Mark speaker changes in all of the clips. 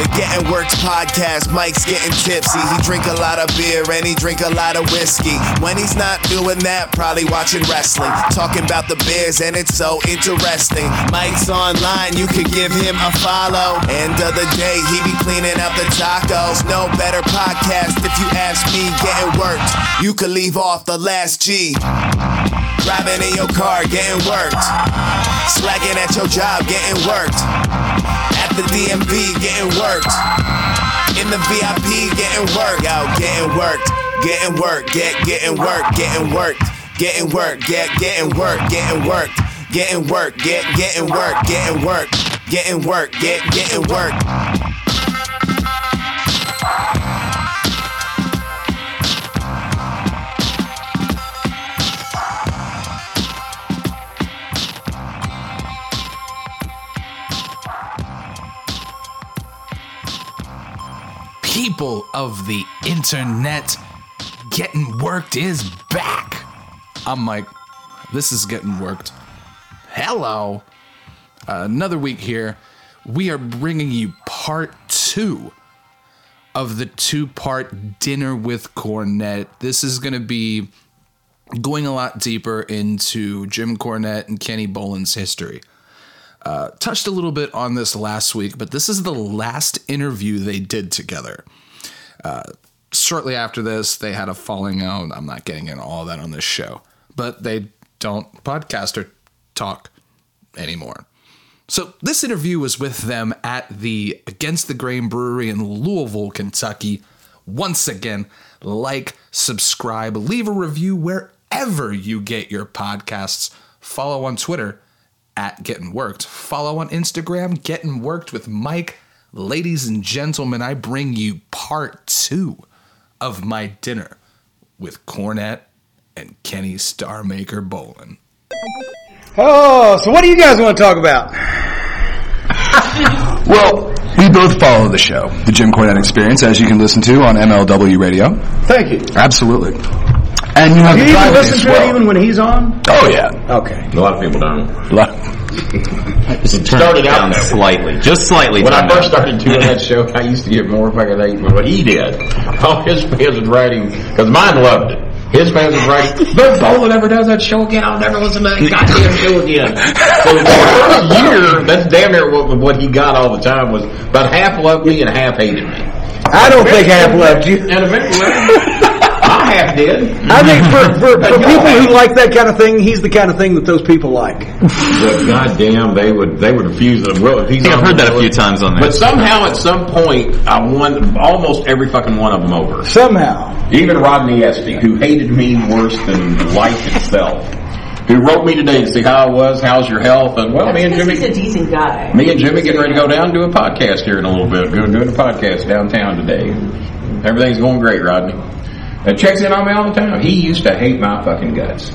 Speaker 1: The Getting Works podcast, Mike's getting tipsy. He drink a lot of beer and he drink a lot of whiskey. When he's not doing that, probably watching wrestling. Talking about the Bears and it's so interesting. Mike's online, you could give him a follow. End of the day, he be cleaning up the tacos. No better podcast if you ask me. Getting worked, you could leave off the last G. Driving in your car, getting worked. Slacking at your job, getting worked. At the DMV, getting worked. In the VIP, getting worked. Yo, getting worked. Getting worked. Get getting worked. Getting worked. Getting worked. Get getting worked. Getting worked. Getting worked. Get getting worked. Getting worked. Getting worked. Get getting worked.
Speaker 2: people of the internet, getting worked is back. I'm like, this is getting worked. Hello. Uh, another week here. We are bringing you part two of the two part dinner with Cornette. This is going to be going a lot deeper into Jim Cornette and Kenny Boland's history touched a little bit on this last week, but this is the last interview they did together. Uh, shortly after this, they had a falling out. I'm not getting into all that on this show, but they don't podcast or talk anymore. So this interview was with them at the Against the Grain Brewery in Louisville, Kentucky. Once again, like, subscribe, leave a review wherever you get your podcasts. Follow on Twitter at Getting Worked. Follow on Instagram, Getting Worked with Mike. Ladies and gentlemen, I bring you part two of my dinner with Cornette and Kenny Starmaker Bolin.
Speaker 3: Oh, so what do you guys want to talk about?
Speaker 4: Well, we both follow the show, the Jim Cornette Experience, as you can listen to on MLW Radio.
Speaker 3: Thank you.
Speaker 4: Absolutely. And you have
Speaker 3: Do
Speaker 4: the
Speaker 3: you even
Speaker 4: drive
Speaker 3: listen
Speaker 4: as
Speaker 3: to
Speaker 4: well.
Speaker 3: it even when he's on?
Speaker 4: oh yeah.
Speaker 3: Okay.
Speaker 5: A lot of people don't.
Speaker 4: Lo-
Speaker 5: Started out that way.
Speaker 6: slightly, just slightly.
Speaker 5: When I
Speaker 6: time
Speaker 5: first
Speaker 6: out.
Speaker 5: started doing that show, I used to get more fucking hate than what he did. All his fans was writing, because mine loved it. His fans was writing, but if Bolin ever does that show again, I'll never listen to that goddamn show again. So for a year, that's damn near what, what he got all the time was about half loved me and half hated me.
Speaker 3: I don't think I've left you.
Speaker 5: And eventually, I half did.
Speaker 3: I think for, for, for people who like that kind of thing, he's the kind of thing that those people like.
Speaker 5: But goddamn, they would they would refuse it. Well, if he's
Speaker 6: I think
Speaker 5: on
Speaker 6: I've heard
Speaker 5: the
Speaker 6: that a
Speaker 5: show-
Speaker 6: few times on there.
Speaker 5: But somehow, at some point, I won almost every fucking one of them over.
Speaker 3: Somehow.
Speaker 5: Even Rodney Estee, who hated me worse than life itself, who wrote me today to see how I was, how's your health, and well, me and Jimmy,
Speaker 7: He's a decent guy.
Speaker 5: me and Jimmy getting ready to go down and do a podcast here in a little bit. Going doing a podcast downtown today. Everything's going great, Rodney. And checks in on me all the time. He used to hate my fucking guts,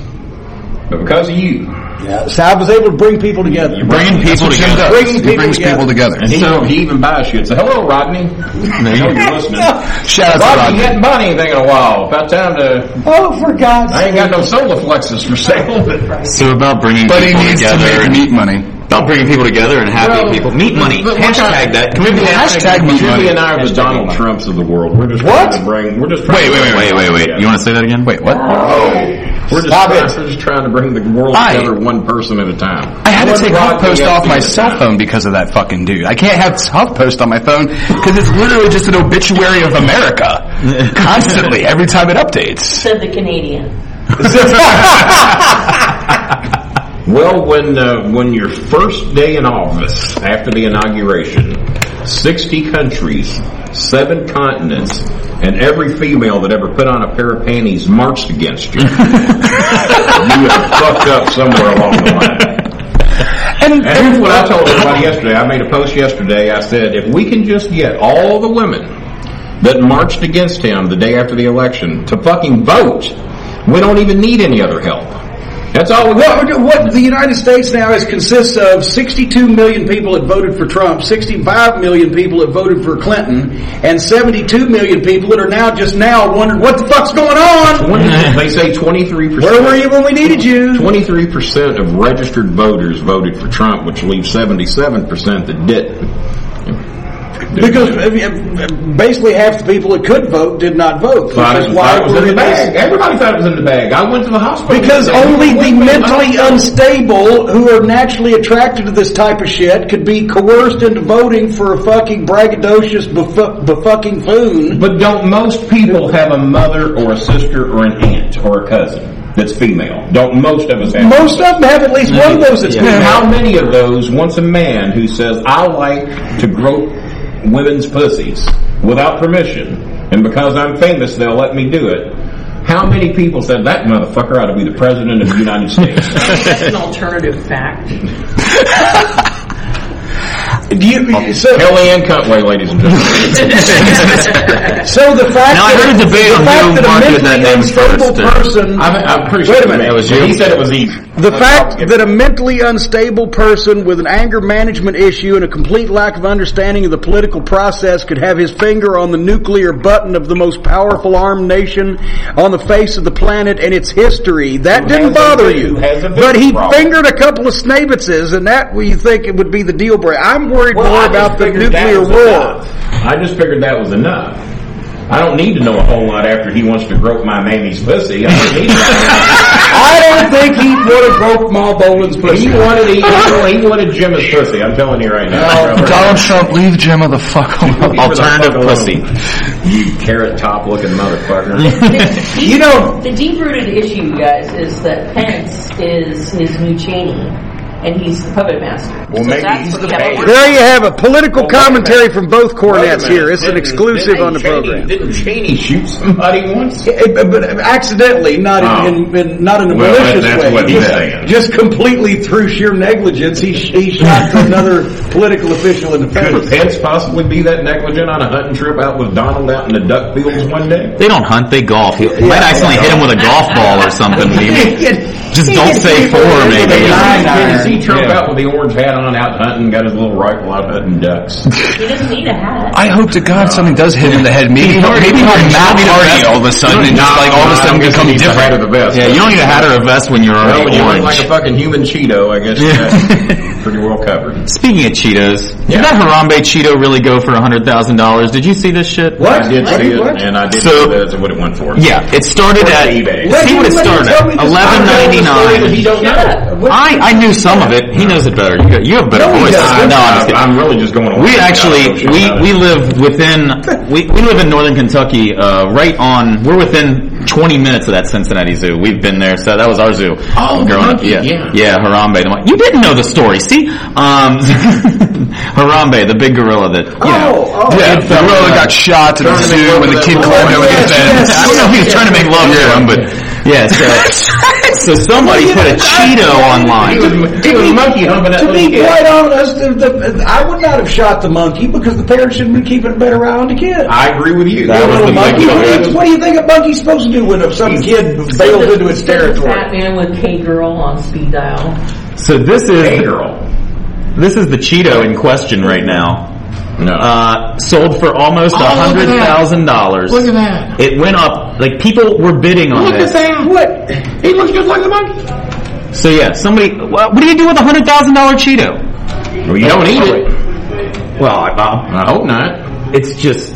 Speaker 5: but because of you,
Speaker 3: Yeah, so I was able to bring people together.
Speaker 6: bringing people
Speaker 4: Jim
Speaker 6: together.
Speaker 4: does.
Speaker 3: Bringing
Speaker 4: he
Speaker 3: people
Speaker 4: brings
Speaker 3: together.
Speaker 4: people together.
Speaker 5: and he, he even buys shit. So hello, Rodney. I know you're listening.
Speaker 4: Shout out to
Speaker 5: Rodney, you
Speaker 4: Rodney.
Speaker 5: hadn't bought anything in a while. About time to.
Speaker 3: Oh, for God's
Speaker 5: I
Speaker 3: sake.
Speaker 5: ain't got no solar flexes for sale. But
Speaker 6: So about bringing
Speaker 4: But he
Speaker 6: people
Speaker 4: needs to
Speaker 6: together.
Speaker 4: make
Speaker 6: and-
Speaker 4: meat money.
Speaker 6: about bringing people together and happy
Speaker 5: Well,
Speaker 6: people. Meat money.
Speaker 5: but what kind
Speaker 6: Hashtag
Speaker 5: of-
Speaker 6: that. Can we be
Speaker 4: Hashtag meat money.
Speaker 5: Jimmy and I are the Donald Trumps of the world. We're just trying
Speaker 3: What?
Speaker 5: to bring. We're just
Speaker 6: Wait,
Speaker 5: trying
Speaker 6: wait, wait,
Speaker 5: to
Speaker 6: wait, wait, wait. You want to say that again?
Speaker 4: Wait, what?
Speaker 5: We're just,
Speaker 4: Stop
Speaker 5: trying,
Speaker 4: it.
Speaker 5: we're just trying to bring the world
Speaker 4: I-
Speaker 5: together one person at a time.
Speaker 4: I had to
Speaker 5: One
Speaker 4: take
Speaker 5: rock
Speaker 4: HuffPost
Speaker 5: together
Speaker 4: off my
Speaker 5: at a
Speaker 4: cell
Speaker 5: time.
Speaker 4: phone because of that fucking dude. I can't have HuffPost on my phone because it's literally just an obituary of America constantly every time it updates.
Speaker 7: Said the Canadian.
Speaker 5: Well, when uh, when your first day in office after the inauguration, sixty countries, seven continents, and every female that ever put on a pair of panties marched against you, you have fucked up somewhere along the line.
Speaker 4: And,
Speaker 5: And here's what I told everybody yesterday. I made a post yesterday. I said, if we can just get all the women that marched against him the day after the election to fucking vote, we don't even need any other help. That's all we
Speaker 3: What,
Speaker 5: want.
Speaker 3: we're do- what the United States now is consists of 62 million people that voted for Trump, 65 million people that voted for Clinton, and 72 million people that are now just now wondering what the fuck's going on.
Speaker 5: Twenty- they say 23%.
Speaker 3: Where were you when we needed you?
Speaker 5: 23% of registered voters voted for Trump, which leaves 77% that didn't. perfect. dude.
Speaker 8: Because I mean, basically half the people that could vote did not vote.
Speaker 5: Thought
Speaker 8: which
Speaker 5: it
Speaker 8: is
Speaker 5: was-
Speaker 8: why
Speaker 5: thought it was
Speaker 8: we're
Speaker 5: in the
Speaker 8: in this-
Speaker 5: bag. Everybody thought it was in the bag. I went to the hospital
Speaker 8: Because
Speaker 5: Wait,
Speaker 8: only
Speaker 5: wait,
Speaker 8: the
Speaker 5: wait,
Speaker 8: mentally
Speaker 5: wait.
Speaker 8: unstable who are naturally attracted to this type of shit could be coerced into voting for a fucking braggadocious befu- befucking foon.
Speaker 5: But don't most people have a mother or a sister or an aunt or a cousin that's female? Don't most of us have?
Speaker 8: Most of them have at least one of those that's
Speaker 5: And
Speaker 8: female.
Speaker 5: How many of those wants a man who says, I like to grope women's pussies without permission, and because I'm famous, they'll let me do it? How many people said, that motherfucker ought to be the president of the United States?
Speaker 7: That's an alternative fact.
Speaker 8: Do you, so,
Speaker 5: Kellyanne Cutway, ladies and gentlemen.
Speaker 8: so the fact
Speaker 4: Now, I
Speaker 8: that,
Speaker 4: heard a debate
Speaker 8: the
Speaker 4: on
Speaker 8: fact
Speaker 4: who
Speaker 8: that a mentally
Speaker 4: marketed that name
Speaker 8: unstable
Speaker 4: first, uh,
Speaker 8: person
Speaker 5: I'm, I'm pretty
Speaker 8: Wait a
Speaker 5: sure
Speaker 8: minute.
Speaker 5: it was you. He said it was easy. Uh,
Speaker 8: The fact that a mentally unstable person with an anger management issue and a complete lack of understanding of the political process could have his finger on the nuclear button of the most powerful armed nation on the face of the planet and its history, that
Speaker 5: Who
Speaker 8: didn't
Speaker 5: has a
Speaker 8: bother
Speaker 5: big-
Speaker 8: you.
Speaker 5: who has a big
Speaker 8: But he
Speaker 5: problem.
Speaker 8: fingered a couple of snabitzes and that well, you think it would be the deal breaker. I'm worried more
Speaker 5: I just
Speaker 8: about the
Speaker 5: figured that
Speaker 8: nuclear
Speaker 5: was
Speaker 8: war.
Speaker 5: enough. I just figured that was enough. I don't need to know a whole lot after he wants to grope my mammy's pussy. I don't need that.
Speaker 8: I don't think he would have broke
Speaker 5: Ma Boland's pussy. He wanted, he, wanted- he wanted Jim's pussy. I'm telling you right now.
Speaker 6: Donald Trump, leave Gemma the fuck alone.
Speaker 5: Alternative
Speaker 4: pussy.
Speaker 5: You carrot top looking motherfucker.
Speaker 8: You know-
Speaker 7: the deep-rooted issue, you guys, is that Pence is his new Cheney, and he's the puppet master.
Speaker 5: Well,
Speaker 7: so
Speaker 5: maybe
Speaker 7: that's
Speaker 5: he's
Speaker 7: what
Speaker 5: the
Speaker 7: kept
Speaker 5: bait.
Speaker 7: working.
Speaker 8: There you have a political
Speaker 5: Well, wait a
Speaker 8: commentary
Speaker 5: minute.
Speaker 8: from both cornets
Speaker 5: Wait a minute.
Speaker 8: here. It's an
Speaker 5: Didn't-
Speaker 8: exclusive
Speaker 5: didn't
Speaker 8: on the
Speaker 5: Cheney-
Speaker 8: program.
Speaker 5: Didn't Cheney shoot somebody once?
Speaker 8: Eh, but but accidentally, not
Speaker 5: Oh.
Speaker 8: in, in, in not in a
Speaker 5: Well, that-
Speaker 8: malicious
Speaker 5: that's
Speaker 8: way.
Speaker 5: what he's
Speaker 8: just,
Speaker 5: saying.
Speaker 8: just completely through sheer negligence, he, sh- he shot another political official in the
Speaker 5: Could
Speaker 8: face.
Speaker 5: Pence possibly be that negligent on a hunting trip out with Donald out in the duck fields one day?
Speaker 4: They don't hunt, they golf. You might accidentally hit him with a golf ball or something. maybe. Just don't say four, maybe.
Speaker 5: Did he see Trump
Speaker 6: Yeah.
Speaker 5: out with the orange hat on, out hunting, got his little rifle out hunting ducks?
Speaker 7: He doesn't need a hat.
Speaker 6: I hope to God something does hit him in the head. Maybe he'll, maybe he'll Matt Hardy all of a sudden and just like all of a sudden become
Speaker 5: Hat or
Speaker 6: different.
Speaker 5: the vest.
Speaker 4: Yeah, you don't need a hat or a vest when you're
Speaker 5: Well, when
Speaker 4: already
Speaker 5: you look
Speaker 4: orange.
Speaker 5: like a fucking human Cheeto, I guess
Speaker 4: Yeah.
Speaker 5: you're pretty well covered.
Speaker 4: Speaking of Cheetos,
Speaker 5: Yeah.
Speaker 4: did that Harambe Cheeto really go for hundred thousand dollars? Did you see this shit?
Speaker 8: What?
Speaker 5: I did see it,
Speaker 8: What?
Speaker 5: and I did
Speaker 4: So-
Speaker 5: see that's what it went for.
Speaker 4: Yeah, it started
Speaker 5: Or
Speaker 4: at
Speaker 5: eBay.
Speaker 4: See what it started at. Eleven ninety
Speaker 5: He
Speaker 4: nine.
Speaker 5: don't know.
Speaker 4: I I knew some of it. He knows it better. You, got- you have better
Speaker 8: No, he
Speaker 4: voice.
Speaker 8: doesn't.
Speaker 4: No, I'm just
Speaker 5: I'm,
Speaker 4: kidding.
Speaker 5: I'm really just going. on.
Speaker 4: We actually we, we live within we, we live in northern Kentucky, uh, right on we're within twenty minutes of that Cincinnati zoo. We've been there, so that was our zoo.
Speaker 5: Oh, Kentucky,
Speaker 4: Yeah.
Speaker 5: yeah.
Speaker 4: yeah. Harambe. The one- You didn't know the story, see? Um, Harambe, the big gorilla that you know
Speaker 8: Oh, oh.
Speaker 6: Yeah, the gorilla got shot to the zoo when the kid climbed over the
Speaker 8: Yes,
Speaker 6: fence.
Speaker 4: I don't know if he was trying to make love to him, but yeah, so, so somebody put a Cheeto online.
Speaker 5: he was monkey humping that
Speaker 8: To
Speaker 5: little
Speaker 8: be
Speaker 5: kid.
Speaker 8: quite honest, the, the, I would not have shot the monkey because the parents shouldn't be keeping a better eye on the kid.
Speaker 5: I agree with you.
Speaker 8: You know,
Speaker 5: was the
Speaker 8: monkey,
Speaker 5: big
Speaker 8: what, do
Speaker 5: one.
Speaker 8: you, what do you think a monkey's supposed to do when if some kid bails into its
Speaker 7: Fat
Speaker 8: territory?
Speaker 7: man with K girl on speed dial.
Speaker 4: So this
Speaker 5: Hey,
Speaker 4: is
Speaker 5: girl.
Speaker 4: this is the Cheeto in question right now.
Speaker 5: No.
Speaker 4: uh, sold for almost a
Speaker 5: Oh, at
Speaker 4: hundred thousand dollars.
Speaker 5: Look at that.
Speaker 4: It went up like people were bidding on
Speaker 5: Look
Speaker 4: this.
Speaker 5: at that.
Speaker 8: What?
Speaker 5: He looks just like the monkey.
Speaker 4: So yeah, somebody. Well, what do you do with a hundred thousand dollar Cheeto?
Speaker 5: Well, you don't eat it.
Speaker 4: Well, I, uh,
Speaker 5: I hope not.
Speaker 4: it's just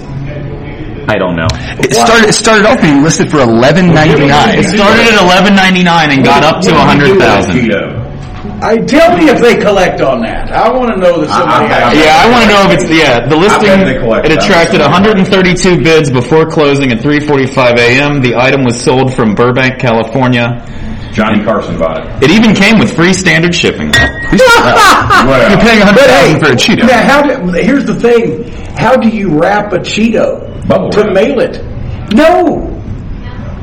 Speaker 4: I don't know.
Speaker 6: It started, it started off being listed for eleven ninety
Speaker 4: It
Speaker 6: nine.
Speaker 4: started at eleven ninety nine and got up to a hundred thousand.
Speaker 8: I tell me if they collect on that. I want to know that somebody.
Speaker 5: I- I-
Speaker 4: Yeah, I want to know if it's yeah. The listing
Speaker 5: bet they collect
Speaker 4: it
Speaker 5: that.
Speaker 4: attracted 132 bids before closing at 3:45 a.m. The item was sold from Burbank, California.
Speaker 5: Johnny Carson bought it.
Speaker 4: It even came with free standard shipping.
Speaker 6: You're
Speaker 5: Whatever.
Speaker 6: paying a hundred
Speaker 8: But hey,
Speaker 6: thousand for a Cheeto.
Speaker 8: Now, how do, here's the thing: How do you wrap a Cheeto
Speaker 5: Bubble
Speaker 8: to
Speaker 5: wrap.
Speaker 8: mail it? No,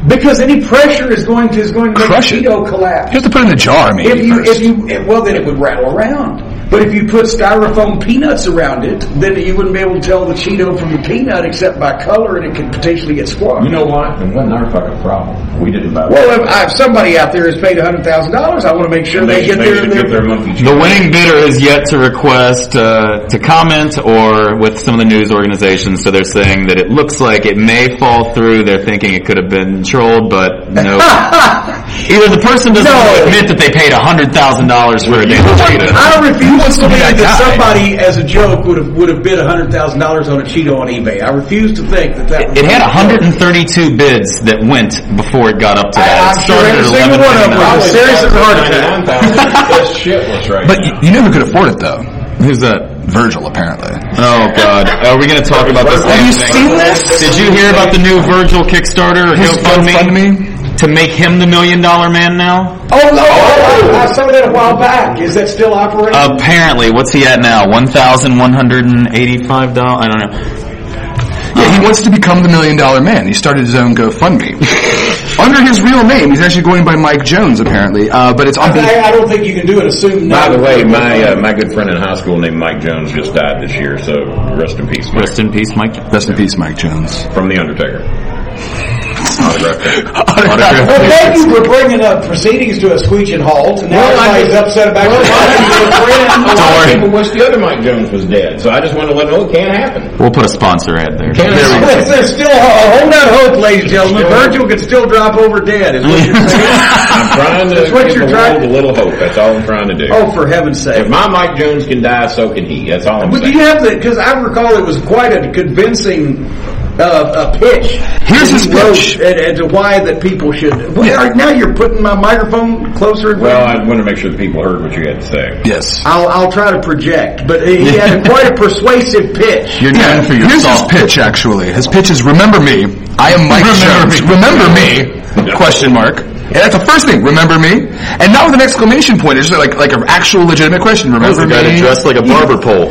Speaker 8: because any pressure is going to is going to make
Speaker 6: Crush
Speaker 8: a
Speaker 6: it.
Speaker 8: Cheeto collapse.
Speaker 6: You have to put it in the jar, maybe.
Speaker 8: If you
Speaker 6: first.
Speaker 8: if you if- well, then it would rattle around. But if you put styrofoam peanuts around it, then you wouldn't be able to tell the Cheeto from the peanut except by color, and it could potentially get squashed.
Speaker 5: You know what? It wasn't our fucking problem. We didn't buy it.
Speaker 8: well, if, if somebody out there has paid hundred thousand dollars, I want to make sure they, get their,
Speaker 5: should get their monkey
Speaker 4: The winning bidder is yet to request uh, to comment or with some of the news organizations, so they're saying that it looks like it may fall through. They're thinking it could have been trolled, but no,
Speaker 6: Either the person doesn't
Speaker 8: No.
Speaker 6: want to admit that they paid hundred thousand dollars for a damn cheetah.
Speaker 8: I refuse to
Speaker 6: that
Speaker 8: believe that
Speaker 6: guy.
Speaker 8: somebody, as a joke, would have would have bid hundred thousand dollars on a Cheeto on eBay. I refuse to think that that.
Speaker 6: It had 132 bids that went before it got up to
Speaker 8: I'm
Speaker 6: that. It
Speaker 8: sure
Speaker 6: started
Speaker 8: every
Speaker 6: at
Speaker 8: single one of them was
Speaker 6: $11.99.
Speaker 8: a serious heart attack.
Speaker 5: 99,000. This shit was right.
Speaker 4: But y- you know who could afford it though?
Speaker 6: Who's that?
Speaker 4: Virgil, apparently.
Speaker 6: Oh God! Are we going to talk about this?
Speaker 4: Have you
Speaker 6: damn thing?
Speaker 4: seen this?
Speaker 6: Did you hear about the new Virgil Kickstarter or
Speaker 4: His
Speaker 6: GoFundMe
Speaker 4: GoFundMe?
Speaker 6: to make him the Million Dollar Man now?
Speaker 8: Oh no! I, I saw that a while back. Is that still operating?
Speaker 6: Apparently, what's he at now? One thousand one hundred and eighty-five dollars. I don't know.
Speaker 4: Yeah, he wants to become the million dollar man. He started his own GoFundMe under his real name. He's actually going by Mike Jones, apparently. Uh, but it's on.
Speaker 8: I, I don't think you can do it. Assume.
Speaker 5: By
Speaker 8: not.
Speaker 5: the way, my uh, my good friend in high school named Mike Jones just died this year, so rest in peace, Mike.
Speaker 6: Rest in peace, Mike.
Speaker 4: Rest in peace, Mike Jones.
Speaker 5: From The Undertaker. Autograph tape.
Speaker 8: Well, thank you for bringing up proceedings to a screeching halt, and now
Speaker 5: Well, I
Speaker 8: everybody's
Speaker 5: just-
Speaker 8: upset about
Speaker 5: Well, a lot of people- a lot of
Speaker 6: worry.
Speaker 5: people wish the other Mike Jones was dead, so I just wanted to let them know it can't happen.
Speaker 6: We'll put a sponsor ad there.
Speaker 5: Can't
Speaker 6: There we
Speaker 5: happen.
Speaker 8: Yes, There's still ho- hold out hope, ladies and gentlemen. Virgil could still drop over dead. Is what you're saying?
Speaker 5: I'm trying to
Speaker 8: That's what
Speaker 5: give
Speaker 8: you're
Speaker 5: the
Speaker 8: trying-
Speaker 5: world a little hope. That's all I'm trying to do.
Speaker 8: oh, for heaven's sake!
Speaker 5: If my Mike Jones can die, so can he. That's all I'm
Speaker 8: But do
Speaker 5: saying.
Speaker 8: you have the? Because I recall it was quite a convincing uh, a pitch. that
Speaker 4: Here's his
Speaker 8: he wrote
Speaker 4: pitch.
Speaker 8: and, and to why that people should. Well, are- now you're putting my microphone closer. in-
Speaker 5: well, I want to make sure the people heard what you had to say.
Speaker 4: Yes.
Speaker 8: I'll, I'll try to project, but he had quite a persuasive pitch.
Speaker 6: You're
Speaker 4: Yeah,
Speaker 6: done for your
Speaker 4: here's
Speaker 6: salt.
Speaker 4: his pitch actually. His pitch is remember me. I am Mike
Speaker 6: Remember
Speaker 4: Jones.
Speaker 6: me.
Speaker 4: Remember me? Question mark. And that's the first thing. Remember me, and not with an exclamation point. It's just like like an actual legitimate question.
Speaker 6: That was
Speaker 4: Remember
Speaker 6: the guy
Speaker 4: me?
Speaker 6: that dressed like a barber pole.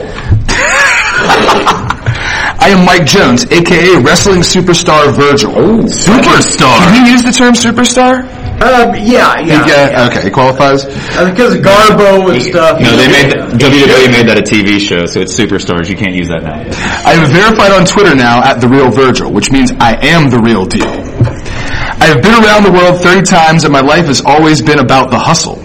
Speaker 4: I am Mike Jones, aka wrestling superstar Virgil.
Speaker 6: Oh, Superstar.
Speaker 4: Did he use the term superstar?
Speaker 8: Um, yeah, yeah.
Speaker 4: Yeah. Okay, he qualifies.
Speaker 8: Because of Garbo and stuff.
Speaker 6: No, they made that,
Speaker 5: E
Speaker 6: WWE made that a TV show, so it's superstars. You can't use that now.
Speaker 4: I am verified on Twitter now at the real Virgil, which means I am the real deal. I have been around the world 30 times and my life has always been about the hustle.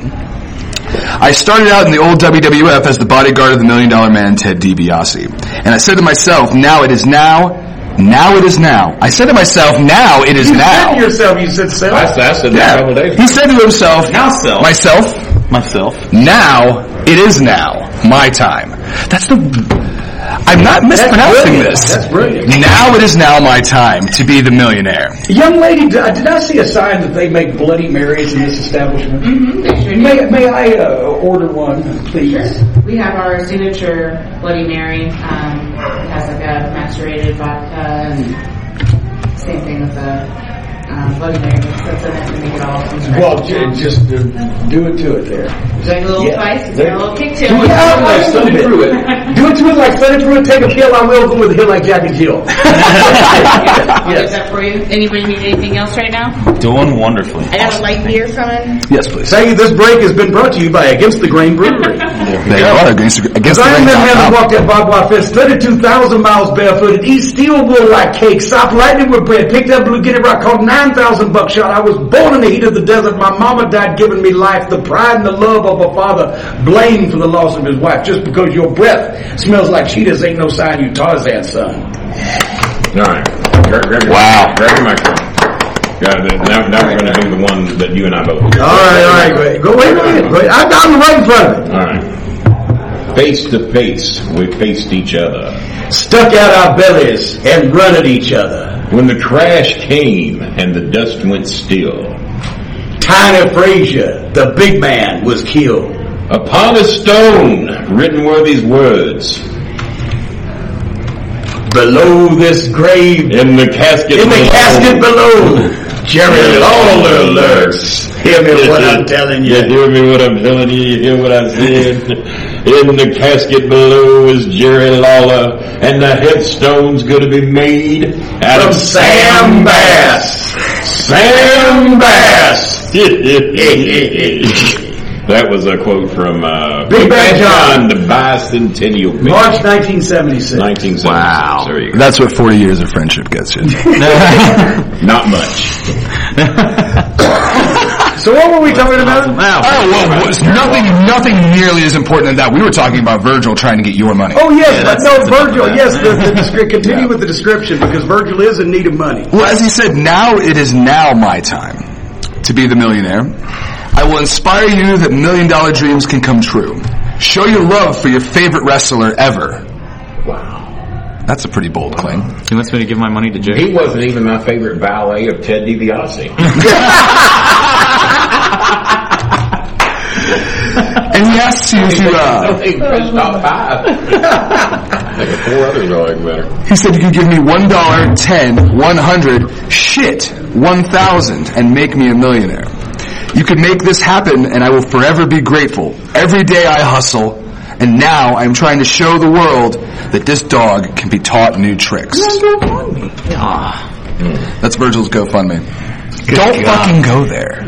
Speaker 4: I started out in the old WWF as the bodyguard of the million dollar man Ted DiBiase. And I said to myself, now it is now, now it is now. I said to myself, now it is
Speaker 8: You said to
Speaker 4: now.
Speaker 8: yourself, you said, "Sell."
Speaker 5: I, I said that a couple days
Speaker 4: Yeah.
Speaker 5: ago.
Speaker 4: He said to himself,
Speaker 6: Myself.
Speaker 4: myself,
Speaker 6: Myself.
Speaker 4: now it is now my time. That's the. I'm not mispronouncing
Speaker 8: brilliant.
Speaker 4: this.
Speaker 8: That's brilliant.
Speaker 4: Now it is now my time to be the millionaire.
Speaker 8: Young lady, did I, did I see a sign that they make Bloody Marys in this establishment? Mm-hmm. May, may I uh, order one, please?
Speaker 7: We have our signature Bloody Mary. Um, it has like a macerated vodka and same thing with the um, Bloody Mary. That's in it. We make it all from scratch.
Speaker 8: Well, j- just uh, do it to it there.
Speaker 7: Would you like a little
Speaker 8: yeah,
Speaker 7: spice, Is
Speaker 8: there-
Speaker 7: there a little kick to
Speaker 8: Do it
Speaker 7: it.
Speaker 8: out like Sunday Pruitt. Do it to it like Sunday Pruitt. Take a pill. I will go with a hit like Jackie Jill.
Speaker 7: I'll get that for you. Anybody need anything else right now?
Speaker 6: Doing wonderfully.
Speaker 7: I got a light beer coming.
Speaker 4: Yes, please.
Speaker 8: Thank you. This break has been brought to you by Against the Grain Brewery.
Speaker 4: They are against against the
Speaker 8: Iron
Speaker 4: grain.
Speaker 8: Man hasn't
Speaker 4: Wow.
Speaker 8: walked that barbed wire fence 32,000 miles barefooted, eat steel wool like cake, sop lightning with bread, picked up blue guinea rock, caught 9,000 buckshot. I was born in the heat of the desert. My mama died giving me life, the pride and the love of a father, blamed for the loss of his wife. Just because your breath smells like cheetahs ain't no sign you Tarzan, son.
Speaker 5: All right. Grab, grab your,
Speaker 6: Wow.
Speaker 5: Grab your microphone. Got it. Now, now we're going to do the one that you and I both.
Speaker 8: All right, all right, great. Go, wait a minute. Wait, I'm, I'm right in front of it.
Speaker 5: All right. Face to face, we faced each other.
Speaker 8: Stuck out our bellies and run at each other.
Speaker 5: When the crash came and the dust went still,
Speaker 8: Tiny Frazier, the big man, was killed.
Speaker 5: upon a stone written were these words:
Speaker 8: Below this grave
Speaker 5: In the casket,
Speaker 8: In the
Speaker 5: below,
Speaker 8: casket below, Jerry Lawler lurks. Hear me what I'm telling
Speaker 5: You
Speaker 8: you.
Speaker 5: hear me what I'm telling you? You hear what I said? In the casket below is Jerry Lawler, and the headstone's gonna be made out
Speaker 8: From
Speaker 5: of
Speaker 8: Sam Bass.
Speaker 5: Sam Bass. that was a quote from uh,
Speaker 8: Big Bad John.
Speaker 5: the bicentennial. Man.
Speaker 8: March 1976.
Speaker 5: 1976. There you go.
Speaker 4: That's what 40 years of friendship gets you.
Speaker 5: Not much.
Speaker 8: So what were we talking about?
Speaker 4: oh, well, was nothing, nothing nearly as important as that. We were talking about Virgil trying to get your money.
Speaker 8: Oh yes, but no, Virgil. Yes, the, the descri- continue with the description because Virgil is in need of money.
Speaker 4: Well, as he said, now it is now my time. to be the millionaire. I will inspire you that million dollar dreams can come true. Show your love for your favorite wrestler ever. Wow. That's a pretty bold claim.
Speaker 6: He wants me to give my money to Jake.
Speaker 5: He wasn't even my favorite valet of Ted DiBiase.
Speaker 4: And he asks you to, uh,
Speaker 5: He was top five. I think four others I like better.
Speaker 4: He said you could give me one dollar, ten, one hundred, shit, one thousand, and make me a millionaire. You could make this happen, and I will forever be grateful. Every day I hustle, and now I'm trying to show the world that this dog can be taught new tricks. Ah. That's Virgil's GoFundMe. Don't fucking go there.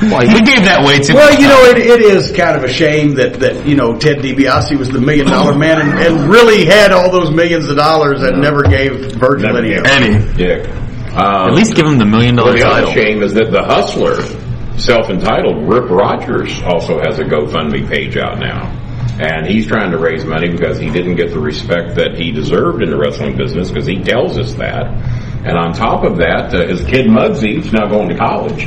Speaker 6: We gave that way too.
Speaker 8: Well, you know, it, it is kind of a shame that, that you know Ted DiBiase was the million dollar man and, and really had all those millions of dollars and never gave Virgil
Speaker 5: Never
Speaker 8: any.
Speaker 5: gave.
Speaker 8: of it.
Speaker 4: Any.
Speaker 5: Yeah. Um,
Speaker 6: At least give him the million dollar
Speaker 5: the other
Speaker 6: title.
Speaker 5: shame is that the hustler, self-entitled Rip Rogers, also has a GoFundMe page out now, and he's trying to raise money because he didn't get the respect that he deserved in the wrestling business because he tells us that. And on top of that, uh, his kid Muggsy's now going to college,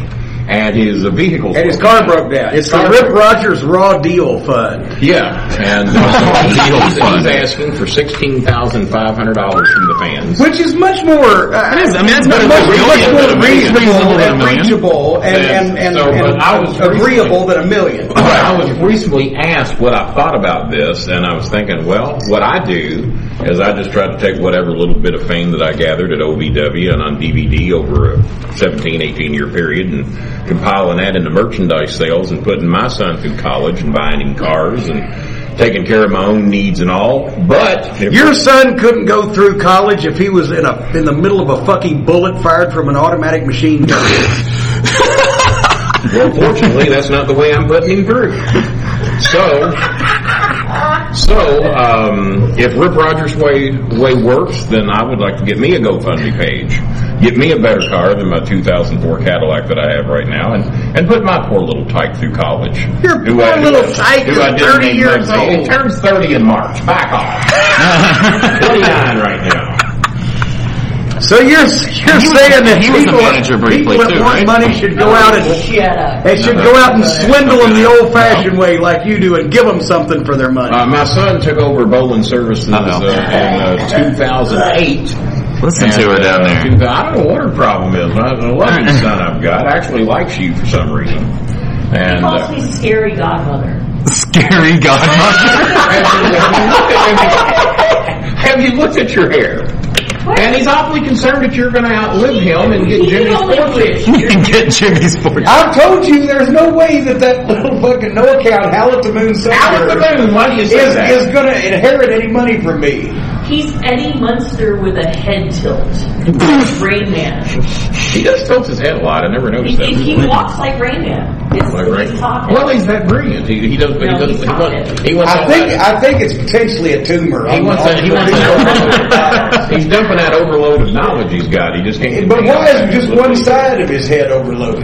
Speaker 5: and his uh, vehicle
Speaker 8: And his car broke down. It's the
Speaker 5: Car
Speaker 8: Rip
Speaker 5: broke
Speaker 8: Rogers Raw Deal Fund.
Speaker 5: yeah, and uh, he's, he's asking for sixteen thousand five hundred dollars from the fans.
Speaker 8: Which is much more. Uh,
Speaker 6: It is. I mean, that's
Speaker 8: much,
Speaker 6: better
Speaker 8: much
Speaker 6: than a million
Speaker 8: more
Speaker 6: than a million.
Speaker 8: reasonable
Speaker 6: Reasonable than a
Speaker 8: and
Speaker 6: million.
Speaker 8: reachable and,
Speaker 5: Yeah.
Speaker 8: and, and,
Speaker 5: So, but
Speaker 8: and
Speaker 5: I was
Speaker 8: agreeable than a million.
Speaker 5: I was recently asked what I thought about this, and I was thinking, well, what I do is I just try to take whatever little bit of fame that I gathered at OVW and on DVD over a 17, 18 year period and compiling that into merchandise sales and putting my son through college and buying him cars and taking care of my own needs and all. But if
Speaker 8: Your son couldn't go through college if he was in a in the middle of a fucking bullet fired from an automatic machine gun.
Speaker 5: Well, fortunately, that's not the way I'm putting him through. So, so um, if Rip Rogers' way way works, then I would like to get me a GoFundMe page, get me a better car than my 2004 Cadillac that I have right now, and and put my poor little tyke through college.
Speaker 8: Your
Speaker 5: Who
Speaker 8: poor
Speaker 5: I-
Speaker 8: little
Speaker 5: who
Speaker 8: tyke
Speaker 5: I
Speaker 8: is
Speaker 5: didn't
Speaker 8: 30
Speaker 5: name
Speaker 8: years
Speaker 5: Mugsy. He
Speaker 8: old.
Speaker 5: turns 30 in March. Back off. 29 right now.
Speaker 8: So you're you're saying that
Speaker 6: he was the
Speaker 8: people,
Speaker 6: manager briefly
Speaker 8: people that
Speaker 6: too,
Speaker 8: want
Speaker 6: right?
Speaker 8: money should go out and
Speaker 7: Shut up.
Speaker 8: they should go out and swindle them the old fashioned way like you do and give them something for their money.
Speaker 5: Uh, my son took over bowling services uh, in uh, 2008.
Speaker 6: Listen to her down there.
Speaker 5: And, uh, I don't know what her problem is. I have an 11 son I've got actually likes you for some reason. And
Speaker 7: Calls
Speaker 5: uh,
Speaker 7: me scary godmother.
Speaker 6: Scary godmother.
Speaker 5: have you looked at your hair? And he's awfully concerned that you're going to outlive him and get Jimmy's fortune.
Speaker 6: Get Jimmy's fortune.
Speaker 8: I told you there's no way that that little fucking no account Howlett the Moon
Speaker 5: Out of
Speaker 8: soldier
Speaker 5: the moon, why do you say
Speaker 8: is
Speaker 5: that?
Speaker 8: is going to inherit any money from me.
Speaker 7: He's Eddie Munster with a head tilt. Like Rain Man.
Speaker 5: he does tilt his head a lot. I never
Speaker 7: He,
Speaker 5: noticed that.
Speaker 7: he, he walks like Rain Man. It's,
Speaker 5: Like,
Speaker 7: he's talking.
Speaker 5: Well, he's that brilliant. He, he does, but
Speaker 7: No,
Speaker 5: he doesn't.
Speaker 7: he's
Speaker 5: He wants,
Speaker 7: not.
Speaker 5: he wants
Speaker 8: I
Speaker 5: all
Speaker 8: think
Speaker 5: that.
Speaker 8: I think it's potentially a tumor.
Speaker 5: He
Speaker 8: I'm-
Speaker 5: wants that. He
Speaker 8: I'm-
Speaker 5: wants that overload. He's dumping that overload of knowledge he's got. He just can't.
Speaker 8: But why is just one side of his head overloaded?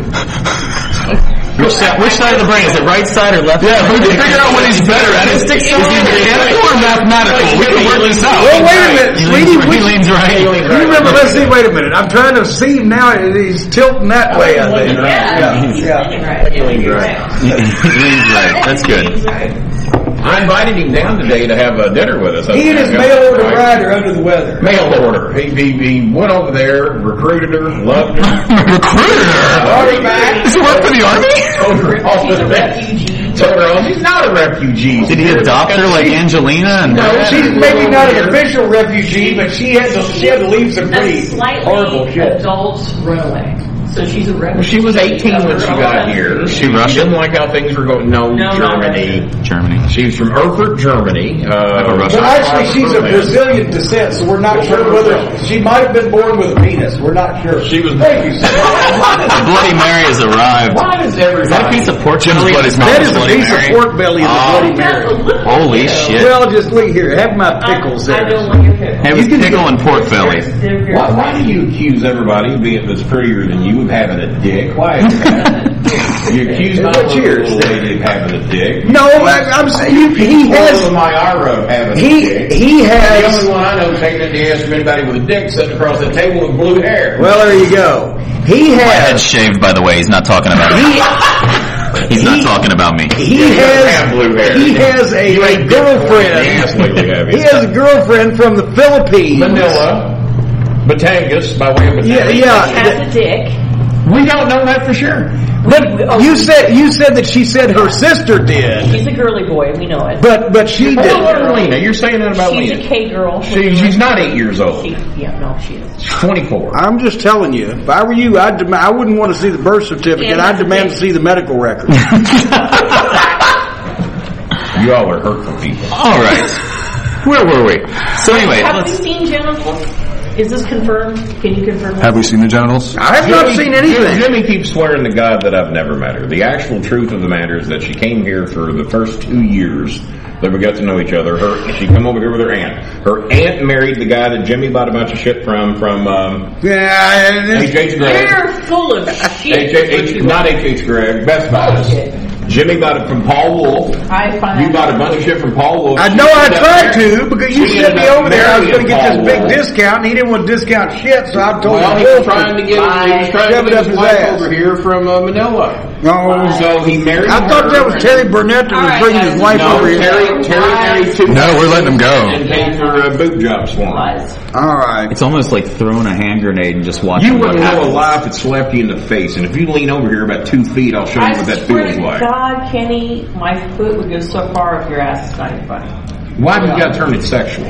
Speaker 6: Which side, which side of the brain? Is it right side or left yeah,
Speaker 4: We can figure out what he's better at. Is he mechanical or mathematical? We can work this out.
Speaker 8: Well, wait a minute,
Speaker 6: He
Speaker 8: sweetie.
Speaker 6: leans, he
Speaker 8: we-
Speaker 6: leans right.
Speaker 8: You remember? Let's see. Wait a minute. I'm trying to see him now. and He's tilting that way. I think.
Speaker 7: yeah, I think he's
Speaker 8: Yeah.
Speaker 7: thinking right.
Speaker 5: right.
Speaker 6: He leans right. That's good.
Speaker 5: I invited him down today to have uh, dinner with us.
Speaker 8: He and his mail order rider under the weather.
Speaker 5: Mail order. He, he, he went over there, recruited her, loved her.
Speaker 4: Recruiter?
Speaker 5: Already back.
Speaker 4: Does he work for the army?
Speaker 5: Told her all the best. Told her all, she's not a refugee.
Speaker 6: Did he adopt her like Angelina and
Speaker 5: No,
Speaker 8: She's maybe not an official refugee, but she had to she had to leave some
Speaker 7: A
Speaker 8: pretty
Speaker 7: slightly
Speaker 8: horrible shit.
Speaker 7: adult runaway. So she's a rebel.
Speaker 5: She was 18 when she got here.
Speaker 6: She
Speaker 5: She didn't
Speaker 6: Russian?
Speaker 5: like how things were going. No,
Speaker 7: No, not
Speaker 5: Germany.
Speaker 6: Germany?
Speaker 5: She was from Erfurt, Germany. Uh,
Speaker 6: Like a Russian.
Speaker 8: Well, actually, she's of Brazilian descent, so we're not sure whether she might have been born with a penis. We're not sure.
Speaker 5: She was-
Speaker 8: Thank you. sir.
Speaker 6: The Bloody Mary has arrived.
Speaker 5: Why does
Speaker 6: Is that a
Speaker 5: everybody?
Speaker 6: piece of pork belly?
Speaker 4: blood is not
Speaker 8: That is a piece of pork belly in the
Speaker 6: Oh.
Speaker 8: Bloody Mary.
Speaker 6: Holy shit.
Speaker 8: Ah, Well, just leave here. Have my pickles
Speaker 7: I
Speaker 8: there.
Speaker 7: don't want your pickles.
Speaker 6: It was pickle and pork belly.
Speaker 7: They're very-
Speaker 5: Why, why do you accuse everybody of being that's prettier than you of having a dick? Why is that? you accuse my
Speaker 8: What's yours?
Speaker 5: little lady of having a dick.
Speaker 8: No, I, I'm saying you- he
Speaker 5: Well,
Speaker 8: has.
Speaker 5: my Ira of having a
Speaker 8: He
Speaker 5: dick.
Speaker 8: he
Speaker 5: the
Speaker 8: has.
Speaker 5: only one I know taking a DS from anybody with a dick sitting across the table with blue hair.
Speaker 8: Well, there you go. He
Speaker 6: My
Speaker 8: has.
Speaker 6: head's shaved, by the way. He's not talking about me. He's not
Speaker 8: he-
Speaker 6: talking about me.
Speaker 8: He
Speaker 5: you don't
Speaker 8: has.
Speaker 5: have blue hair.
Speaker 8: He has a,
Speaker 5: You
Speaker 8: a
Speaker 5: ain't growing your ass
Speaker 8: girlfriend.
Speaker 5: like you have.
Speaker 8: He has a girlfriend from the Philippines.
Speaker 5: Manila, Batangas, by way of Batangas.
Speaker 8: Yeah, yeah.
Speaker 7: Has a dick.
Speaker 5: We don't know that for sure.
Speaker 8: But you said you said that she said her sister did,
Speaker 7: He's a girly boy. We know it.
Speaker 8: but but she
Speaker 5: Hold
Speaker 8: did.
Speaker 5: on, Lena. You're saying that about
Speaker 7: She's a
Speaker 5: Lena.
Speaker 7: K girl.
Speaker 5: She, she's not eight years old.
Speaker 7: She, yeah, no, she is.
Speaker 5: She's 24.
Speaker 8: I'm just telling you. If I were you, I'd dem- I wouldn't want to see the birth certificate.
Speaker 7: And
Speaker 8: I'd
Speaker 7: that's the
Speaker 8: demand to
Speaker 7: thing.
Speaker 8: see the medical record.
Speaker 5: Y'all are hurtful people.
Speaker 6: All right. Where were we? So anyway,
Speaker 7: Have we
Speaker 6: let's.
Speaker 7: seen genitals? Is this confirmed? Can you confirm?
Speaker 4: Have we seen the genitals?
Speaker 8: I have not seen anything.
Speaker 5: Jimmy keeps swearing to God that I've never met her. The actual truth of the matter is that she came here for the first two years that we got to know each other. Her, she come over here with her aunt. Her aunt married the guy that Jimmy bought a bunch of shit from from um,
Speaker 8: Yeah,
Speaker 5: H.H. Gregg.
Speaker 7: You're full of shit.
Speaker 5: H.H. Not H.H. Gregg. Best Buy.
Speaker 7: Bullshit.
Speaker 5: Jimmy bought it from Paul Wolf.
Speaker 7: I
Speaker 5: You
Speaker 7: find
Speaker 5: bought a bunch of shit from Paul Wolf.
Speaker 8: I
Speaker 5: She
Speaker 8: know I
Speaker 5: ended up
Speaker 8: tried
Speaker 5: marrying-
Speaker 8: to because you
Speaker 5: she
Speaker 8: sent me
Speaker 5: ended up
Speaker 8: over there. I was going to get
Speaker 5: marrying
Speaker 8: this big
Speaker 5: Paul Wolf.
Speaker 8: discount, and he didn't want to discount shit, so I told
Speaker 5: Well,
Speaker 8: him.
Speaker 5: he was trying to get, he was
Speaker 8: Bye.
Speaker 5: trying to
Speaker 8: Shove it up
Speaker 5: get his
Speaker 8: his
Speaker 5: wife
Speaker 8: ass.
Speaker 5: over here from uh, Manila.
Speaker 8: Oh,
Speaker 5: So he married
Speaker 8: I thought
Speaker 5: her.
Speaker 8: that was Terry Burnett that
Speaker 9: All
Speaker 8: was
Speaker 9: right,
Speaker 8: bringing his
Speaker 9: guys.
Speaker 8: wife
Speaker 5: No,
Speaker 8: over here.
Speaker 5: Terry, Terry married two
Speaker 4: No, we're letting them
Speaker 5: and
Speaker 4: go.
Speaker 5: paid for uh, boob jobs for him.
Speaker 7: lies.
Speaker 8: All right.
Speaker 6: It's almost like throwing a hand grenade and just watching.
Speaker 5: You
Speaker 6: what
Speaker 5: wouldn't know a
Speaker 6: happens.
Speaker 5: lie if it slapped you in the face, and if you lean over here about two feet, I'll show you what
Speaker 7: I
Speaker 5: that
Speaker 7: swear
Speaker 5: feels
Speaker 7: to
Speaker 5: like.
Speaker 7: God, Kenny, my foot would go so far if your ass is not even funny.
Speaker 5: Why have you got to turn it sexual?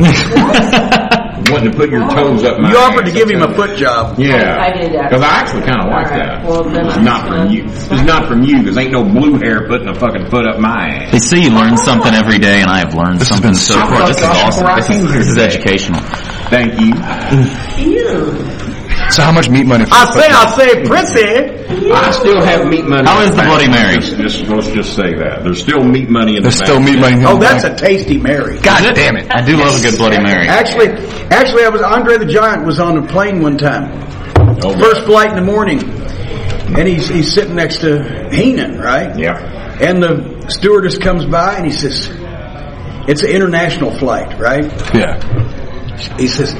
Speaker 5: Wanting to put your toes up my
Speaker 8: You offered to
Speaker 5: ass,
Speaker 8: give him a
Speaker 5: okay.
Speaker 8: foot job.
Speaker 5: Yeah,
Speaker 7: I did that.
Speaker 5: Because I actually kind of like
Speaker 7: All right,
Speaker 5: that.
Speaker 7: well, then
Speaker 5: it's
Speaker 7: I'm
Speaker 5: not
Speaker 7: just
Speaker 5: from
Speaker 7: gonna-
Speaker 5: you. It's not from you. Because ain't no blue hair putting a fucking foot up my ass.
Speaker 6: They say you learn something every day, and I have learned something so
Speaker 5: so
Speaker 6: far. This is
Speaker 5: fucking
Speaker 6: awesome. This
Speaker 5: awesome.
Speaker 6: is, this is educational.
Speaker 5: Thank you.
Speaker 4: So how much meat money? For
Speaker 8: I say, I say, Prissy.
Speaker 5: I still have meat money.
Speaker 6: How is the Bloody Mary?
Speaker 5: Just, just- let's just say that there's still meat money in
Speaker 4: There's
Speaker 5: the
Speaker 4: still
Speaker 5: bank.
Speaker 4: meat money. in
Speaker 8: Oh,
Speaker 4: the
Speaker 8: that's
Speaker 4: bank.
Speaker 8: a tasty Mary.
Speaker 6: God damn it! I do love a good Bloody Mary.
Speaker 8: Actually, actually, I was Andre the Giant was on a plane one time,
Speaker 5: Oh,
Speaker 8: first flight in the morning, and he's he's sitting next to Heenan, right?
Speaker 5: Yeah.
Speaker 8: And the stewardess comes by and he says, "It's an international flight, right?"
Speaker 4: yeah.
Speaker 8: He says,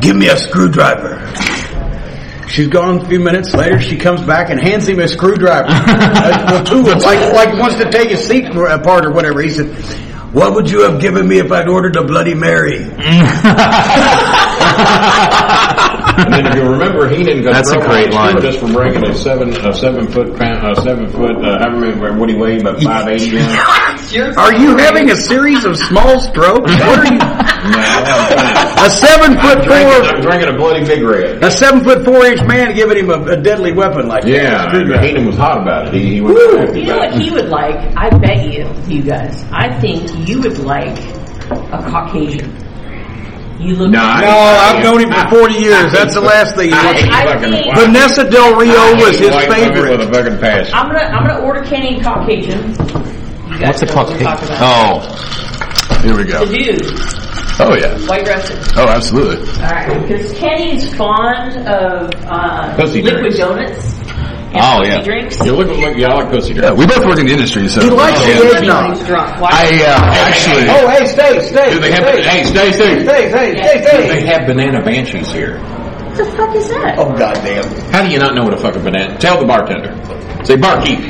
Speaker 8: "Give me a screwdriver." She's gone a few minutes later. She comes back and hands him a screwdriver. Uh, well, two, like like wants to take his seat apart or whatever. He said, "What would you have given me if I'd ordered a Bloody Mary?"
Speaker 5: And then if you remember, he didn't go.
Speaker 6: That's a great line.
Speaker 5: Just from breaking a seven a seven foot pound a seven foot. Uh, I remember what he weighed about five eighty. now.
Speaker 8: Are you having a series of small strokes? What are you? A seven foot
Speaker 5: I'm
Speaker 8: four,
Speaker 5: drinking a bloody big red.
Speaker 8: a seven foot four inch man giving him a, a deadly weapon like
Speaker 5: Yeah,
Speaker 8: that.
Speaker 5: and
Speaker 8: Screwdriver.
Speaker 5: Heenan was hot about it. He, he was
Speaker 8: Woo!
Speaker 5: active
Speaker 7: You know
Speaker 5: about
Speaker 7: what
Speaker 5: it.
Speaker 7: he would like? I bet you, you guys. I think you would like a Caucasian. You look.
Speaker 5: No, I-
Speaker 8: No, I've known him for forty years. That's the last thing. He wants. Vanessa Del Rio was his
Speaker 5: White women
Speaker 8: favorite.
Speaker 5: With a fucking passion.
Speaker 7: I'm gonna I'm gonna order Kenny a Caucasian. You guys
Speaker 6: What's a
Speaker 7: know what
Speaker 6: cock?
Speaker 7: I'm talking about.
Speaker 6: Oh,
Speaker 4: Here we
Speaker 7: The
Speaker 4: go.
Speaker 7: dude,
Speaker 4: Oh yeah.
Speaker 7: white dresses.
Speaker 4: Oh, absolutely.
Speaker 7: All right, because Kenny's fond of uh,
Speaker 5: Pussy
Speaker 7: liquid
Speaker 5: drinks.
Speaker 7: donuts. And
Speaker 6: Oh,
Speaker 7: pussy
Speaker 6: yeah.
Speaker 7: Drinks.
Speaker 5: You look like y'all like pussy.
Speaker 4: Yeah, we both work in the industry, so
Speaker 8: He likes
Speaker 4: Yeah.
Speaker 8: the
Speaker 7: Anyway,
Speaker 8: eggnog.
Speaker 7: he's drunk. Why?
Speaker 4: I uh, actually.
Speaker 8: Oh, hey, stay, stay.
Speaker 5: Do they have?
Speaker 8: stay,
Speaker 5: Hey, stay, stay.
Speaker 8: stay, stay, stay, stay.
Speaker 5: They have banana banshees here.
Speaker 7: what the fuck is that?
Speaker 8: Oh, goddamn.
Speaker 5: How do you not know what a fucking banana? Tell the bartender. Say, barkeep,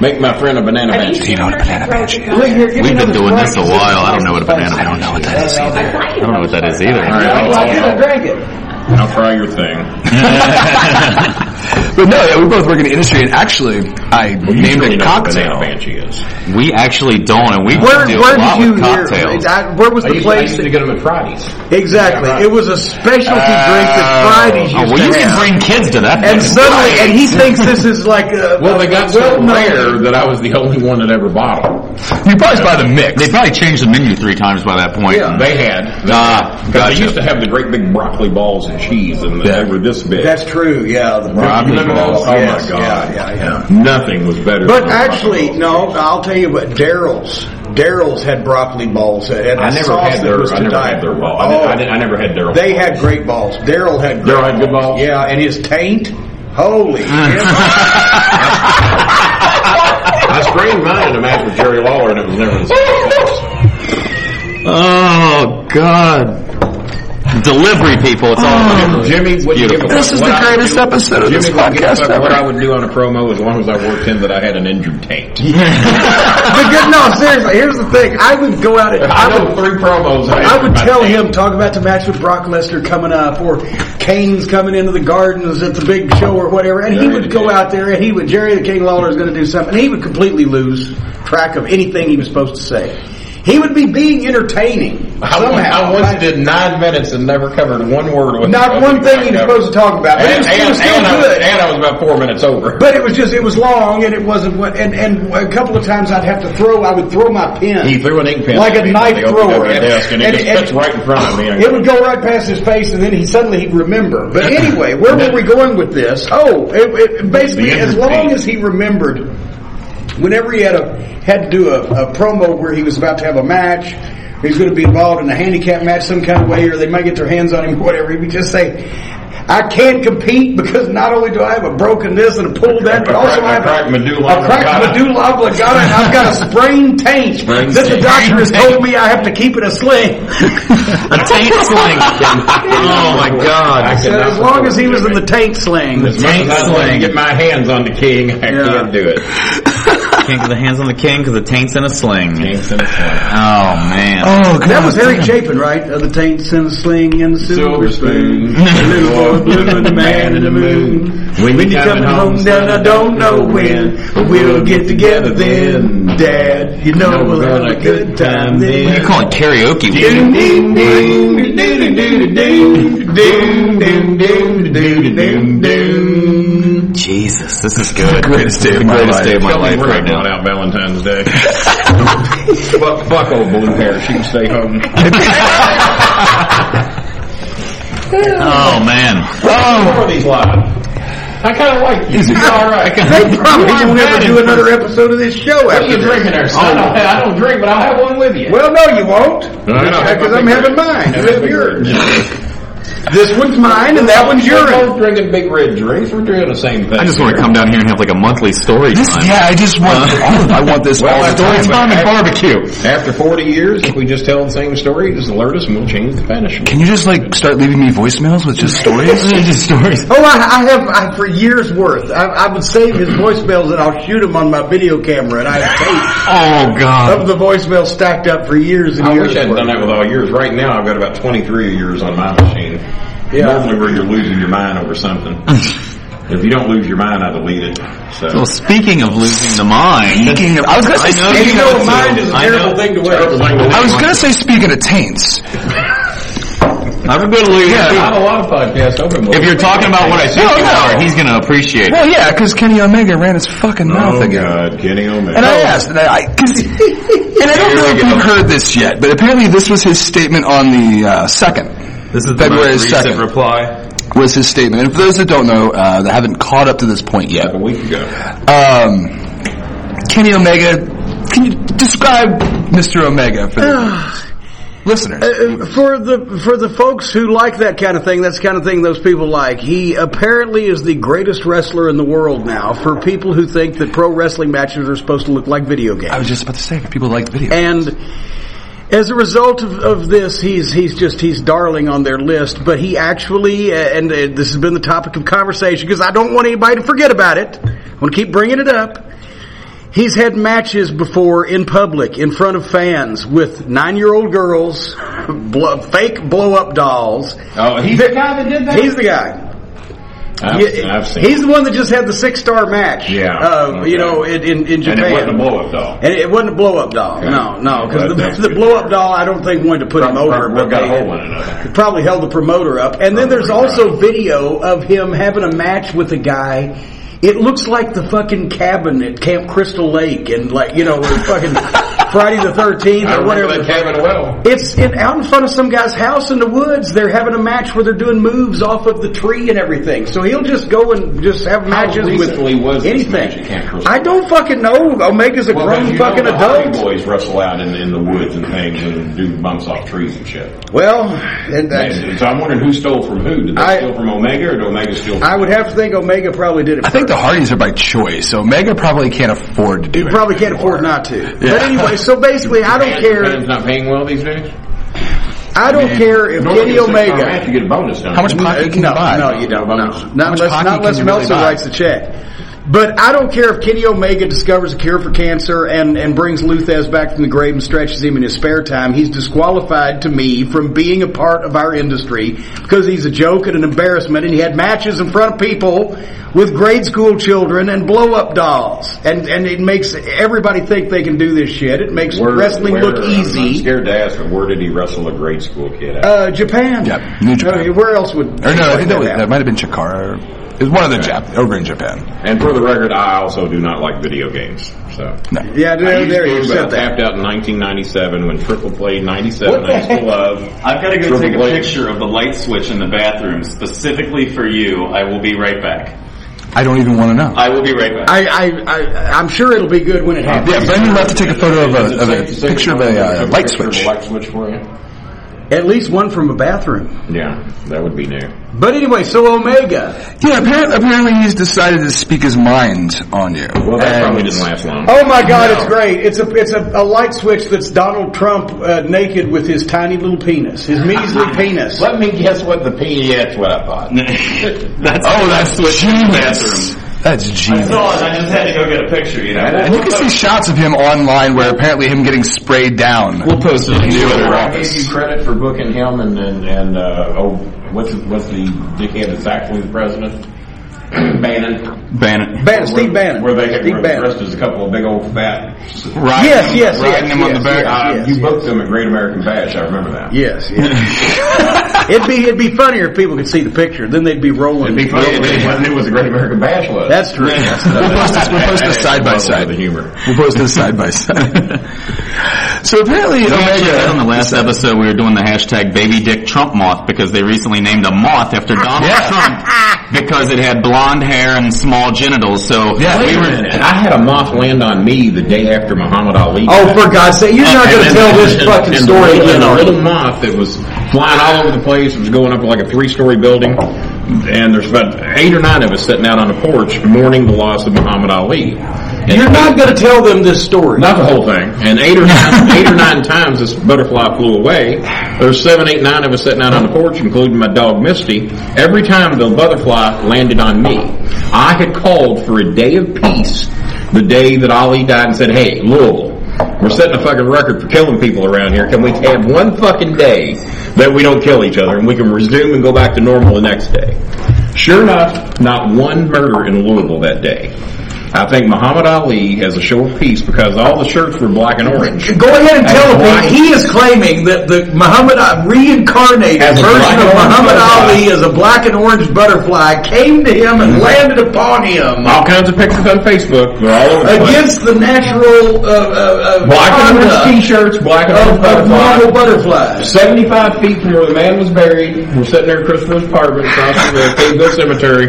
Speaker 5: make my friend a banana
Speaker 7: Have
Speaker 5: banshee.
Speaker 7: seen
Speaker 4: know what a
Speaker 7: her
Speaker 4: banana
Speaker 7: throw
Speaker 4: banshee
Speaker 7: the
Speaker 4: is?
Speaker 7: gun?
Speaker 8: Here, give me
Speaker 6: we've been
Speaker 8: another
Speaker 6: doing
Speaker 8: drink.
Speaker 6: this a while. I don't know what a banana. I don't know what that is either.
Speaker 7: I
Speaker 6: I don't know what that is either.
Speaker 5: All right,
Speaker 8: Oh, I
Speaker 5: I'll,
Speaker 8: should have drank it.
Speaker 5: I'll try your thing.
Speaker 4: But no, yeah, we both work in the industry, and actually, I named
Speaker 5: You
Speaker 4: a
Speaker 5: know
Speaker 4: cocktail.
Speaker 5: What a banana banshee is.
Speaker 6: We actually don't, and we
Speaker 8: Where,
Speaker 6: do
Speaker 8: where
Speaker 6: a lot
Speaker 8: did you
Speaker 6: with
Speaker 8: hear?
Speaker 6: cocktails.
Speaker 8: I, where was
Speaker 5: I
Speaker 8: the
Speaker 5: used, I
Speaker 8: place?
Speaker 5: used
Speaker 8: That,
Speaker 5: to get them at Fridays.
Speaker 8: exactly.
Speaker 5: Yeah, right.
Speaker 8: It was a specialty drink that Fridays
Speaker 6: oh,
Speaker 8: used
Speaker 6: well, you
Speaker 8: to
Speaker 6: can
Speaker 8: have.
Speaker 6: bring kids to that.
Speaker 8: And
Speaker 6: thing.
Speaker 8: suddenly, and he thinks this is like a
Speaker 5: Well, they got so
Speaker 8: well-known-
Speaker 5: rare that I was the only one that ever bought them.
Speaker 4: You probably buy the mix.
Speaker 6: they probably changed the menu three times by that point.
Speaker 8: Yeah.
Speaker 5: They had.
Speaker 6: Ah,
Speaker 5: Because
Speaker 6: gotcha.
Speaker 5: they used to have the great big broccoli balls and cheese, and
Speaker 4: Yeah.
Speaker 5: they were this big.
Speaker 8: That's true. Yeah, the
Speaker 5: You remember those? Oh
Speaker 8: Yes,
Speaker 5: my god!
Speaker 8: yeah, yeah,
Speaker 5: Nothing was better.
Speaker 8: But
Speaker 5: than broccoli
Speaker 8: actually,
Speaker 5: balls.
Speaker 8: no. I'll tell you what. Daryl's. Daryl's had broccoli balls. And
Speaker 5: I never had their. I never had their ball. I, didn't, I, didn't, I never had their.
Speaker 8: Oh. They
Speaker 5: balls.
Speaker 8: had great balls. Daryl had great
Speaker 5: Daryl had good balls?
Speaker 8: Yeah, and his taint. Holy
Speaker 5: Ah.
Speaker 8: shit.
Speaker 5: I sprained mine in a match with Jerry Lawler, and it was never the same.
Speaker 6: Oh God. delivery people. It's all fucking
Speaker 5: Ah, Jimmy, what you give a
Speaker 6: Beautiful.
Speaker 5: fuck.
Speaker 4: This is
Speaker 5: What
Speaker 4: the
Speaker 5: I would
Speaker 4: greatest
Speaker 5: do-
Speaker 4: episode of
Speaker 5: Jimmy
Speaker 4: this
Speaker 5: wouldn't give a
Speaker 4: podcast
Speaker 5: fuck What
Speaker 4: ever.
Speaker 5: I would do on a promo as long as I worked in that I had an injured taint.
Speaker 8: But good, no, seriously. Here's the thing. I would go out and
Speaker 5: I know three promos.
Speaker 8: I would tell
Speaker 5: him.
Speaker 8: him talk about the match with Brock Lesnar coming up, or Kane's coming into the Gardens at the big show or whatever, and he
Speaker 5: Jerry
Speaker 8: would
Speaker 5: the
Speaker 8: go
Speaker 5: King.
Speaker 8: out there and he would Jerry the King Lawler is going to do something. He would completely lose track of anything he was supposed to say. He would be being entertaining
Speaker 5: I, wa- I
Speaker 8: somehow.
Speaker 5: once did nine minutes and never covered one word with
Speaker 8: Not one thing he was supposed to talk about, but
Speaker 5: And,
Speaker 8: it was, it was
Speaker 5: and-
Speaker 8: still
Speaker 5: and I, was,
Speaker 8: good.
Speaker 5: and I was about four minutes over.
Speaker 8: But it was just it was long and it wasn't what and and a couple of times I'd have to throw I would throw my pen.
Speaker 5: He threw an ink pen
Speaker 8: Like
Speaker 5: at
Speaker 8: a
Speaker 5: me when
Speaker 8: knife
Speaker 5: they opened up
Speaker 8: thrower.
Speaker 5: the desk, and,
Speaker 8: And-
Speaker 5: it
Speaker 8: and-
Speaker 5: just cuts right in front of me.
Speaker 8: It would go right past his face, and then he suddenly he'd remember. But anyway, where were we going with this? Oh, it, it, basically,
Speaker 5: The
Speaker 8: as long
Speaker 5: entertainment.
Speaker 8: as he remembered, whenever he had a had to do a, a promo where he was about to have a match, or he's going to be involved in a handicap match some kind of way, or they might get their hands on him, whatever. He would just say, "I can't compete because not only do I have a broken this and a pulled that, but
Speaker 5: A
Speaker 8: also
Speaker 5: crack-
Speaker 8: I have
Speaker 5: a cracked medulla
Speaker 8: a cracked
Speaker 5: oblongata."
Speaker 8: medulla oblongata, and I've got a sprained taint
Speaker 5: Sprained
Speaker 8: that the
Speaker 5: taint.
Speaker 8: doctor has told me I have to keep in a sling."
Speaker 6: a taint sling. oh
Speaker 5: I
Speaker 6: my god.
Speaker 5: could
Speaker 8: So
Speaker 5: not
Speaker 8: as long
Speaker 5: perform
Speaker 8: as he was in the
Speaker 5: Jimmy.
Speaker 8: tank sling.
Speaker 5: As much
Speaker 6: tank
Speaker 5: as I'd like to
Speaker 6: sling.
Speaker 5: get my hands on the king, I
Speaker 8: Yeah.
Speaker 5: can't do it.
Speaker 6: Can't get the hands on the king because the taint's in a sling.
Speaker 5: Kinks in a sling.
Speaker 6: Oh man.
Speaker 4: Oh, God.
Speaker 8: That was Harry Chapin, right? Of the taint and the sling and the silver,
Speaker 5: Silver
Speaker 8: spoon.
Speaker 5: spoon.
Speaker 8: the little boy blue and the man in the moon. When, you're coming home, then I don't know when. But we'll get together then, Dad. You know we'll have a good time
Speaker 6: What are
Speaker 8: then.
Speaker 6: you calling karaoke?
Speaker 8: Ding, ding, ding, ding, ding, ding, ding, ding, ding, ding, ding, ding, ding.
Speaker 6: Jesus, this is good.
Speaker 4: greatest day of my
Speaker 6: greatest
Speaker 4: life.
Speaker 6: day of my
Speaker 5: Tell me
Speaker 6: life
Speaker 5: we're
Speaker 6: right
Speaker 5: not going
Speaker 6: now.
Speaker 5: out Valentine's Day. fuck, fuck old blue hair. She can stay home.
Speaker 6: Oh man.
Speaker 5: Oh, these live. I kind of like you. You're all right.
Speaker 8: They probably won't ever do another episode of this show
Speaker 5: What are
Speaker 8: after
Speaker 5: you
Speaker 8: this.
Speaker 5: drinking there? son? I, don't, I don't drink, but I'll have one with you.
Speaker 8: Well, no, you won't.
Speaker 5: No, I know.
Speaker 8: Because I'm having mine. You have yours. This one's mine, and that one's
Speaker 5: We're
Speaker 8: yours.
Speaker 5: both drinking big red drinks. We're doing the same thing.
Speaker 6: I just want to come down here and have like a monthly story
Speaker 4: This,
Speaker 6: time. Uh,
Speaker 4: yeah, I just want, all of- I want this
Speaker 5: Well,
Speaker 4: all the
Speaker 5: I-
Speaker 4: time.
Speaker 5: Storytime and
Speaker 6: barbecue.
Speaker 5: After 40 years, if we just tell the same story, just alert us and we'll change the punishment.
Speaker 4: Can you just like start leaving me voicemails with just stories? just stories.
Speaker 8: Oh, I, I have I, for years worth. I, I would save his voicemails and I'll shoot them on my video camera, and I have
Speaker 6: Oh
Speaker 8: tape
Speaker 6: god.
Speaker 8: of the voicemails stacked up for years and
Speaker 5: I
Speaker 8: years.
Speaker 5: wish I had done that with all yours. Right now, I've got about 23 of yours on my machine. Normally where you're losing your mind over something. if you don't lose your mind, I delete it. So.
Speaker 6: Well, speaking of losing the mind,
Speaker 4: Speaking of- I was gonna say
Speaker 6: I know
Speaker 4: speaking
Speaker 6: you
Speaker 4: of
Speaker 6: do.
Speaker 8: mind is a
Speaker 6: I
Speaker 8: terrible
Speaker 6: know.
Speaker 8: thing to wear.
Speaker 4: I was gonna say speaking of taints.
Speaker 6: I'm gonna lose.
Speaker 5: Not a lot of podcasts open with
Speaker 6: If you're talking about what I think
Speaker 4: No,
Speaker 6: you
Speaker 4: no.
Speaker 6: are, he's gonna appreciate. it.
Speaker 4: Well, yeah, because Kenny Omega ran his fucking mouth
Speaker 5: Oh
Speaker 4: again.
Speaker 5: God, Kenny Omega. Oh.
Speaker 4: And I asked, and I, I- 'cause- and I don't know if you've heard this yet, but apparently this was his statement on the uh, second.
Speaker 6: This is
Speaker 4: February
Speaker 6: most recent
Speaker 4: 2nd.
Speaker 6: reply.
Speaker 4: Was his statement, and for those that don't know, uh, that haven't caught up to this point yet,
Speaker 5: a week ago.
Speaker 4: um, Kenny Omega, can you describe Mr. Omega for the listeners?
Speaker 8: Uh, for the for the folks who like that kind of thing, that's the kind of thing those people like. He apparently is the greatest wrestler in the world now. For people who think that pro wrestling matches are supposed to look like video games.
Speaker 4: I was just about to say, people like video.
Speaker 8: And as a result of, of this, he's he's just he's darling on their list. But he actually, uh, and uh, this has been the topic of conversation because I don't want anybody to forget about it. I want to keep bringing it up. He's had matches before in public, in front of fans, with nine-year-old girls, blow, fake blow-up dolls.
Speaker 5: Oh, he's the guy that did that?
Speaker 8: He's the guy.
Speaker 5: I've,
Speaker 8: Yeah,
Speaker 5: I've seen
Speaker 8: he's the one that just had the six-star match.
Speaker 5: Yeah,
Speaker 8: uh, you
Speaker 5: okay.
Speaker 8: know, in, in, in
Speaker 5: And
Speaker 8: Japan.
Speaker 5: it wasn't a blow-up doll.
Speaker 8: And it wasn't a blow up doll. No, no, because
Speaker 5: Right.
Speaker 8: the, the blow up doll I don't think wanted to put him over,
Speaker 5: We've
Speaker 8: but
Speaker 5: got a
Speaker 8: they
Speaker 5: hole in it. I think.
Speaker 8: probably held the promoter up. And then there's
Speaker 5: Probably,
Speaker 8: also video of him having a match with a guy. It looks like the fucking cabin at Camp Crystal Lake, and like you know, with fucking Friday the Thirteenth
Speaker 5: I
Speaker 8: or
Speaker 5: remember
Speaker 8: whatever.
Speaker 5: that cabin well.
Speaker 8: It's in, out in front of some guy's house in the woods. They're having a match where they're doing moves off of the tree and everything. So he'll just go and just have matches
Speaker 5: recently
Speaker 8: with
Speaker 5: was this
Speaker 8: anything.
Speaker 5: match at Camp Crystal?
Speaker 8: I don't fucking know. Omega's a
Speaker 5: Well, then,
Speaker 8: grown
Speaker 5: you know
Speaker 8: fucking
Speaker 5: the Hardy
Speaker 8: adult.
Speaker 5: boys wrestle out in, in the woods and things and do bumps off trees and shit.
Speaker 8: Well, and that's,
Speaker 5: And so I'm wondering who stole from who. Did they
Speaker 8: I-
Speaker 5: steal from Omega or did Omega steal from
Speaker 8: I would have to think Omega probably did it.
Speaker 4: I think the Hardys are by choice, so Omega probably can't afford to do
Speaker 8: you
Speaker 4: it.
Speaker 8: probably can't afford not to. But anyway, so basically, I don't
Speaker 5: Fans-
Speaker 8: care.
Speaker 5: Fans not paying well these days?
Speaker 8: I don't care if
Speaker 5: Normally
Speaker 8: Kenny
Speaker 5: it's six-star match,
Speaker 8: Omega.
Speaker 5: You get a bonus. How
Speaker 2: much pocket can
Speaker 8: no,
Speaker 2: you buy?
Speaker 8: no, you don't. No,
Speaker 2: How
Speaker 8: not
Speaker 2: much
Speaker 8: unless,
Speaker 2: pocket
Speaker 8: not unless
Speaker 2: can you really
Speaker 8: Meltzer
Speaker 2: buy?
Speaker 8: writes the check. But I don't care if Kenny Omega discovers a cure for cancer and, and brings Luthez back from the grave and stretches him in his spare time. He's disqualified to me from being a part of our industry because he's a joke and an embarrassment and he had matches in front of people with grade school children and blow up dolls. And, and it makes everybody think they can do this shit. It makes wrestling look
Speaker 5: I'm
Speaker 8: easy.
Speaker 5: scared to ask, but where did he wrestle a grade school kid? At?
Speaker 8: Uh, Japan.
Speaker 4: Yep, New Japan.
Speaker 8: Okay, where else would?
Speaker 4: Or no, I think that, was,
Speaker 8: happen?
Speaker 4: that might have been Chikara. It was one of the Jap over in Japan.
Speaker 5: and for the record, I also do not like video games. So
Speaker 8: Yeah,
Speaker 5: I
Speaker 8: there,
Speaker 5: used
Speaker 8: there
Speaker 5: to,
Speaker 8: you
Speaker 5: but I
Speaker 8: said that.
Speaker 5: tapped out in 1997 when Triple played 97.
Speaker 8: What the
Speaker 5: I used to love.
Speaker 10: I've got to go
Speaker 5: Triple
Speaker 10: take a
Speaker 5: H.
Speaker 10: picture of the light switch in the bathroom specifically for you. I will be right back.
Speaker 4: I don't even want to know.
Speaker 10: I will be right back.
Speaker 8: I, I, I, I'm sure it'll be good when it happens.
Speaker 4: yeah, Brendan left to take a photo of
Speaker 5: Is it
Speaker 4: a, of
Speaker 5: safe to
Speaker 4: a
Speaker 5: say
Speaker 4: Uh, picture of
Speaker 5: you don't
Speaker 4: a uh,
Speaker 5: have
Speaker 4: light
Speaker 5: picture of a
Speaker 4: switch.
Speaker 5: Light switch for you?
Speaker 8: At least one from a bathroom.
Speaker 5: Yeah, that would be new.
Speaker 8: But anyway, so Omega.
Speaker 4: Yeah, apparently, apparently he's decided to speak his mind on you.
Speaker 5: Well, that
Speaker 4: And-
Speaker 5: probably didn't last long.
Speaker 8: Oh my God, it's great. It's a it's a, a light switch that's Donald Trump uh, naked with his tiny little penis, his measly penis.
Speaker 5: Let me guess what the P. That's what I thought.
Speaker 10: That's
Speaker 4: Oh, that's genius. That's genius.
Speaker 10: all. I just had to go get a picture. You know.
Speaker 4: And you can see shots of him online where apparently him getting sprayed down.
Speaker 6: We'll post it on Twitter.
Speaker 5: I gave you credit for booking him and and, and uh, oh, what's what's the dickhead that's actually the president? Bannon.
Speaker 6: Ban it.
Speaker 8: Bannon, Steve Bannon.
Speaker 5: Where they
Speaker 8: Steve
Speaker 5: were
Speaker 8: Bannon.
Speaker 5: dressed as a couple of big old fat.
Speaker 6: Riding
Speaker 8: Yes,
Speaker 6: him-
Speaker 8: yes,
Speaker 6: Riding
Speaker 8: yes,
Speaker 6: him on the
Speaker 8: yes,
Speaker 6: back.
Speaker 8: yes.
Speaker 5: Uh, you booked him at Great American Bash. I remember that.
Speaker 8: Yes, yes. it'd be it'd be funnier if people could see the picture. Then they'd be rolling.
Speaker 5: Big deal, but it wasn't- it was a Great American Bash was.
Speaker 8: That's true.
Speaker 4: We'll post this, we'll post
Speaker 5: That
Speaker 4: this
Speaker 5: adds
Speaker 4: side by
Speaker 5: level to
Speaker 4: side.
Speaker 5: The humor.
Speaker 4: We'll post this side by side. So apparently
Speaker 6: Actually, I
Speaker 4: Omega
Speaker 6: said on the last episode, we were doing the hashtag baby dick Trump moth because they recently named a moth after Donald Trump because it had blonde hair and small genitals. So
Speaker 4: Yeah.
Speaker 6: we
Speaker 5: Wait a
Speaker 6: were.
Speaker 5: minute. I had a moth land on me the day after Muhammad Ali.
Speaker 8: Oh, for God's sake! You're not going to tell this fucking story
Speaker 5: And,
Speaker 8: again,
Speaker 5: a
Speaker 8: are
Speaker 5: little
Speaker 8: you?
Speaker 5: moth that was flying all over the place. It was going up like a three-story building. And there's about eight or nine of us sitting out on the porch mourning the loss of Muhammad Ali. And
Speaker 8: You're not going to tell them this story.
Speaker 5: not the whole thing. And eight or nine, eight or nine times this butterfly flew away. There's seven, eight, nine of us sitting out on the porch, including my dog Misty. Every time the butterfly landed on me, I had called for a day of peace the day that Ali died and said, hey, Louisville, we're setting a fucking record for killing people around here. Can we have one fucking day that we don't kill each other and we can resume and go back to normal the next day? Sure enough, not one murder in Louisville that day. I think Muhammad Ali has a show of peace because all the shirts were black and orange.
Speaker 8: Go ahead and tell
Speaker 5: As
Speaker 8: him
Speaker 5: white-
Speaker 8: he is claiming that the Muhammad Ali- reincarnated
Speaker 5: As a
Speaker 8: version
Speaker 5: black
Speaker 8: of
Speaker 5: and orange
Speaker 8: Muhammad
Speaker 5: butterfly.
Speaker 8: Ali as a black and orange butterfly came to him and landed upon him
Speaker 5: All kinds of pictures on Facebook. They're all over the place.
Speaker 8: against the natural uh, uh, uh,
Speaker 5: black and
Speaker 8: conduct
Speaker 5: orange t-shirts, black and orange
Speaker 8: of, of normal butterflies.
Speaker 5: butterflies. 75 feet from where the man was buried. We're sitting there at Christopher's apartment across from the Caveville Cemetery.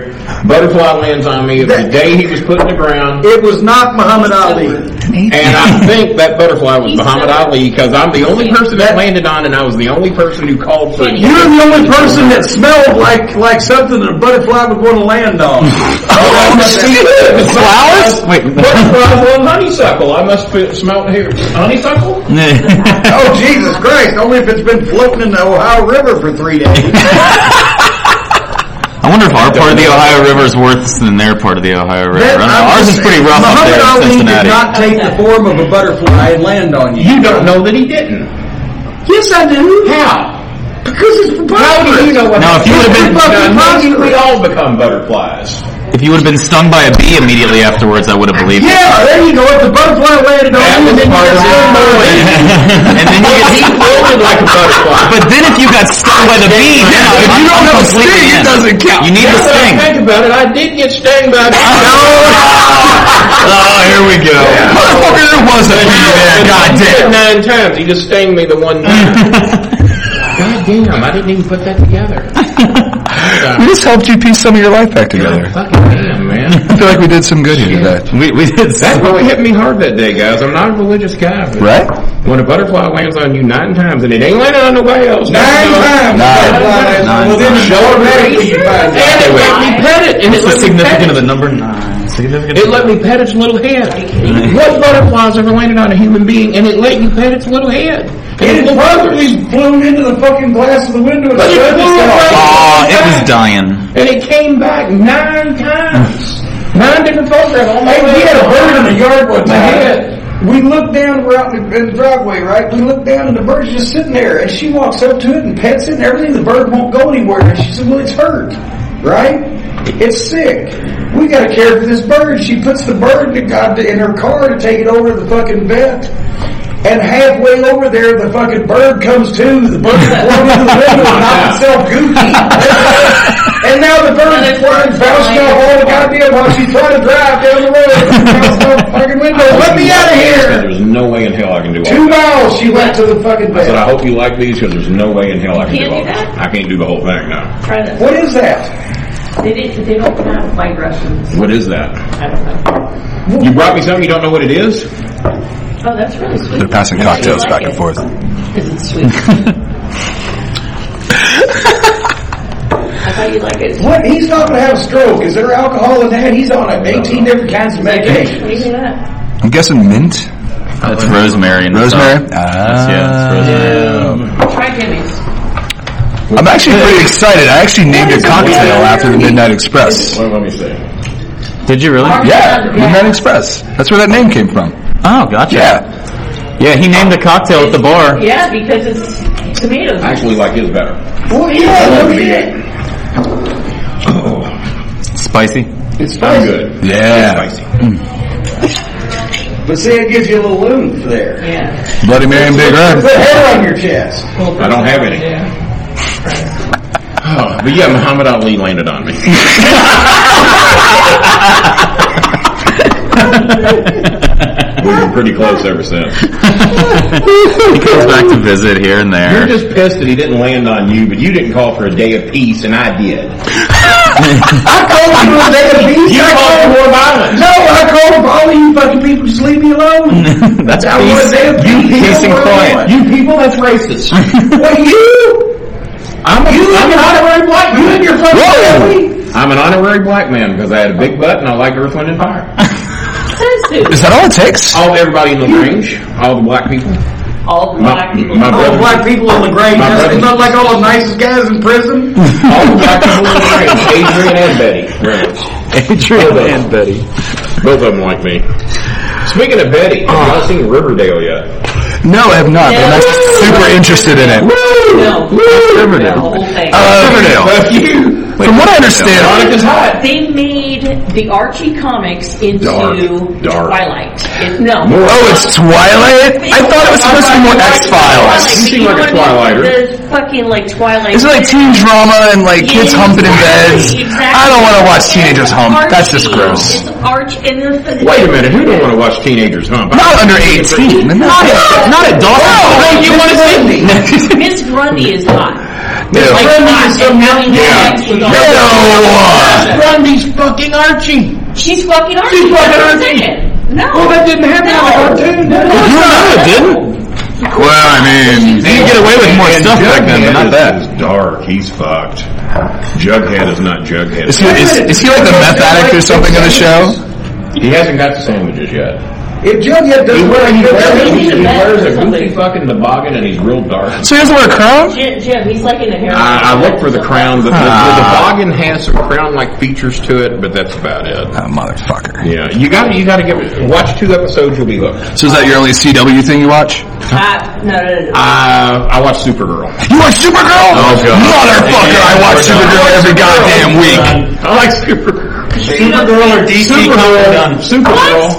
Speaker 5: Butterfly lands on me. It was the day he was put in the ground.
Speaker 8: It was not Muhammad Ali.
Speaker 5: And I think that butterfly was Muhammad Ali because I'm the only person that landed on and I was the only person who called for it.
Speaker 8: You're the only person that smelled like like something that a butterfly would want to land on.
Speaker 5: Oh,
Speaker 6: Flowers? Wait.
Speaker 5: Butterflies on honeysuckle. I must f- smell here. Honeysuckle?
Speaker 8: oh Jesus Christ! Only if it's been floating in the Ohio River for three days.
Speaker 6: I wonder if our part of the Ohio River is worse than their part of the Ohio River. I
Speaker 8: That-
Speaker 6: don't
Speaker 8: I'm
Speaker 6: know. Ours
Speaker 8: just
Speaker 6: is pretty
Speaker 8: saying,
Speaker 6: rough up
Speaker 8: Muhammad
Speaker 6: there in
Speaker 8: Ali
Speaker 6: Cincinnati.
Speaker 8: did not take the form of a butterfly and land on you.
Speaker 5: You don't know that he didn't.
Speaker 8: Yes, I do.
Speaker 5: How?
Speaker 8: Because it's
Speaker 5: How do you
Speaker 8: preposterous.
Speaker 5: know what?
Speaker 6: Now, if you would've been-
Speaker 5: Now, maybe we all become butterflies.
Speaker 6: If you would have been stung by a bee immediately afterwards, I would have believed it.
Speaker 8: Yeah, there you go. If the butterfly landed on
Speaker 5: That
Speaker 8: you,
Speaker 5: was
Speaker 8: then you
Speaker 5: part
Speaker 8: got
Speaker 5: of
Speaker 8: stung by a bee.
Speaker 6: and then you get
Speaker 5: He floated like a butterfly.
Speaker 6: But then if you got stung by the bee, now
Speaker 4: if you don't have a sting, it doesn't count.
Speaker 6: You need the
Speaker 5: Now that I
Speaker 6: sting.
Speaker 5: think about it, I did get stung by.
Speaker 6: Oh, here we go.
Speaker 4: Motherfucker, there was a bee there. God damn.
Speaker 5: Nine times. He just stung me the one time. God damn, I didn't even put that together.
Speaker 4: We just helped you piece some of your life back together.
Speaker 5: Fucking damn, man.
Speaker 4: I feel like we did some good here today.
Speaker 6: We, we did
Speaker 5: That really hit me hard that day, guys. I'm not a religious guy, but
Speaker 4: Right?
Speaker 5: when a butterfly lands on you nine times and it ain't landing on nobody else,
Speaker 8: Nine times.
Speaker 4: Nine.
Speaker 8: Butterfly lands on you.
Speaker 4: Nine
Speaker 8: Well, then
Speaker 4: times.
Speaker 8: you automatically you find out.
Speaker 5: And it let me pet it, and it
Speaker 6: It's the
Speaker 5: let me pet
Speaker 6: significant
Speaker 5: it.
Speaker 6: of the number nine. Significant.
Speaker 5: It let me pet its little head. What butterfly's ever landed on a human being and it let you pet its little head?
Speaker 3: It had perfectly blown into the fucking glass of the window. And
Speaker 6: But it
Speaker 3: spread
Speaker 6: blew
Speaker 3: itself.
Speaker 6: around Aw, it was dying.
Speaker 3: And it came back nine times. nine different photographs. Hey, we had a bird in the yard one time. We looked down, we're out in the, in the driveway, right? We looked down and the bird's just sitting there. And she walks up to it and pets it and everything. The bird won't go anywhere. And she said, well, it's hurt, right? It's sick. We gotta care for this bird. She puts the bird in, the god- in her car to take it over to the fucking vet. And halfway over there, the fucking bird comes to. The bird flew into the window and knocked itself goofy. and now the bird is flying, bouncing off all the goddamn while she's trying to drive down the road. Bouncing off the fucking window. Let me out of here!
Speaker 5: There's no way in hell I can do all
Speaker 3: Two
Speaker 5: that.
Speaker 3: miles she went to the fucking
Speaker 5: I said, I
Speaker 3: bed.
Speaker 5: hope you like these because there's no way in hell I can
Speaker 7: Can't
Speaker 5: do all
Speaker 7: do
Speaker 5: that.
Speaker 7: that?
Speaker 5: I can't do the whole thing, no.
Speaker 7: Try this.
Speaker 3: What is that?
Speaker 7: They, didn't, they don't have white Russians.
Speaker 5: What is that?
Speaker 7: I don't know.
Speaker 5: You brought me something you don't know what it is?
Speaker 7: Oh, that's really sweet.
Speaker 4: They're passing
Speaker 7: I like
Speaker 4: cocktails
Speaker 7: it.
Speaker 4: back and forth.
Speaker 7: Is it sweet? I thought you'd like it.
Speaker 3: What? He's not gonna have a stroke. Is there alcohol in that? He's on like 18 different kinds of medication.
Speaker 7: Maybe not.
Speaker 4: I'm guessing mint,
Speaker 6: That's rosemary. And
Speaker 4: rosemary.
Speaker 6: That's, yeah, that's
Speaker 4: Ah.
Speaker 6: rosemary.
Speaker 7: Try gimmies.
Speaker 4: I'm actually pretty excited. I actually named a cocktail after the Midnight Express.
Speaker 5: Well, let me see.
Speaker 6: Did you really?
Speaker 4: Yeah, Midnight Express. That's where that name came from.
Speaker 6: Oh, gotcha.
Speaker 4: Yeah.
Speaker 6: Yeah, he named the cocktail at the bar.
Speaker 7: Yeah, because it's tomatoes.
Speaker 5: I actually like his better.
Speaker 3: Well, yeah, look at it.
Speaker 5: Oh,
Speaker 6: Spicy.
Speaker 3: It's
Speaker 5: I'm
Speaker 3: spicy.
Speaker 5: good.
Speaker 4: Yeah.
Speaker 5: Spicy.
Speaker 3: But see, it gives you a little oomph there.
Speaker 7: yeah.
Speaker 4: Bloody Mary and Big Red.
Speaker 3: Put hair on your chest.
Speaker 5: I don't have any.
Speaker 7: Yeah.
Speaker 5: Oh, but yeah, Muhammad Ali landed on me. We've been pretty close ever since.
Speaker 6: he comes back to visit here and
Speaker 5: You're
Speaker 6: there.
Speaker 5: just pissed that he didn't land on you, but you didn't call for a day of peace, and I did.
Speaker 3: I called you a day of peace.
Speaker 5: You
Speaker 3: I
Speaker 5: called for
Speaker 3: called-
Speaker 5: more violence.
Speaker 3: No, I called for all of you fucking people. Just leave me alone.
Speaker 6: That's
Speaker 3: I want a
Speaker 6: peace.
Speaker 3: day of peace.
Speaker 6: You peace and
Speaker 3: Where am I
Speaker 6: quiet.
Speaker 5: You people, that's racist.
Speaker 3: going? Well, you,
Speaker 5: I'm, a,
Speaker 3: you
Speaker 5: I'm
Speaker 3: and
Speaker 5: an
Speaker 3: your
Speaker 5: honorary
Speaker 3: honorary
Speaker 5: black
Speaker 3: black, you and your
Speaker 5: man.
Speaker 3: fucking family.
Speaker 5: I'm an honorary black man because I had a big butt and I like Earth, Wind, and Fire.
Speaker 4: Is that all it takes?
Speaker 5: All everybody in the range, all the black people.
Speaker 7: All the
Speaker 5: My-
Speaker 7: black people.
Speaker 5: my
Speaker 3: All
Speaker 5: brother-
Speaker 3: black people in the grave.
Speaker 5: My brother-
Speaker 3: It's not like all the nicest guys in prison.
Speaker 5: All the black people in the range, Adrian and Betty. Right.
Speaker 6: Adrian and Betty.
Speaker 5: Both of them like me. Speaking of Betty, have y'all seen Riverdale yet?
Speaker 4: No, I have not, but I'm actually super interested in it.
Speaker 7: No.
Speaker 4: Riverdale.
Speaker 7: The whole thing.
Speaker 4: Uh,
Speaker 5: Fuck you.
Speaker 4: From what I understand,
Speaker 5: Veronica's hot.
Speaker 7: they made the Archie comics into
Speaker 5: Dark. Dark.
Speaker 7: Twilight. It, no.
Speaker 4: oh, it's Twilight. I thought it was supposed to be more X Files.
Speaker 5: You seem like a
Speaker 7: know what I mean?
Speaker 5: Twilighter.
Speaker 7: The fucking like Twilight.
Speaker 4: It's like teen drama and like kids
Speaker 7: Yeah,
Speaker 4: humping in beds.
Speaker 7: exactly, exactly.
Speaker 4: I don't want to watch teenagers
Speaker 7: It's
Speaker 4: hump. That's just
Speaker 7: Archie.
Speaker 4: gross.
Speaker 7: It's Arch and there's the,
Speaker 5: Wait a minute, who don't want to watch teenagers hump?
Speaker 4: Not under 18. Not a, not a dog. No, you want to see me?
Speaker 7: Miss Grundy is hot. Like
Speaker 4: No.
Speaker 7: hot, and now he has sex with all-
Speaker 5: Grundy's fucking Archie.
Speaker 7: She's fucking
Speaker 5: She's fucking
Speaker 7: Archie. that's what I'm
Speaker 5: Archie.
Speaker 7: saying. No.
Speaker 4: Oh,
Speaker 3: Well, that didn't happen on the cartoon. did it?
Speaker 4: No, it didn't. Well, I mean, you get away with more stuff back then, but not that.
Speaker 5: Is dark. He's fucked. Jughead is not Jughead.
Speaker 4: Is he, is, is he like the meth addict or something on the show?
Speaker 5: He hasn't got the sandwiches yet.
Speaker 3: If Jughead
Speaker 5: He
Speaker 3: doesn't
Speaker 5: wears, he wears,
Speaker 7: He's
Speaker 5: he
Speaker 7: in a bed
Speaker 5: wears
Speaker 7: or
Speaker 5: a goofy
Speaker 7: something.
Speaker 5: fucking toboggan and he's real dark.
Speaker 4: So he doesn't wear a crown?
Speaker 7: Jim, Jim, he's like in the hair.
Speaker 5: I, I look for the crown, but the,
Speaker 4: Ah.
Speaker 5: the, toboggan has some crown-like features to it, but that's about it.
Speaker 4: Oh, motherfucker.
Speaker 5: Yeah, you got to you got to get watch two episodes, you'll be hooked.
Speaker 4: So is that your only CW thing you watch?
Speaker 7: Ah, no, no, no. no.
Speaker 5: Uh, I watch Supergirl.
Speaker 4: You watch Supergirl?
Speaker 5: Oh, God.
Speaker 4: Motherfucker, I watch
Speaker 5: Yeah.
Speaker 4: Supergirl every goddamn week.
Speaker 5: I like Supergirl.
Speaker 6: Supergirl or
Speaker 5: Supergirl. Supergirl.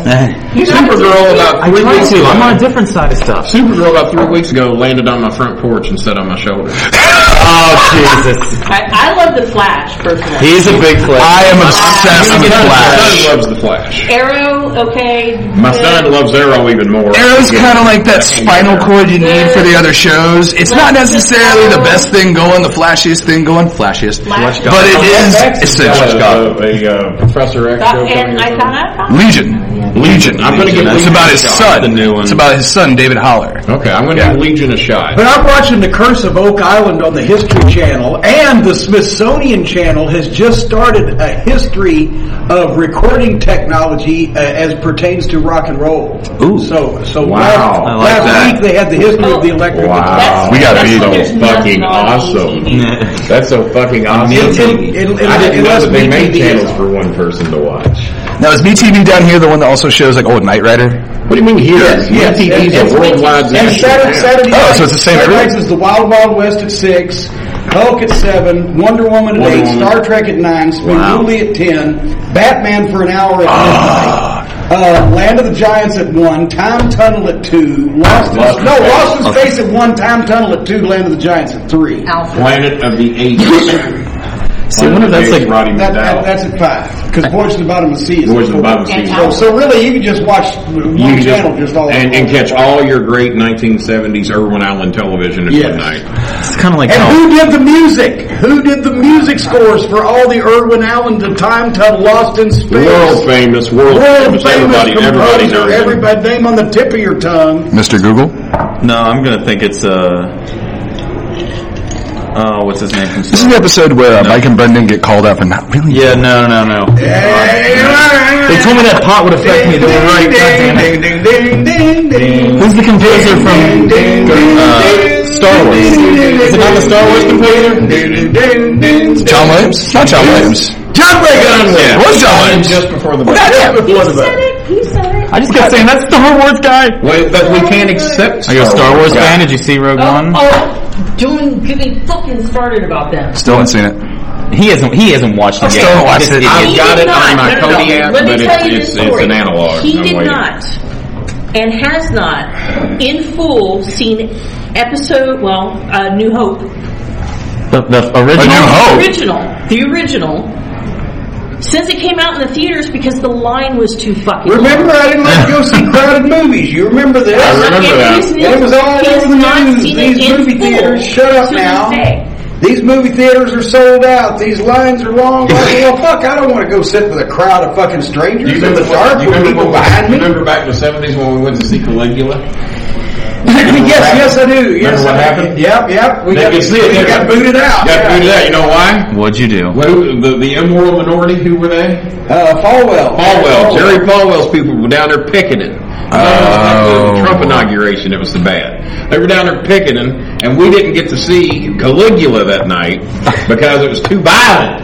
Speaker 5: Supergirl about three weeks ago.
Speaker 6: I'm on a different side of stuff.
Speaker 5: Supergirl about three weeks ago landed on my front porch and sat on my shoulder.
Speaker 6: Oh, Jesus.
Speaker 7: I, I love the Flash personally.
Speaker 6: He's a big player.
Speaker 4: I am obsessed with
Speaker 5: My son
Speaker 4: Flash.
Speaker 5: loves the Flash.
Speaker 7: Arrow, okay.
Speaker 5: My
Speaker 7: good.
Speaker 5: son loves Arrow even more.
Speaker 4: Arrow's kind of like that spinal cord you need for the other shows. It's not necessarily the best thing going, the flashiest thing going, flashiest,
Speaker 7: Flash
Speaker 4: but it is
Speaker 5: It's
Speaker 4: essential.
Speaker 5: a, a, uh, Professor X show
Speaker 7: Doc-
Speaker 5: coming
Speaker 7: and
Speaker 5: up.
Speaker 7: I found out.
Speaker 4: Legion.
Speaker 5: Legion. I'm going to give
Speaker 4: That's
Speaker 5: Legion
Speaker 4: about
Speaker 5: a
Speaker 4: his
Speaker 5: shot.
Speaker 4: son.
Speaker 10: The new one.
Speaker 4: It's about his son, David Holler.
Speaker 5: Okay, I'm going to
Speaker 4: Yeah.
Speaker 5: give Legion a shot.
Speaker 3: But I'm watching The Curse of Oak Island on the History Channel, and the Smithsonian Channel has just started a history of recording technology uh, as pertains to rock and roll. Ooh. So, so
Speaker 5: Wow.
Speaker 3: last,
Speaker 5: I
Speaker 10: like
Speaker 3: last
Speaker 10: that.
Speaker 3: week they had the history of the electric guitar.
Speaker 5: Wow,
Speaker 7: That's-
Speaker 5: we gotta
Speaker 7: that's
Speaker 5: be
Speaker 7: when there's
Speaker 5: so
Speaker 7: nothing
Speaker 5: fucking
Speaker 7: on
Speaker 5: awesome.
Speaker 7: TV.
Speaker 5: That's so fucking awesome.
Speaker 3: Amazing. It- it- it-
Speaker 5: I didn't know
Speaker 3: unless
Speaker 5: that they made
Speaker 3: BTV is
Speaker 5: channels
Speaker 3: on.
Speaker 5: for one person to watch.
Speaker 4: Now is BTV down here the one that also shows like old Knight Rider?
Speaker 5: What do you mean here?
Speaker 3: Yes, yes,
Speaker 5: BTV's
Speaker 3: yes.
Speaker 5: a worldwide
Speaker 3: And
Speaker 5: national
Speaker 3: Saturday,
Speaker 5: channel.
Speaker 3: Saturday
Speaker 4: Oh,
Speaker 3: night,
Speaker 4: so it's the same
Speaker 3: Saturday
Speaker 4: every-
Speaker 3: nights is the Wild Wild West at six, Hulk at seven, Wonder Woman at
Speaker 5: Wonder
Speaker 3: eight,
Speaker 5: Woman.
Speaker 3: Star Trek at nine, Spin Dooley at ten, Batman for an hour at
Speaker 5: Ah.
Speaker 3: midnight, uh, Land of the Giants at one, Time Tunnel at two, Lost in,
Speaker 5: Lost in
Speaker 3: no
Speaker 5: Space.
Speaker 3: Lost in Space at one, Time Tunnel at two, Land of the Giants at three.
Speaker 5: Planet of the Apes. See,
Speaker 6: I wonder if that's like-
Speaker 5: Roddy
Speaker 3: That, that,
Speaker 5: McDowell.
Speaker 3: that's at five because Voyage to the Bottom of the Sea
Speaker 5: Voyage
Speaker 3: is at
Speaker 5: to
Speaker 3: four.
Speaker 5: the Bottom of the Sea.
Speaker 3: So, so really, you can just watch one
Speaker 5: You can
Speaker 3: channel just, all
Speaker 5: and, and catch all your great 1970s Irwin Island television in
Speaker 3: Yes.
Speaker 5: one night.
Speaker 6: It's kind of like
Speaker 3: And
Speaker 6: how-
Speaker 3: who did the music? Who did the music scores for all the Irwin Allen to Time Tunnel Lost in Space?
Speaker 5: World famous, world,
Speaker 3: World
Speaker 5: famous.
Speaker 3: famous
Speaker 5: Everybody, everybody
Speaker 3: composer,
Speaker 5: knows. him.
Speaker 3: everybody name on the tip of your tongue.
Speaker 4: Mr. Google?
Speaker 6: No, I'm gonna think it's uh. Oh, what's his name from
Speaker 4: This is
Speaker 6: Star?
Speaker 4: the episode where uh, Mike and Brendan get called up and not really.
Speaker 6: Yeah, no, no, no.
Speaker 3: They
Speaker 6: They told me that pot would affect me. They were right. goddamn it.
Speaker 3: Ding, ding, ding, ding, ding.
Speaker 6: Who's the composer
Speaker 3: Ding,
Speaker 6: from
Speaker 3: ding, ding,
Speaker 6: uh,
Speaker 3: ding.
Speaker 6: Star Wars? Is it not the Star Wars composer?
Speaker 3: Ding, ding, ding, ding.
Speaker 4: John Williams? It's Not John Williams.
Speaker 3: John Reagan.
Speaker 4: It was John Williams.
Speaker 5: Just before the
Speaker 7: He said it.
Speaker 6: I just kept saying that's Star Wars guy.
Speaker 5: Wait, but we can't accept.
Speaker 6: I got a Star Wars
Speaker 5: guy.
Speaker 6: fan. Did you see Rogue
Speaker 7: Oh,
Speaker 6: One?
Speaker 7: oh, don't get me fucking started about them.
Speaker 4: Still haven't seen it.
Speaker 6: He hasn't. He hasn't watched it
Speaker 4: still
Speaker 6: yet.
Speaker 4: haven't watched
Speaker 6: This
Speaker 4: it.
Speaker 6: idiot.
Speaker 5: I've got
Speaker 7: did
Speaker 5: it on
Speaker 7: not.
Speaker 5: my
Speaker 7: No, no, no.
Speaker 5: Kodiak,
Speaker 7: Let me
Speaker 5: but
Speaker 7: tell
Speaker 5: it's
Speaker 7: you
Speaker 5: it's,
Speaker 7: this
Speaker 5: it's
Speaker 7: story.
Speaker 5: an analog.
Speaker 7: He
Speaker 5: I'm
Speaker 7: did
Speaker 5: waiting.
Speaker 7: not, and has not, in full, seen episode. Well, uh, New Hope,
Speaker 6: The, the original.
Speaker 4: New Hope? Oh.
Speaker 7: the original, the original, since it came out in the theaters because the line was too fucking. long.
Speaker 3: Remember, I didn't like to go see crowded movies. You remember this?
Speaker 5: I remember
Speaker 7: Not
Speaker 5: that.
Speaker 7: getting
Speaker 3: It was all
Speaker 7: He has
Speaker 3: over the
Speaker 7: not
Speaker 3: news.
Speaker 7: seen
Speaker 3: These
Speaker 7: it in
Speaker 3: movie
Speaker 7: full
Speaker 3: theaters, shut up
Speaker 7: to
Speaker 3: now.
Speaker 7: this day.
Speaker 3: These movie theaters are sold out. These lines are long. well, fuck, I don't want to go sit with a crowd of fucking strangers
Speaker 5: You
Speaker 3: in
Speaker 5: remember,
Speaker 3: the dark
Speaker 5: you
Speaker 3: with
Speaker 5: remember,
Speaker 3: people
Speaker 5: when-
Speaker 3: behind
Speaker 5: you
Speaker 3: me.
Speaker 5: remember back in the 70s when we went to see Caligula?
Speaker 3: yes, yes, I do. yes,
Speaker 5: what
Speaker 3: I do.
Speaker 5: happened?
Speaker 3: Yep, yep. We
Speaker 5: They
Speaker 3: got,
Speaker 5: could see it.
Speaker 3: we
Speaker 5: They
Speaker 3: got
Speaker 5: could-
Speaker 3: booted
Speaker 5: Got
Speaker 3: out. Yeah.
Speaker 5: booted out. You know why?
Speaker 6: What'd you do?
Speaker 5: Who, the, the immoral minority, who were they?
Speaker 3: Uh, Falwell.
Speaker 5: Falwell, Jerry Falwell's people were down there picketing. Uh, the Trump inauguration, it was the bad. They were down there picketing, and we didn't get to see Caligula that night because it was too violent.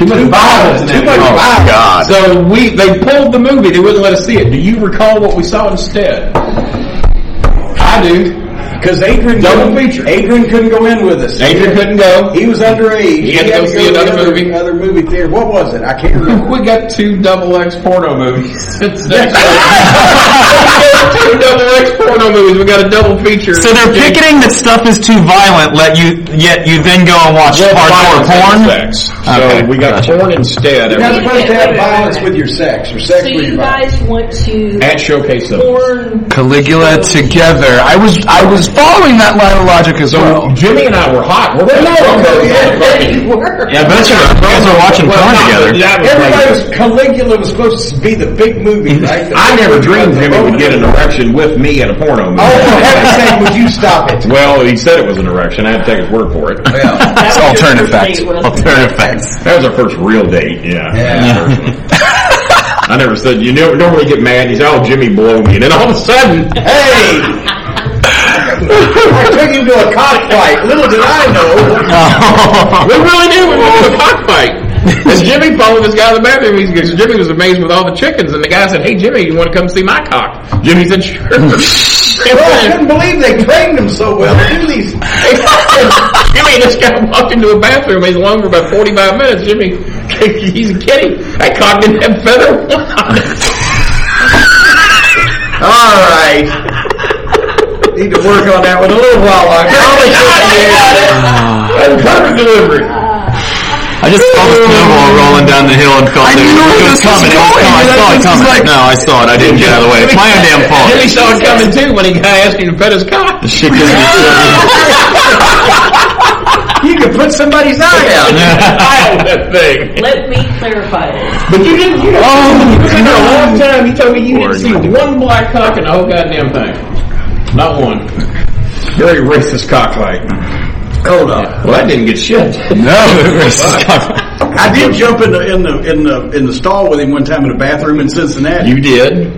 Speaker 5: Too much violence. in
Speaker 3: Too
Speaker 5: that
Speaker 3: much
Speaker 5: movie. Oh,
Speaker 3: violence.
Speaker 4: God.
Speaker 5: So we, they pulled the movie. They wouldn't let us see it. Do you recall what we saw instead? I do.
Speaker 3: Because Adrian,
Speaker 5: Double
Speaker 3: couldn't-
Speaker 5: feature.
Speaker 3: Adrian couldn't go in with us.
Speaker 5: Adrian couldn't go.
Speaker 3: He was underage.
Speaker 5: He had to go see
Speaker 3: to
Speaker 5: another
Speaker 3: the other,
Speaker 5: movie.
Speaker 3: Other movie theater. What was it? I can't remember.
Speaker 5: We got two double X porno movies. It's next week. two double X porno movies. We got a double feature.
Speaker 6: So they're picketing that stuff is too violent. Let you yet you then go and watch
Speaker 5: Well,
Speaker 6: hardcore
Speaker 5: violence and
Speaker 6: porn.
Speaker 5: Sex. So
Speaker 6: Okay,
Speaker 5: we got porn instead.
Speaker 3: You're not
Speaker 5: At,
Speaker 3: supposed to have violence with your sex or sex
Speaker 7: So
Speaker 3: with your
Speaker 7: you
Speaker 3: violence.
Speaker 7: guys want to
Speaker 5: at showcase level.
Speaker 7: porn?
Speaker 4: Caligula together. I was I was following that line of logic as well.
Speaker 5: Jimmy and I were hot. We're
Speaker 3: No,
Speaker 5: both-
Speaker 7: You were.
Speaker 6: Yeah, I bet you you guys are watching
Speaker 5: Well,
Speaker 6: porn
Speaker 5: not
Speaker 6: together.
Speaker 5: that- that was
Speaker 3: Everybody
Speaker 5: like-
Speaker 3: was Caligula was supposed to be the big movie, right?
Speaker 5: I never dreamed Jimmy would get an erection with me in a porno movie.
Speaker 3: Oh, for heaven's sake, would you stop it?
Speaker 5: Well, he said it was an erection. I had to take his word for it.
Speaker 3: Well,
Speaker 4: It's alternative facts.
Speaker 6: Alternative facts.
Speaker 5: That was our first real date. Yeah.
Speaker 3: Yeah.
Speaker 5: I never said you know, normally get mad. He's oh Jimmy blow me, and then all of a sudden,
Speaker 3: hey, I took him to a cockfight. Little did I know.
Speaker 5: We really did. We went to a cockfight. And Jimmy followed this guy to the bathroom because Jimmy was amazed with all the chickens. And the guy said, "Hey Jimmy, you want to come see my cock?" Jimmy said, "Sure." And
Speaker 3: Well, I
Speaker 5: then-
Speaker 3: couldn't believe they trained him so well to do these.
Speaker 5: Jimmy just got walked into a bathroom. He's alone for about forty-five minutes. Jimmy, he's a kitty. That cock didn't have feather. on it.
Speaker 3: All right. Need to work on that one a little while longer.
Speaker 5: That's perfect delivery.
Speaker 6: I just saw the snowball rolling down the hill and felt
Speaker 4: I
Speaker 6: it.
Speaker 4: knew
Speaker 6: It
Speaker 4: where
Speaker 6: was
Speaker 4: this was
Speaker 6: coming. It was
Speaker 4: going,
Speaker 6: coming. I
Speaker 4: and I
Speaker 6: saw it
Speaker 4: was
Speaker 6: coming.
Speaker 4: like-
Speaker 6: no, I saw it. I didn't get out of the way. It's my own damn fault.
Speaker 5: Jimmy saw it coming too when he guy asked him to pet his cock.
Speaker 6: Shit couldn't be said.
Speaker 3: You can put
Speaker 8: put somebody's eye out.
Speaker 5: I own that thing.
Speaker 7: Let me clarify this.
Speaker 5: But you didn't. You know, oh, you been there a long time. You told me you didn't see one black cock in the whole goddamn thing. Not one. Very racist cockfight.
Speaker 8: Hold on.
Speaker 5: Well, I didn't get shit.
Speaker 4: No, racist cockfight.
Speaker 8: I did jump in the in the in the in the stall with him one time in a bathroom in Cincinnati.
Speaker 5: You did.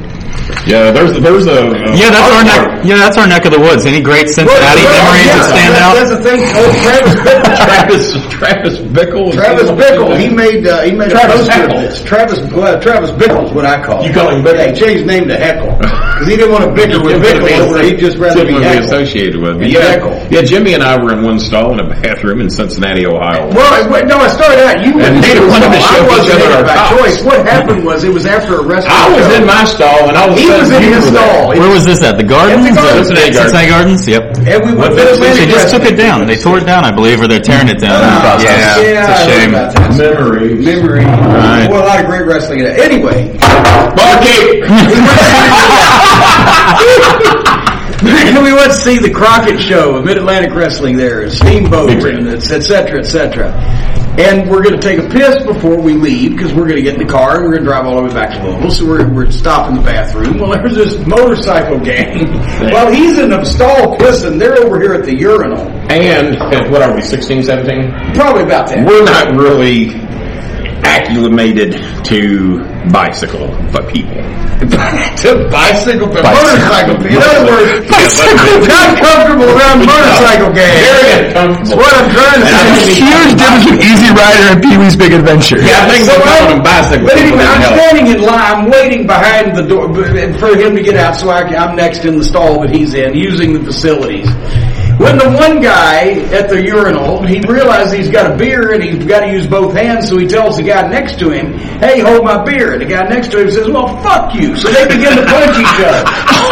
Speaker 5: Yeah, there's there's a, a
Speaker 6: Yeah, that's our neck. Yeah, that's our neck of the woods. Any great Cincinnati
Speaker 8: Well,
Speaker 6: memories
Speaker 8: yeah,
Speaker 6: that stand
Speaker 8: that-
Speaker 6: out?
Speaker 8: That's the thing. Old Travis Bickle.
Speaker 5: Travis Travis Bickle.
Speaker 8: Travis Bickle. He made uh, he made
Speaker 5: Travis
Speaker 8: a poster of
Speaker 5: Heckle.
Speaker 8: this. Travis well, Travis Bickle is what I call.
Speaker 5: You call him Bickle?
Speaker 8: Yeah, he changed his name to Heckle because he didn't want to bicker with Bickle. Over, he just rather be
Speaker 5: Didn't wanna
Speaker 8: Heckle.
Speaker 5: associated with. But
Speaker 8: And Bickle.
Speaker 5: yeah, yeah. Jimmy and I were in one stall in a bathroom in Cincinnati, Ohio.
Speaker 8: Well, it, wait, no, I started out. You
Speaker 5: And
Speaker 8: were
Speaker 5: neither one of us
Speaker 8: I
Speaker 5: showed each
Speaker 8: wasn't
Speaker 5: other
Speaker 8: there
Speaker 5: our
Speaker 8: by
Speaker 5: cocks.
Speaker 8: choice. What happened was it was after a restaurant.
Speaker 5: I was
Speaker 8: show.
Speaker 5: in my stall, and I was.
Speaker 8: He was in his stall,
Speaker 6: Where was this at? The Gardens?
Speaker 8: It's the Gardens.
Speaker 6: Cincinnati, Cincinnati Gardens. Yep.
Speaker 8: and we went to
Speaker 5: Well,
Speaker 8: Atlantic
Speaker 6: They just took
Speaker 8: Restaurant.
Speaker 6: it down. They tore it down, I believe, or they're tearing it down. in the process.
Speaker 8: Yeah, I
Speaker 6: it's a shame.
Speaker 8: know about that.
Speaker 5: Memories.
Speaker 8: Memory. Well, a lot of great wrestling. in that. Anyway, And we went to see the Crockett show of Mid Atlantic Wrestling there, and Steamboat, and it's- et cetera, et cetera. And we're going to take a piss before we leave because we're going to get in the car and we're going to drive all the way back to Louisville. So we're, we're stopping the bathroom. Well, there's this motorcycle gang. Well, he's in the stall pissing. They're over here at the urinal.
Speaker 5: And and what are we? 16, 17?
Speaker 8: Probably about that.
Speaker 5: We're not really acclimated to bicycle, but people.
Speaker 8: to bicycle, motorcycle. In other words,
Speaker 5: Bicycle.
Speaker 8: not comfortable around motorcycle gang.
Speaker 5: Very uncomfortable.
Speaker 8: What I'm trying to
Speaker 5: And I
Speaker 8: say.
Speaker 4: There's a
Speaker 5: think-
Speaker 4: huge difference between Easy Rider and Pee Wee's Big Adventure.
Speaker 5: Yeah, I think
Speaker 8: So
Speaker 5: we're
Speaker 8: I-
Speaker 5: calling them bicycles.
Speaker 8: But anyway, I'm
Speaker 5: Hell.
Speaker 8: standing in line, waiting behind the door b- b- for him to get out, so I, can- I'm next in the stall that he's in, using the facilities. When the one guy at the urinal, he realizes he's got a beer and he's got to use both hands, so he tells the guy next to him, "Hey, hold my beer." And the guy next to him says, "Well, fuck you." So they begin to punch each other.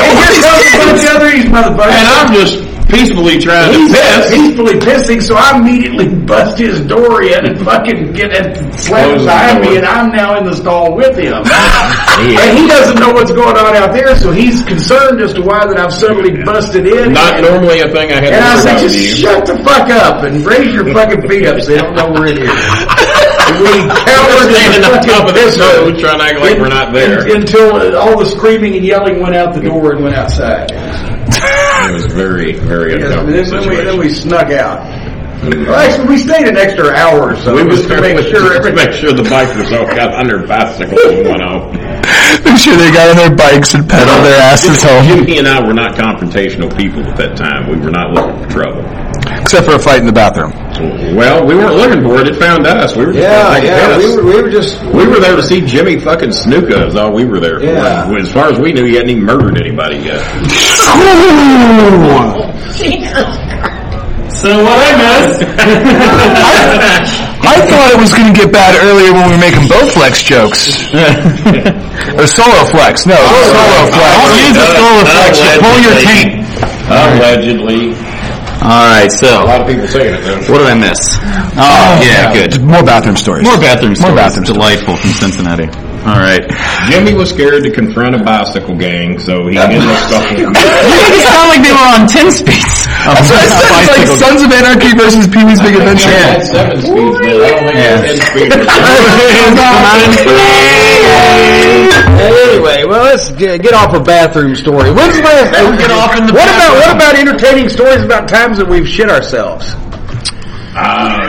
Speaker 8: And here comes a bunch of other these motherfuckers.
Speaker 5: And I'm just peacefully trying to
Speaker 8: He's
Speaker 5: piss.
Speaker 8: peacefully pissing, so I immediately bust his door in and fucking get it slammed
Speaker 5: Close the
Speaker 8: behind me,
Speaker 5: door.
Speaker 8: and I'm now in the stall with him. And he doesn't know what's going on out there, so he's concerned as to why that I've suddenly busted in.
Speaker 5: Not
Speaker 8: and,
Speaker 5: normally a thing I have to
Speaker 8: and I
Speaker 5: worry
Speaker 8: said,
Speaker 5: about
Speaker 8: just
Speaker 5: with you.
Speaker 8: shut the fuck up and raise your fucking feet up so they don't know we're in here. And we
Speaker 5: We're
Speaker 8: cowered in
Speaker 5: standing
Speaker 8: the
Speaker 5: on
Speaker 8: fucking
Speaker 5: top of this
Speaker 8: pissroom
Speaker 5: road trying to act like we're not there.
Speaker 8: un- Until all the screaming and yelling went out the door and went outside.
Speaker 5: It was very, very
Speaker 8: Yes, and then, then,
Speaker 5: uncomfortable
Speaker 8: we, then
Speaker 5: situation.
Speaker 8: we snuck out. Well, actually, we stayed an extra hour or so
Speaker 5: We was
Speaker 8: just to make sure
Speaker 5: to
Speaker 8: everything.
Speaker 5: make sure the bike was all got under bicycle and went off.
Speaker 4: Make sure they got on their bikes and pedal their asses home.
Speaker 5: Jimmy and I were not confrontational people at that time. We were not looking for trouble.
Speaker 4: Except for a fight in the bathroom.
Speaker 5: Well, we weren't looking for it. It found us. We were just
Speaker 8: Yeah,
Speaker 5: trying to
Speaker 8: yeah,
Speaker 5: take a
Speaker 8: we were,
Speaker 5: piss.
Speaker 8: we were just.
Speaker 5: We were there to see Jimmy fucking Snuka is all we were there for.
Speaker 8: Yeah.
Speaker 5: And As far as we knew, he hadn't even murdered anybody yet.
Speaker 6: So what I missed?
Speaker 4: I thought it was going to get bad earlier when we were making bow flex jokes. or solo flex. No, solo flex.
Speaker 6: Don't use the solo flex. Just pull your
Speaker 5: Allegedly.
Speaker 6: taint.
Speaker 5: Allegedly.
Speaker 6: All right.
Speaker 5: A
Speaker 6: So
Speaker 5: lot of people saying it though.
Speaker 6: what did I miss? Oh yeah, good.
Speaker 4: More bathroom stories.
Speaker 6: More bathroom stories.
Speaker 4: bathroom stories.
Speaker 6: Delightful from Cincinnati. All right.
Speaker 5: Jimmy was scared to confront a bicycle gang, so he ended up stalking.
Speaker 6: You make it sound like they were on ten speeds.
Speaker 4: That's what I said. It's like Sons of Anarchy versus Pee Wee's Big Adventure.
Speaker 5: had seven speeds, but I don't think he had ten speeds.
Speaker 8: Anyway, well, let's get, get off a bathroom story. When's the last?
Speaker 6: get off in the
Speaker 8: what about what
Speaker 6: bathroom.
Speaker 8: about entertaining stories about times that we've shit ourselves?
Speaker 5: Uh,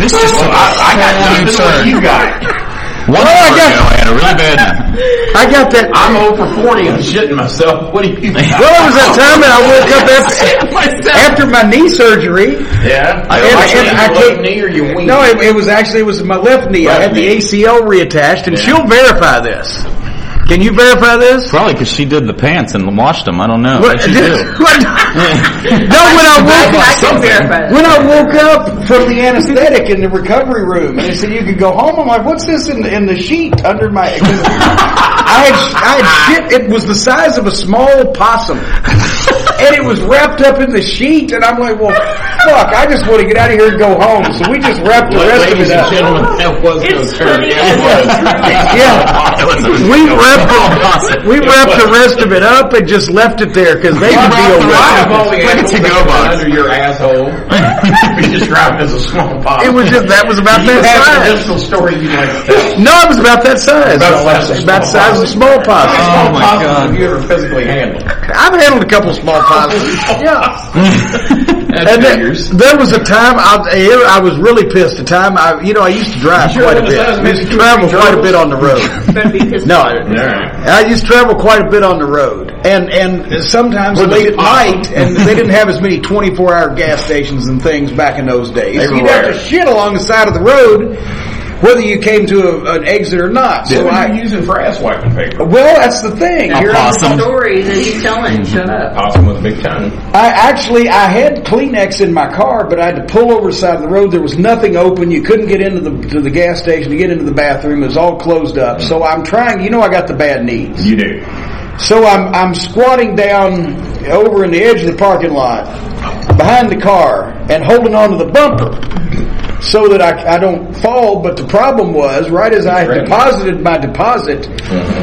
Speaker 6: This just
Speaker 5: well, I, I got nothing like you got.
Speaker 6: one
Speaker 8: I
Speaker 6: hour
Speaker 8: got-
Speaker 6: ago, I had a really bad.
Speaker 8: I got that.
Speaker 5: I'm over 40. I'm shitting myself. What do you think?
Speaker 8: Well, it was that time that I woke up after, after my knee surgery.
Speaker 5: Yeah. I,
Speaker 8: And-
Speaker 5: like
Speaker 8: and
Speaker 5: it.
Speaker 8: I
Speaker 5: Your
Speaker 8: can't-
Speaker 5: left knee or your wing.
Speaker 8: No, it, it was actually it was my left knee. I had
Speaker 5: Left
Speaker 8: the
Speaker 5: knee.
Speaker 8: ACL reattached, and she'll verify this. Can you verify this?
Speaker 6: Probably because she did the pants and washed them. I don't know. What she do?
Speaker 8: What? no, when I woke
Speaker 7: I
Speaker 8: up,
Speaker 7: can verify
Speaker 8: when I woke up from the anesthetic in the recovery room, and they said you could go home. I'm like, what's this in, in the sheet under my? 'cause I had I had shit. It was the size of a small possum. and it was wrapped up in the sheet, and I'm like, well, fuck, I just want to get out of here and go home. So we just wrapped the rest of
Speaker 5: Ladies
Speaker 8: it
Speaker 5: and
Speaker 8: up.
Speaker 5: gentlemen, that was
Speaker 7: It's
Speaker 5: no turkey.
Speaker 7: funny.
Speaker 8: Yeah. We wrapped, we wrapped the rest of it up and just left it there because they could deal
Speaker 5: I've
Speaker 8: with it.
Speaker 5: only
Speaker 6: Like a
Speaker 5: had
Speaker 6: to-go
Speaker 5: one
Speaker 6: box.
Speaker 5: under your asshole. you just grab it as a small pop.
Speaker 8: It was just that was about
Speaker 5: You have an
Speaker 8: that size.
Speaker 5: additional story you'd like to tell.
Speaker 8: No, it was about that size.
Speaker 5: About the size of Oh
Speaker 8: About the
Speaker 5: small
Speaker 8: size of small pops.
Speaker 5: How many small pops have you ever physically handled?
Speaker 8: I've handled a couple small pops.
Speaker 5: That
Speaker 8: And there,
Speaker 5: figures.
Speaker 8: there was a time I, I was really pissed. A time I, you know, I used to drive
Speaker 5: You're
Speaker 8: quite a
Speaker 5: one of
Speaker 8: bit.
Speaker 5: those
Speaker 8: I used to
Speaker 5: men who
Speaker 8: travel
Speaker 5: drove.
Speaker 8: quite a bit on the road.
Speaker 7: Better be pissed
Speaker 8: No,
Speaker 7: off.
Speaker 8: I,
Speaker 5: All right.
Speaker 8: I used to travel quite a bit on the road, and and sometimes late at night, and they didn't have as many twenty four hour gas stations and things back in those days. So you'd have to shit along the side of the road, whether you came to a, an exit or not. So
Speaker 5: What are you
Speaker 8: I,
Speaker 5: using for ass wiping paper?
Speaker 8: well, that's the thing. Here I-
Speaker 6: Awesome.
Speaker 7: Story that he's telling.
Speaker 8: Mm-hmm.
Speaker 7: Shut up.
Speaker 5: Possum with a big tongue.
Speaker 8: I actually I had Kleenex in my car, but I had to pull over the side of the road. There was nothing open. You couldn't get into the to the gas station to get into the bathroom. It was all closed up. So I'm trying. You know, I got the bad knees.
Speaker 5: You do.
Speaker 8: So I'm I'm squatting down over in the edge of the parking lot behind the car and holding onto the bumper so that I, I don't fall. But the problem was right as I
Speaker 5: Right.
Speaker 8: deposited my deposit,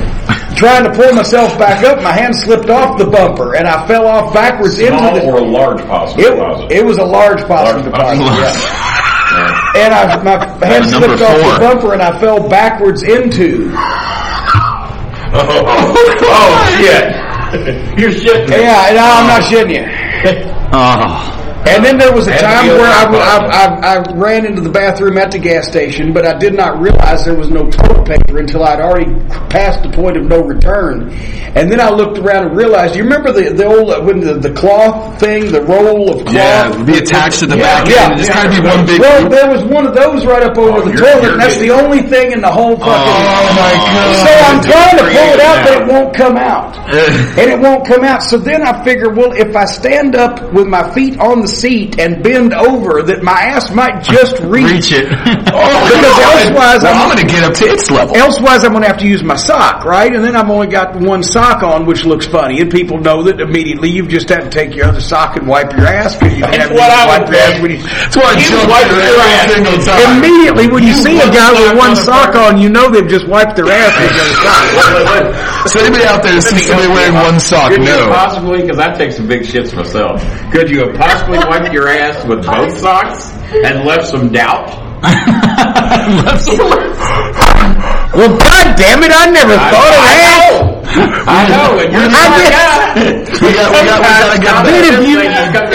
Speaker 5: Mm-hmm.
Speaker 8: trying to pull myself back up, my hand slipped off the bumper and I fell off backwards
Speaker 5: Small
Speaker 8: into the
Speaker 5: or large possum
Speaker 8: it,
Speaker 5: closet?
Speaker 8: it was a large possum
Speaker 5: Large
Speaker 8: deposit.
Speaker 5: possum.
Speaker 8: yeah. And I, my hand
Speaker 6: number
Speaker 8: slipped off the
Speaker 6: four.
Speaker 8: bumper and I fell backwards into.
Speaker 5: Oh, oh, shit. You're shitting. me.
Speaker 8: Yeah, and I'm not shitting you.
Speaker 6: Oh,
Speaker 8: And then there was a
Speaker 5: Had to
Speaker 8: time
Speaker 5: be a
Speaker 8: where I,
Speaker 5: large
Speaker 8: w- I-
Speaker 5: possum.
Speaker 8: I- I ran into the bathroom at the gas station, but I did not realize there was no toilet paper until I'd already passed the point of no return. And then I looked around and realized, you remember the, the old, uh, when the, the cloth thing, the roll of cloth?
Speaker 4: Yeah, be attached to the back
Speaker 8: yeah,
Speaker 4: end. It just kind of be one big.
Speaker 8: Well, there was one of those right up over
Speaker 5: Oh,
Speaker 8: the
Speaker 5: you're-
Speaker 8: toilet,
Speaker 5: you're
Speaker 8: and that's the
Speaker 5: getting-
Speaker 8: only thing in the whole fucking.
Speaker 4: Oh, my God.
Speaker 8: So I'm trying to pull it out, but
Speaker 5: Creative
Speaker 8: it
Speaker 5: now.
Speaker 8: won't come out, and it won't come out. So then I figure, well, if I stand up with my feet on the seat and bend over, that my ass might just reach.
Speaker 6: reach it.
Speaker 8: Because elsewise,
Speaker 4: Well, I'm
Speaker 8: I'm,
Speaker 4: going to get up to its level.
Speaker 8: elsewise I'm going to have to use my sock, right? And then I've only got one sock on, which looks funny, and people know that immediately. You've just had to take your other sock and wipe your ass because you have to
Speaker 5: what I
Speaker 8: wipe
Speaker 5: would
Speaker 8: your ass
Speaker 5: think.
Speaker 8: when you.
Speaker 4: That's why I jump
Speaker 5: wipe
Speaker 4: every
Speaker 5: your ass.
Speaker 4: single time.
Speaker 8: Immediately, when you, see a
Speaker 5: one
Speaker 8: guy with
Speaker 5: sock
Speaker 8: one
Speaker 5: on a
Speaker 8: sock on, you know they've just wiped their ass with the other sock.
Speaker 4: So anybody out there see somebody wearing one sock?
Speaker 5: Could you have
Speaker 4: No.
Speaker 5: possibly, because I take some big shits myself, could you have possibly wiped your ass with both socks and left some doubt?
Speaker 8: Well, god damn it, I
Speaker 4: Oh,
Speaker 8: never thought of that.
Speaker 5: I know, and
Speaker 8: I
Speaker 5: you're not
Speaker 8: guess-
Speaker 4: We got, we got, we got,
Speaker 8: Dude,
Speaker 4: we
Speaker 8: if you-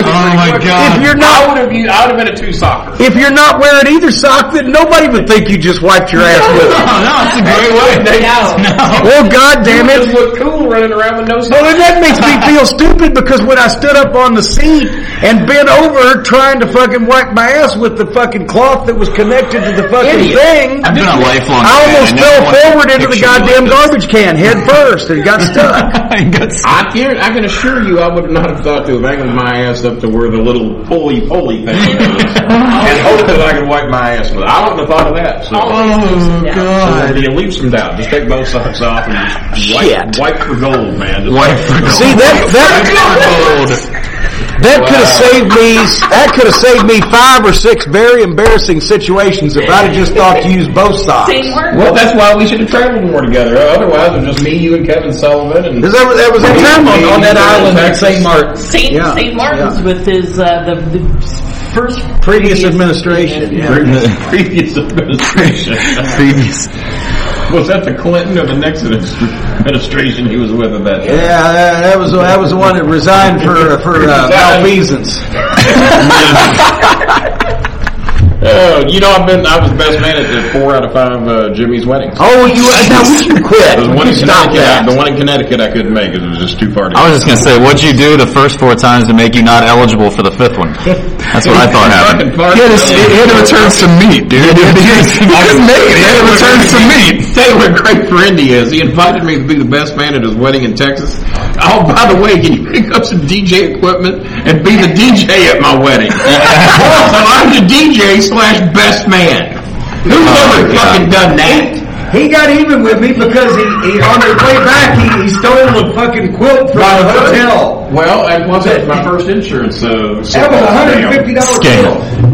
Speaker 5: Oh
Speaker 4: my God.
Speaker 8: If you're
Speaker 5: I
Speaker 8: not,
Speaker 5: would have, used- I would have been a two socker.
Speaker 8: if you're not wearing either sock, then nobody would think you just wiped your ass with it.
Speaker 6: no, it's a great way.
Speaker 7: Oh,
Speaker 8: Well, god damn
Speaker 5: It
Speaker 8: it.
Speaker 5: would look cool running around with no
Speaker 8: Well,
Speaker 5: socks.
Speaker 8: then that makes me feel stupid because when I stood up on the seat and bent over trying to fucking wipe my ass with the fucking cloth that was connected to the fucking thing,
Speaker 6: I've been a lifelong.
Speaker 8: I
Speaker 6: fan.
Speaker 8: almost
Speaker 6: never
Speaker 8: fell
Speaker 6: wanted
Speaker 8: forward
Speaker 6: a
Speaker 8: into the
Speaker 6: picture like
Speaker 8: goddamn
Speaker 6: this.
Speaker 8: garbage can head first and got stuck.
Speaker 6: I got s-
Speaker 5: I can, I can assure you I would not have thought to have angled my ass up to where the little pulley-pulley thing is and hope that I could wipe my ass with it. I wouldn't have thought of that. So.
Speaker 6: Oh
Speaker 5: So
Speaker 6: god.
Speaker 5: You leave some doubt. Just take both socks off and just
Speaker 8: Shit.
Speaker 5: wipe, wipe for gold, man. Just
Speaker 6: Wife for gold.
Speaker 8: See that that that could have saved me that could have saved me five or six very embarrassing situations if I'd have just thought to use both socks.
Speaker 7: Same word.
Speaker 5: Well, that's why we should have traveled more together. Otherwise, it was just me, you, and Kevin Sullivan. And
Speaker 8: Is that, that was that time on, on that island in
Speaker 5: Texas.
Speaker 8: St. Martin.
Speaker 7: Saint
Speaker 8: Yeah,
Speaker 7: Saint Martin's
Speaker 8: yeah.
Speaker 7: with his uh, the, the first
Speaker 8: Previous administration. Yeah.
Speaker 5: previous, previous administration.
Speaker 6: Previous.
Speaker 5: was that the Clinton or the Nixon administration he was with at that time?
Speaker 8: Yeah, that- that was that was the one that resigned for for uh, malfeasance.
Speaker 5: Oh, you know, I've been I was best man at the four out of five uh, Jimmy's weddings.
Speaker 8: Oh, you now would you quit?
Speaker 5: the one in
Speaker 8: Stop
Speaker 5: Connecticut,
Speaker 8: that.
Speaker 5: I-
Speaker 8: Oh,
Speaker 5: the one in Connecticut, I couldn't make 'cause it was just too far to.
Speaker 6: I was just gonna say, what'd you do the first four times to make you not eligible for the fifth one? That's what I thought happened.
Speaker 5: Fucking
Speaker 4: He had, to, he had to return some meat, dude. He couldn't make it. He had to return some meat.
Speaker 5: Tell you what a great friend he is. He invited me to be the best man at his wedding in Texas. Oh, by the way, can you pick up some DJ equipment and be the DJ at my wedding? so I'm the DJ slash best man. Who's ever fucking done that?
Speaker 3: He got even with me because he, he on the way back he, he stole a fucking quilt from the hotel.
Speaker 5: Well, it wasn't my first insurance, so, so
Speaker 3: That was a hundred and fifty dollar
Speaker 6: Scale.
Speaker 3: quilt.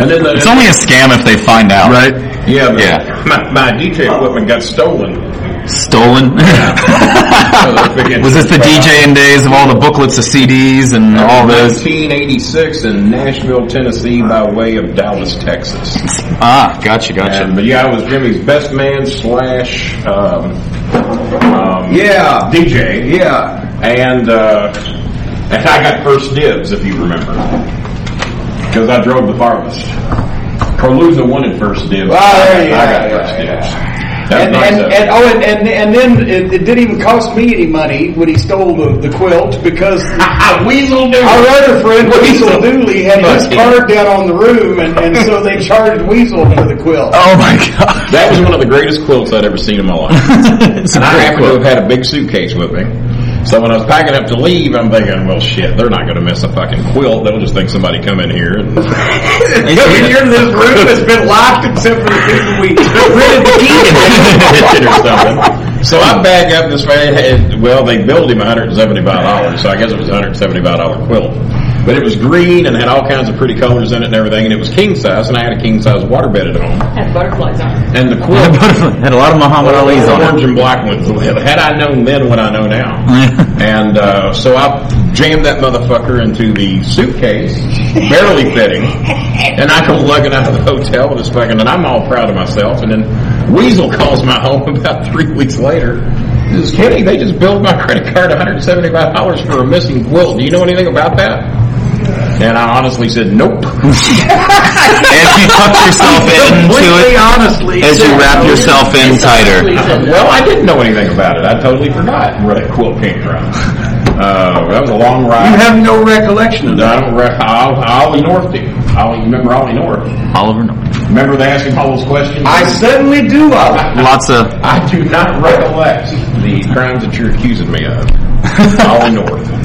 Speaker 5: And then the,
Speaker 6: It's only a scam if they find out.
Speaker 4: right?
Speaker 5: yeah, but
Speaker 6: Yeah.
Speaker 5: My, my DJ equipment got stolen.
Speaker 6: Stolen.
Speaker 5: Was
Speaker 6: Was this the DJing days of all the booklets of CDs and all those?
Speaker 5: 1986 in Nashville, Tennessee, by way of Dallas, Texas.
Speaker 6: Ah, gotcha, gotcha.
Speaker 5: And, but yeah, I was Jimmy's best man slash um, um,
Speaker 3: Yeah.
Speaker 5: DJ.
Speaker 3: Yeah.
Speaker 5: and uh, and I got first dibs if you remember because I drove the farthest. Carluza wanted first dibs.
Speaker 3: Ah, there you go.
Speaker 5: I got
Speaker 3: Yeah,
Speaker 5: first
Speaker 3: yeah,
Speaker 5: dibs. That
Speaker 3: And,
Speaker 5: was nice
Speaker 3: and,
Speaker 5: of
Speaker 3: and oh, and, and, and then it, it didn't even cost me any money when he stole the, the quilt because
Speaker 5: Ah, Weasel Doodle.
Speaker 3: our other friend Weasel Dooley had his
Speaker 5: Fuck yeah.
Speaker 3: card down on the room, and, and so they charged Weasel for the quilt.
Speaker 6: Oh my god.
Speaker 5: That was one of the greatest quilts I'd ever seen in my life.
Speaker 6: It's a
Speaker 5: and I
Speaker 6: great
Speaker 5: happened to
Speaker 6: quote.
Speaker 5: have had a big suitcase with me. So when I was packing up to leave, I'm thinking, well, shit, they're not going to miss a fucking quilt. They'll just think somebody come in here. And
Speaker 3: You're in this room that's been locked except for the people we
Speaker 5: it or something. So I back up this man. Had, well, they billed him $175, so I guess it was a $175 quilt. But it was green and had all kinds of pretty colors in it and everything, and it was king size, and I had a king size waterbed at home.
Speaker 7: Had butterflies on it.
Speaker 5: And the quilt
Speaker 6: Had a lot of Muhammad Ali's on it.
Speaker 5: orange and black ones. Had I known then what I know now. and uh, so I jammed that motherfucker into the suitcase, barely fitting. And I come lugging out of the hotel with this fucking, and I'm all proud of myself. And then Weasel calls my home about three weeks later. He says, Kenny, they just billed my credit card $175 for a missing quilt. Do you know anything about that? And I honestly said, nope.
Speaker 6: As you tuck yourself into
Speaker 8: Completely
Speaker 6: it,
Speaker 8: honestly.
Speaker 6: as you wrap yourself in tighter.
Speaker 5: Well, I didn't know anything about it. I totally forgot where that quilt came from. Uh, that was a long ride.
Speaker 3: You have no recollection of
Speaker 5: No, I don't rec- Ollie Ollie North did. Ollie, you remember Ollie North?
Speaker 6: Oliver, no.
Speaker 5: Remember they asked him all those questions?
Speaker 3: I suddenly do. I
Speaker 6: Lots of.
Speaker 5: I do not recollect the crimes that you're accusing me of. Ollie North.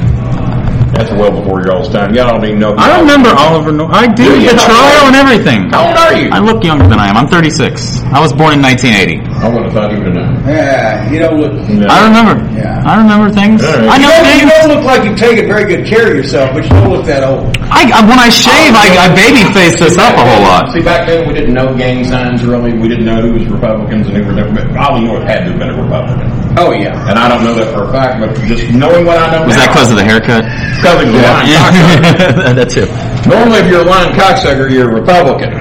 Speaker 5: That's well before y'all's time. Y'all don't even know. who
Speaker 6: I remember Oliver. No- I
Speaker 5: Do
Speaker 6: did
Speaker 5: you?
Speaker 6: the trial and everything.
Speaker 5: How old are you?
Speaker 6: I look younger than I am. I'm 36. I was born in 1980.
Speaker 5: I would have thought you would have known.
Speaker 3: Yeah, you don't look.
Speaker 5: No.
Speaker 6: I remember.
Speaker 3: Yeah.
Speaker 6: I remember things.
Speaker 5: All right.
Speaker 6: I know
Speaker 3: You
Speaker 6: things.
Speaker 3: don't look like you've taken very good care of yourself, but you don't look that old.
Speaker 6: I, I- when I shave, I, I baby face this up a whole lot.
Speaker 5: See, back then we didn't know gang signs really. We didn't know who was Republicans and who were Democrats. Ollie North had to have been a Republican.
Speaker 3: Oh yeah.
Speaker 5: And I don't know that for a fact, but just knowing what I know
Speaker 6: Was
Speaker 5: now,
Speaker 6: that because of the haircut?
Speaker 5: because of the line cocksucker.
Speaker 6: that too.
Speaker 5: Normally, if you're a lying cocksucker, you're a Republican.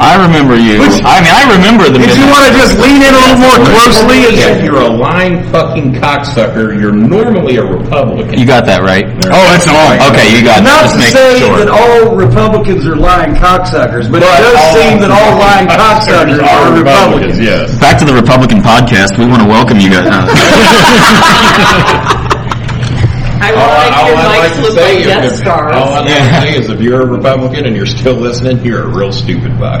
Speaker 6: I remember you. I mean, I remember the.
Speaker 8: Did you
Speaker 6: midnight-
Speaker 8: want to just lean in a little more closely?
Speaker 5: If you're a lying fucking cocksucker, you're normally a Republican.
Speaker 6: You got that right.
Speaker 5: Oh,
Speaker 6: that's all. Okay, you got that.
Speaker 3: Not
Speaker 6: Just
Speaker 3: to
Speaker 6: make
Speaker 3: say
Speaker 6: sure.
Speaker 3: that all Republicans are lying cocksuckers, but, it does
Speaker 5: all
Speaker 3: seem that all lying cocksuckers are Republicans.
Speaker 5: yes.
Speaker 6: Back to the Republican podcast. We want to welcome you guys.
Speaker 7: I would
Speaker 5: All, I- all I'd like
Speaker 7: like
Speaker 5: to
Speaker 7: your mics look
Speaker 5: say Oh,
Speaker 7: like
Speaker 5: is,
Speaker 7: Death
Speaker 5: if, all
Speaker 7: Stars.
Speaker 5: I'd like to say is if you're a Republican and you're still listening, you're a real stupid fuck.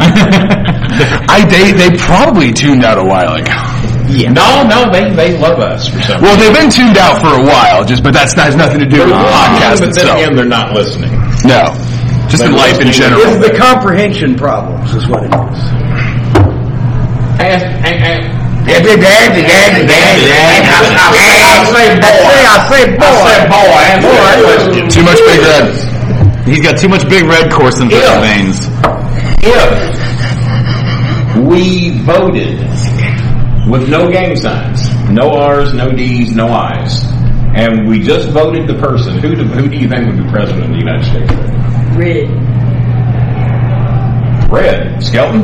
Speaker 4: I they they probably tuned out a while ago.
Speaker 5: no, no, they, they love us for some
Speaker 4: Well, they've been tuned out for a while, just but that's has nothing to do with the podcast
Speaker 5: but then
Speaker 4: itself.
Speaker 5: again, they're not listening.
Speaker 4: No, just in life in general.
Speaker 3: It's the comprehension problems, is what it is.
Speaker 5: I say boy. I say boy. Answer that question.
Speaker 4: Too much big red.
Speaker 6: He's got too much big red coursing through his veins.
Speaker 5: if we voted with no gang signs, no R's, no D's, no I's, and we just voted the person, who do, who do you think would be president of the United States?
Speaker 7: Rid.
Speaker 5: Red. Skelton?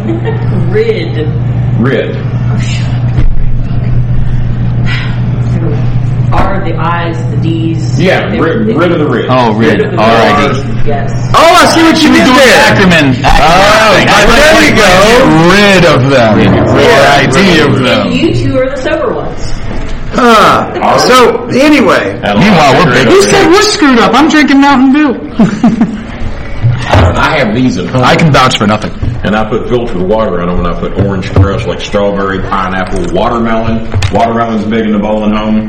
Speaker 7: Rid.
Speaker 5: Red.
Speaker 7: Are the I's, the D's.
Speaker 5: Yeah, rid, rid of the red.
Speaker 6: Oh, rid.
Speaker 7: Rid of the
Speaker 6: Alrighty.
Speaker 7: R's, Yes.
Speaker 4: Oh, I see what you did there.
Speaker 6: Ackerman. Ackerman.
Speaker 4: Oh, there you go. Rid of them. Rid idea of them.
Speaker 7: You two are the sober ones.
Speaker 3: Huh. So, anyway,
Speaker 6: Oh, Meanwhile, we're big. we're screwed up? I'm drinking Mountain Dew.
Speaker 5: I have these at home,
Speaker 4: I can vouch for nothing.
Speaker 5: and I put filtered water on them, and I put orange crush like strawberry, pineapple, watermelon. Watermelon's big in the bowling home,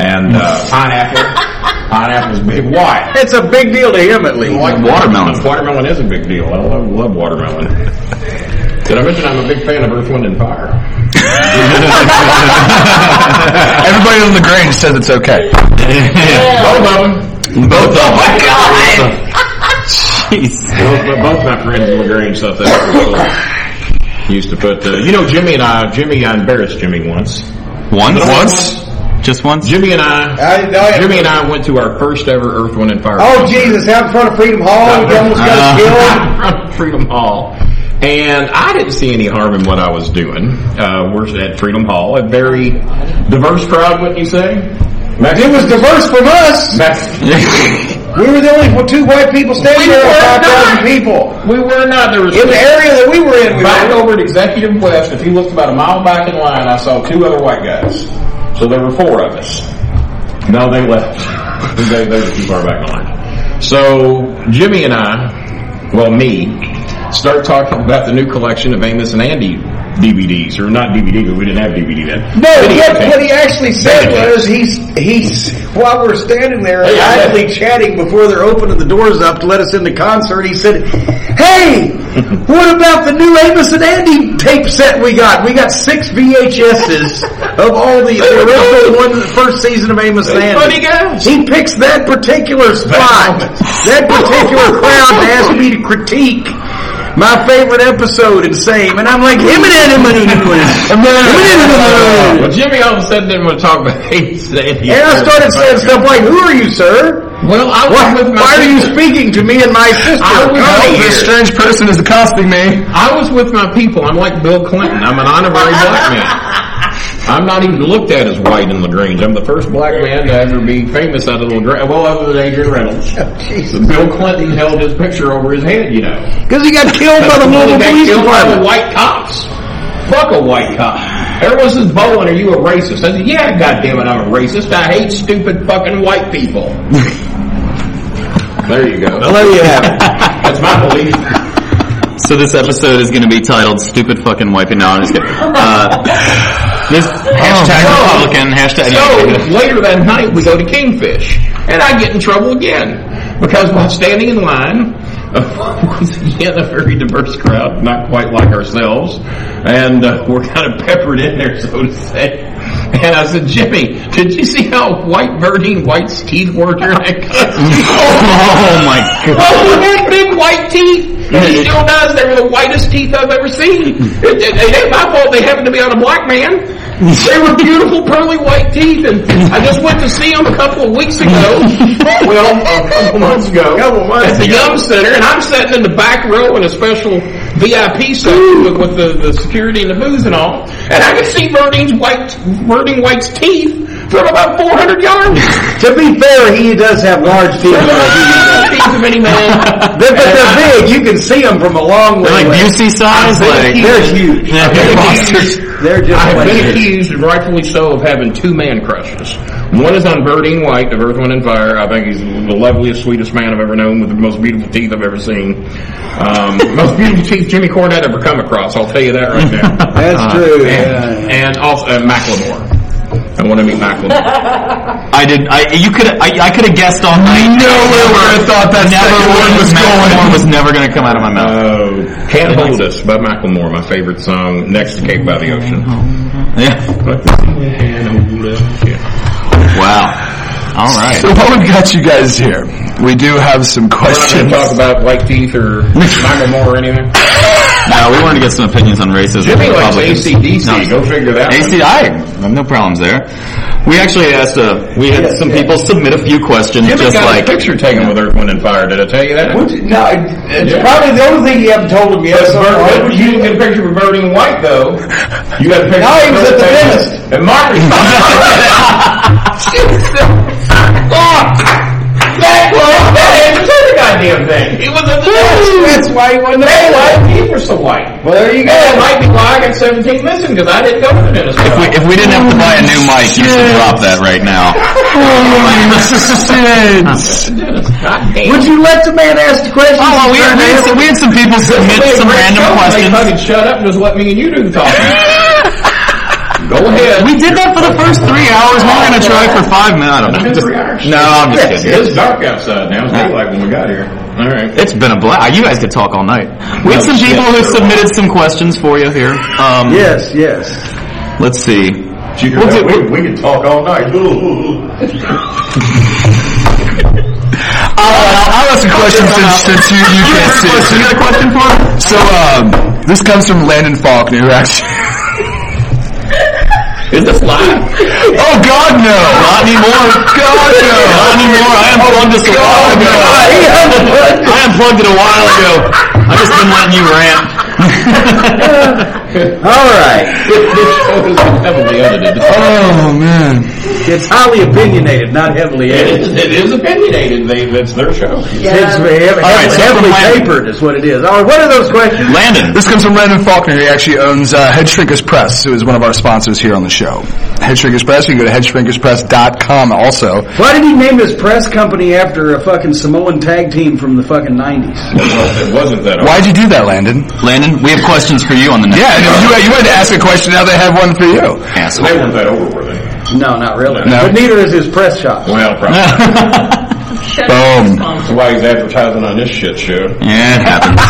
Speaker 5: and uh, pineapple. Pineapple's big. Why?
Speaker 3: it's a big deal to him at least.
Speaker 5: like
Speaker 6: Watermelon.
Speaker 5: Watermelon is a big deal. I love, love watermelon. Did I mention I'm a big fan of Earth, Wind, and Fire?
Speaker 4: Everybody on the Grange says it's okay.
Speaker 5: Both of Oh them.
Speaker 4: Both of them. my God!
Speaker 5: Both, but both my friends in Lagrange thought that was cool. Used to put, uh, you know, Jimmy and I, Jimmy, I embarrassed Jimmy once.
Speaker 6: Once?
Speaker 5: Once?
Speaker 6: Just once?
Speaker 5: Jimmy and I,
Speaker 3: I, I,
Speaker 5: Jimmy and I went to our first ever Earth, Wind, and Fire.
Speaker 3: oh Jesus! Out in front of Freedom Hall, we almost got killed.
Speaker 5: from Freedom Hall. And I didn't see any harm in what I was doing. Uh, we're at Freedom Hall, a very diverse crowd, wouldn't you say?
Speaker 3: It was diverse from us.
Speaker 5: Mex-
Speaker 3: We were the only two white people standing there,
Speaker 5: were
Speaker 3: five
Speaker 5: not.
Speaker 3: thousand people
Speaker 5: we were not. There was
Speaker 3: in the area that we were in. We
Speaker 5: back
Speaker 3: were.
Speaker 5: over at Executive West. If you looked about a mile back in line, I saw two other white guys. So there were four of us. No, they left. they, they were too far back in line. So Jimmy and I, well, me, start talking about the new collection of Amos and Andy DVDs, or not DVD, but we didn't have DVD then.
Speaker 3: No,
Speaker 5: Video
Speaker 3: what,
Speaker 5: tape.
Speaker 3: what he actually said
Speaker 5: Video tape.
Speaker 3: was he's he's while we're standing there
Speaker 5: Hey, I
Speaker 3: idly chatting before they're opening the doors up to let us in the concert. He said, "Hey, what about the new Amos and Andy tape set we got? We got six VHSs of all the, the original one first season of Amos and Andy."
Speaker 5: Funny guys.
Speaker 3: He picks that particular spot, that particular crowd to ask me to critique my favorite episode and same. And I'm like, him and him and him and him and him
Speaker 5: Oh, Well, Jimmy all of a sudden didn't want to talk about Amos and Andy.
Speaker 3: and I started saying stuff like, who are you, sir?
Speaker 5: Well, I was
Speaker 3: Why,
Speaker 5: with my
Speaker 3: why are you
Speaker 5: sister.
Speaker 3: speaking to me and my sister?
Speaker 5: I was
Speaker 3: Come
Speaker 5: over
Speaker 3: here."
Speaker 4: This strange person is accosting me.
Speaker 5: I was with my people. I'm like Bill Clinton. I'm an honorary black man. I'm not even looked at as white in Lagrange. I'm the first black man to ever be famous out of Lagrange. Well, other than Adrian Reynolds. Bill Clinton held his picture over his head, you know.
Speaker 3: Because he got killed by the Louisville
Speaker 5: They
Speaker 3: Police
Speaker 5: killed all the
Speaker 3: Department.
Speaker 5: white cops. Fuck a white cop. Everyone says, Bowen, are you a racist? I said, yeah, goddammit, I'm a racist. I hate stupid fucking white people. there you go.
Speaker 4: I'll let you have it.
Speaker 5: That's my belief.
Speaker 6: So this episode is going to be titled "Stupid Fucking Wiping." No, I'm just kidding. Uh, this hashtag
Speaker 4: Oh.
Speaker 6: Republican hashtag.
Speaker 5: So later that night, we go to Kingfish, and I get in trouble again because while standing in line, once again a very diverse crowd, not quite like ourselves, and uh, we're kind of peppered in there, so to say. And I said, Jimmy, did you see how white Birdie White's teeth were during that concert?
Speaker 6: oh my god!
Speaker 5: Oh, he had big white teeth. And he still does. They were the whitest teeth I've ever seen. It, it, it ain't my fault they happened to be on a black man. They were beautiful, pearly white teeth. And I just went to see him a couple of weeks ago. Well, a couple months ago.
Speaker 3: Couple months
Speaker 5: at the Yum Center. And I'm sitting in the back row in a special VIP section with, with the, the security and the booze and all. And I could see Verdine's white, Verdine White's teeth from about 400 yards.
Speaker 3: To be fair, he does have large teeth.
Speaker 5: Teeth of any man.
Speaker 3: They're- But they're big. You can see them from a long way.
Speaker 6: Like
Speaker 3: away.
Speaker 6: Busey size, like
Speaker 3: They're huge.
Speaker 6: yeah,
Speaker 5: Big
Speaker 6: monsters.
Speaker 5: teeth.
Speaker 3: They're just
Speaker 5: I have
Speaker 3: like
Speaker 5: been accused, and rightfully so, of having two man crushes. One is on Birding White of Earth, Wind, and Fire. I think he's the loveliest, sweetest man I've ever known with the most beautiful teeth I've ever seen. Um, most beautiful teeth Jimmy Cornette ever come across. I'll tell you that right now. Uh,
Speaker 3: That's true.
Speaker 5: and, and also uh, Macklemore. I want to meet Macklemore.
Speaker 6: I did. I you could. I, I could have guessed all night.
Speaker 4: No way would I have thought that
Speaker 6: Never
Speaker 4: second
Speaker 6: one
Speaker 4: one was going.
Speaker 6: was never going to come out of my mouth.
Speaker 5: Uh, Can't Hold Us by Macklemore, my favorite song, next to Cake by the Ocean.
Speaker 6: Yeah. Wow. All right.
Speaker 4: So what we've got you guys here, we do have some
Speaker 5: We're not going
Speaker 4: questions.
Speaker 5: to talk about white teeth or Macklemore or anything.
Speaker 6: No, we wanted to get some opinions on racism.
Speaker 5: Jimmy
Speaker 6: and
Speaker 5: likes
Speaker 6: Republicans.
Speaker 5: AC/DC.
Speaker 6: No,
Speaker 5: Go figure that one.
Speaker 6: AC, I have no problems there. We actually asked, uh, we had some people submit a few questions,
Speaker 5: Jimmy
Speaker 6: just
Speaker 5: got
Speaker 6: like,
Speaker 5: a picture taken with Earth, Wind, and Fire. Did I tell you that?
Speaker 3: Which, no, it's
Speaker 5: Yeah.
Speaker 3: probably the only thing you haven't told him yet.
Speaker 5: But
Speaker 3: so
Speaker 5: Bert-
Speaker 3: far.
Speaker 5: but you didn't get a picture with Birdie and White, though. You got a picture
Speaker 3: No, he
Speaker 5: with
Speaker 3: was at the
Speaker 5: Birdie and-
Speaker 3: dentist.
Speaker 5: And Mark was That was that answers every goddamn thing. He was at the dentist.
Speaker 3: That's why he wasn't
Speaker 5: Hey,
Speaker 3: available.
Speaker 5: why teeth are so white?
Speaker 3: Well, there you go.
Speaker 5: That might be why I got 17 missing, because I didn't go to the dentist.
Speaker 6: if we, if we didn't have to buy a new mic, you should drop that right now.
Speaker 5: God damn.
Speaker 3: Would you let the man ask the question?
Speaker 6: Oh, well, we, had, we, had some, we had some people submit some random questions.
Speaker 5: Fucking shut up and just let me and you do the talking. go ahead.
Speaker 6: We did that for the first three hours. We're going to try for five minutes. I don't know.
Speaker 5: It's been
Speaker 6: Just-
Speaker 5: three hours.
Speaker 6: no, I'm just kidding.
Speaker 5: It's dark outside now. It's daylight when we got here. All right.
Speaker 6: It's been a blast. You guys could talk all night. We had some people who submitted some questions for you here. Um,
Speaker 8: Yes, yes.
Speaker 6: Let's see.
Speaker 5: You
Speaker 6: We'll do-
Speaker 5: we, we can talk all night.
Speaker 4: I'll, Uh, I'll ask a question since, since you, you can't see.
Speaker 6: You got a question for him?
Speaker 4: So, um, this comes from Landon Faulkner, who actually.
Speaker 6: Is this live?
Speaker 4: Oh, God, no!
Speaker 6: Not anymore.
Speaker 4: God, no!
Speaker 6: Not anymore. I unplugged this a while ago. I unplugged it a while ago. I just been letting you rant.
Speaker 3: All right.
Speaker 5: this show is heavily edited.
Speaker 4: Oh, man.
Speaker 3: It's highly opinionated, not heavily
Speaker 5: It
Speaker 3: edited.
Speaker 5: is, it is opinionated. They, that's their show.
Speaker 3: It's very heavy,
Speaker 6: All right, so
Speaker 3: heavily
Speaker 6: from my-
Speaker 3: papered is what it is. All right, what are those questions?
Speaker 6: Landon.
Speaker 4: This comes from Landon Faulkner. He actually owns uh, Head Shrinkers Press, who is one of our sponsors here on the show. Head Shrinkers Press, you can go to headshrinkerspress.com also.
Speaker 3: Why did he name his press company after a fucking Samoan tag team from the fucking 90s?
Speaker 5: Well, it wasn't that hard.
Speaker 4: Why'd you do that, Landon?
Speaker 6: Landon, we have questions for you on the next.
Speaker 4: Yeah, I know, you, you had to ask a question, now they have one for you.
Speaker 6: Asshole.
Speaker 5: They weren't that over, were they?
Speaker 3: No, not really.
Speaker 4: No.
Speaker 3: But neither is his press shop.
Speaker 5: Well, probably.
Speaker 4: Boom.
Speaker 5: That's why he's advertising on this shit show.
Speaker 6: Yeah, it happens.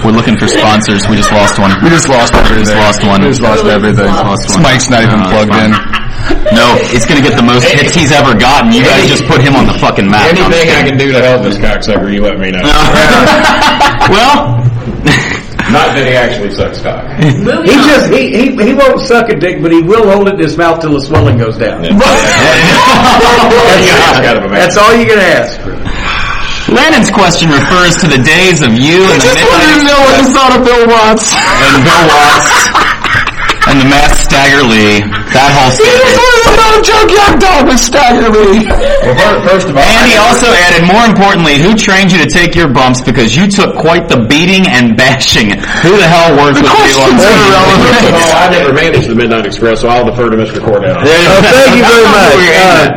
Speaker 6: We're looking for sponsors. We just lost one.
Speaker 4: We just lost
Speaker 6: We
Speaker 4: everything.
Speaker 6: just lost one.
Speaker 4: We just lost everything.
Speaker 6: Lost
Speaker 4: This
Speaker 6: one.
Speaker 4: mic's not even
Speaker 6: No, it's
Speaker 4: plugged in.
Speaker 6: fine. No, it's gonna get the most hits he's ever gotten. You guys just put him on the fucking map. I'm just
Speaker 5: Anything I
Speaker 6: kidding.
Speaker 5: can do to help this cocksucker, you let me know.
Speaker 6: well,
Speaker 5: Not that he actually sucks cock.
Speaker 3: He just, he, he, he won't suck a dick, but he will hold it in his mouth till the swelling goes down.
Speaker 5: That's kind of a man.
Speaker 3: That's all you can ask.
Speaker 6: Lennon's question refers to the days of you and the
Speaker 4: just wanted to
Speaker 6: Midnight
Speaker 4: know what you thought of Bill Watts.
Speaker 6: and Bill Watts and the Matt Stagger Lee. That whole
Speaker 4: He just
Speaker 6: thing.
Speaker 4: wanted to know if Joe Young dog was staggering me.
Speaker 5: Well, fir- first of all,
Speaker 6: And he also added, more importantly, who trained you to take your bumps because you took quite the beating and bashing. Who the hell worked with you on
Speaker 4: questions are
Speaker 5: First of
Speaker 4: irrelevant.
Speaker 5: all, I never managed the Midnight Express, so I'll defer to Mr. Cordell.
Speaker 3: Thank you very much. Uh,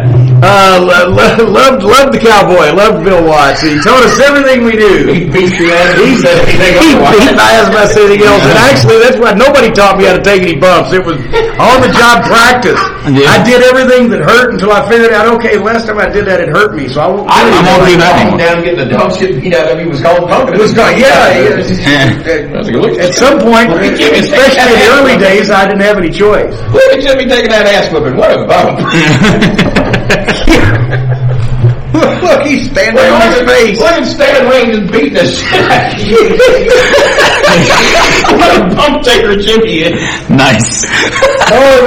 Speaker 3: uh, lo- lo- loved, loved the cowboy. Loved Bill Watts. He told us everything we
Speaker 5: He
Speaker 3: knew.
Speaker 5: beat you at it. He said anything
Speaker 3: He
Speaker 5: otherwise.
Speaker 3: beat my ass about anything else. And actually, that's why nobody taught me how to take any bumps. It was on the job practice.
Speaker 6: Yeah.
Speaker 3: I did everything that hurt until I figured out, okay, last time I did that, it hurt me. So I won't.
Speaker 5: I
Speaker 6: I won't do that
Speaker 5: Came
Speaker 6: one.
Speaker 5: down getting the dog shit beat out of him. He was called pumping.
Speaker 3: It was going, yeah. yeah.
Speaker 5: I was like, look
Speaker 3: At some point,
Speaker 5: Look at Jimmy taking
Speaker 3: especially in the
Speaker 5: that
Speaker 3: early
Speaker 5: ass
Speaker 3: days, I didn't have any choice.
Speaker 5: whipping. Look at Jimmy taking that ass whipping. What a bump.
Speaker 3: Look, he's standing
Speaker 5: Look
Speaker 3: on his
Speaker 5: at-
Speaker 3: face.
Speaker 5: Look at Stan Wayne just beating the shit out of you. What a bump taker Jimmy is.
Speaker 6: Nice.
Speaker 3: Oh, it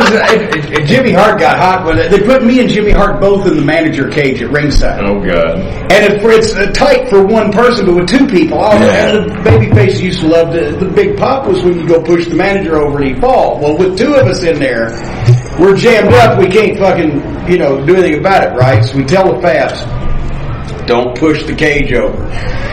Speaker 3: was, it, it, Jimmy Hart got hot with it. They put me and Jimmy Hart both in the manager cage at ringside.
Speaker 5: Oh, God.
Speaker 3: And it, it's uh, tight for one person, but with two people, oh, and the baby face used to love to, the big pop was when you go push the manager over and he fall. Well, with two of us in there, we're jammed up. We can't fucking, you know, do anything about it, right? So we tell the fast, don't push the cage over.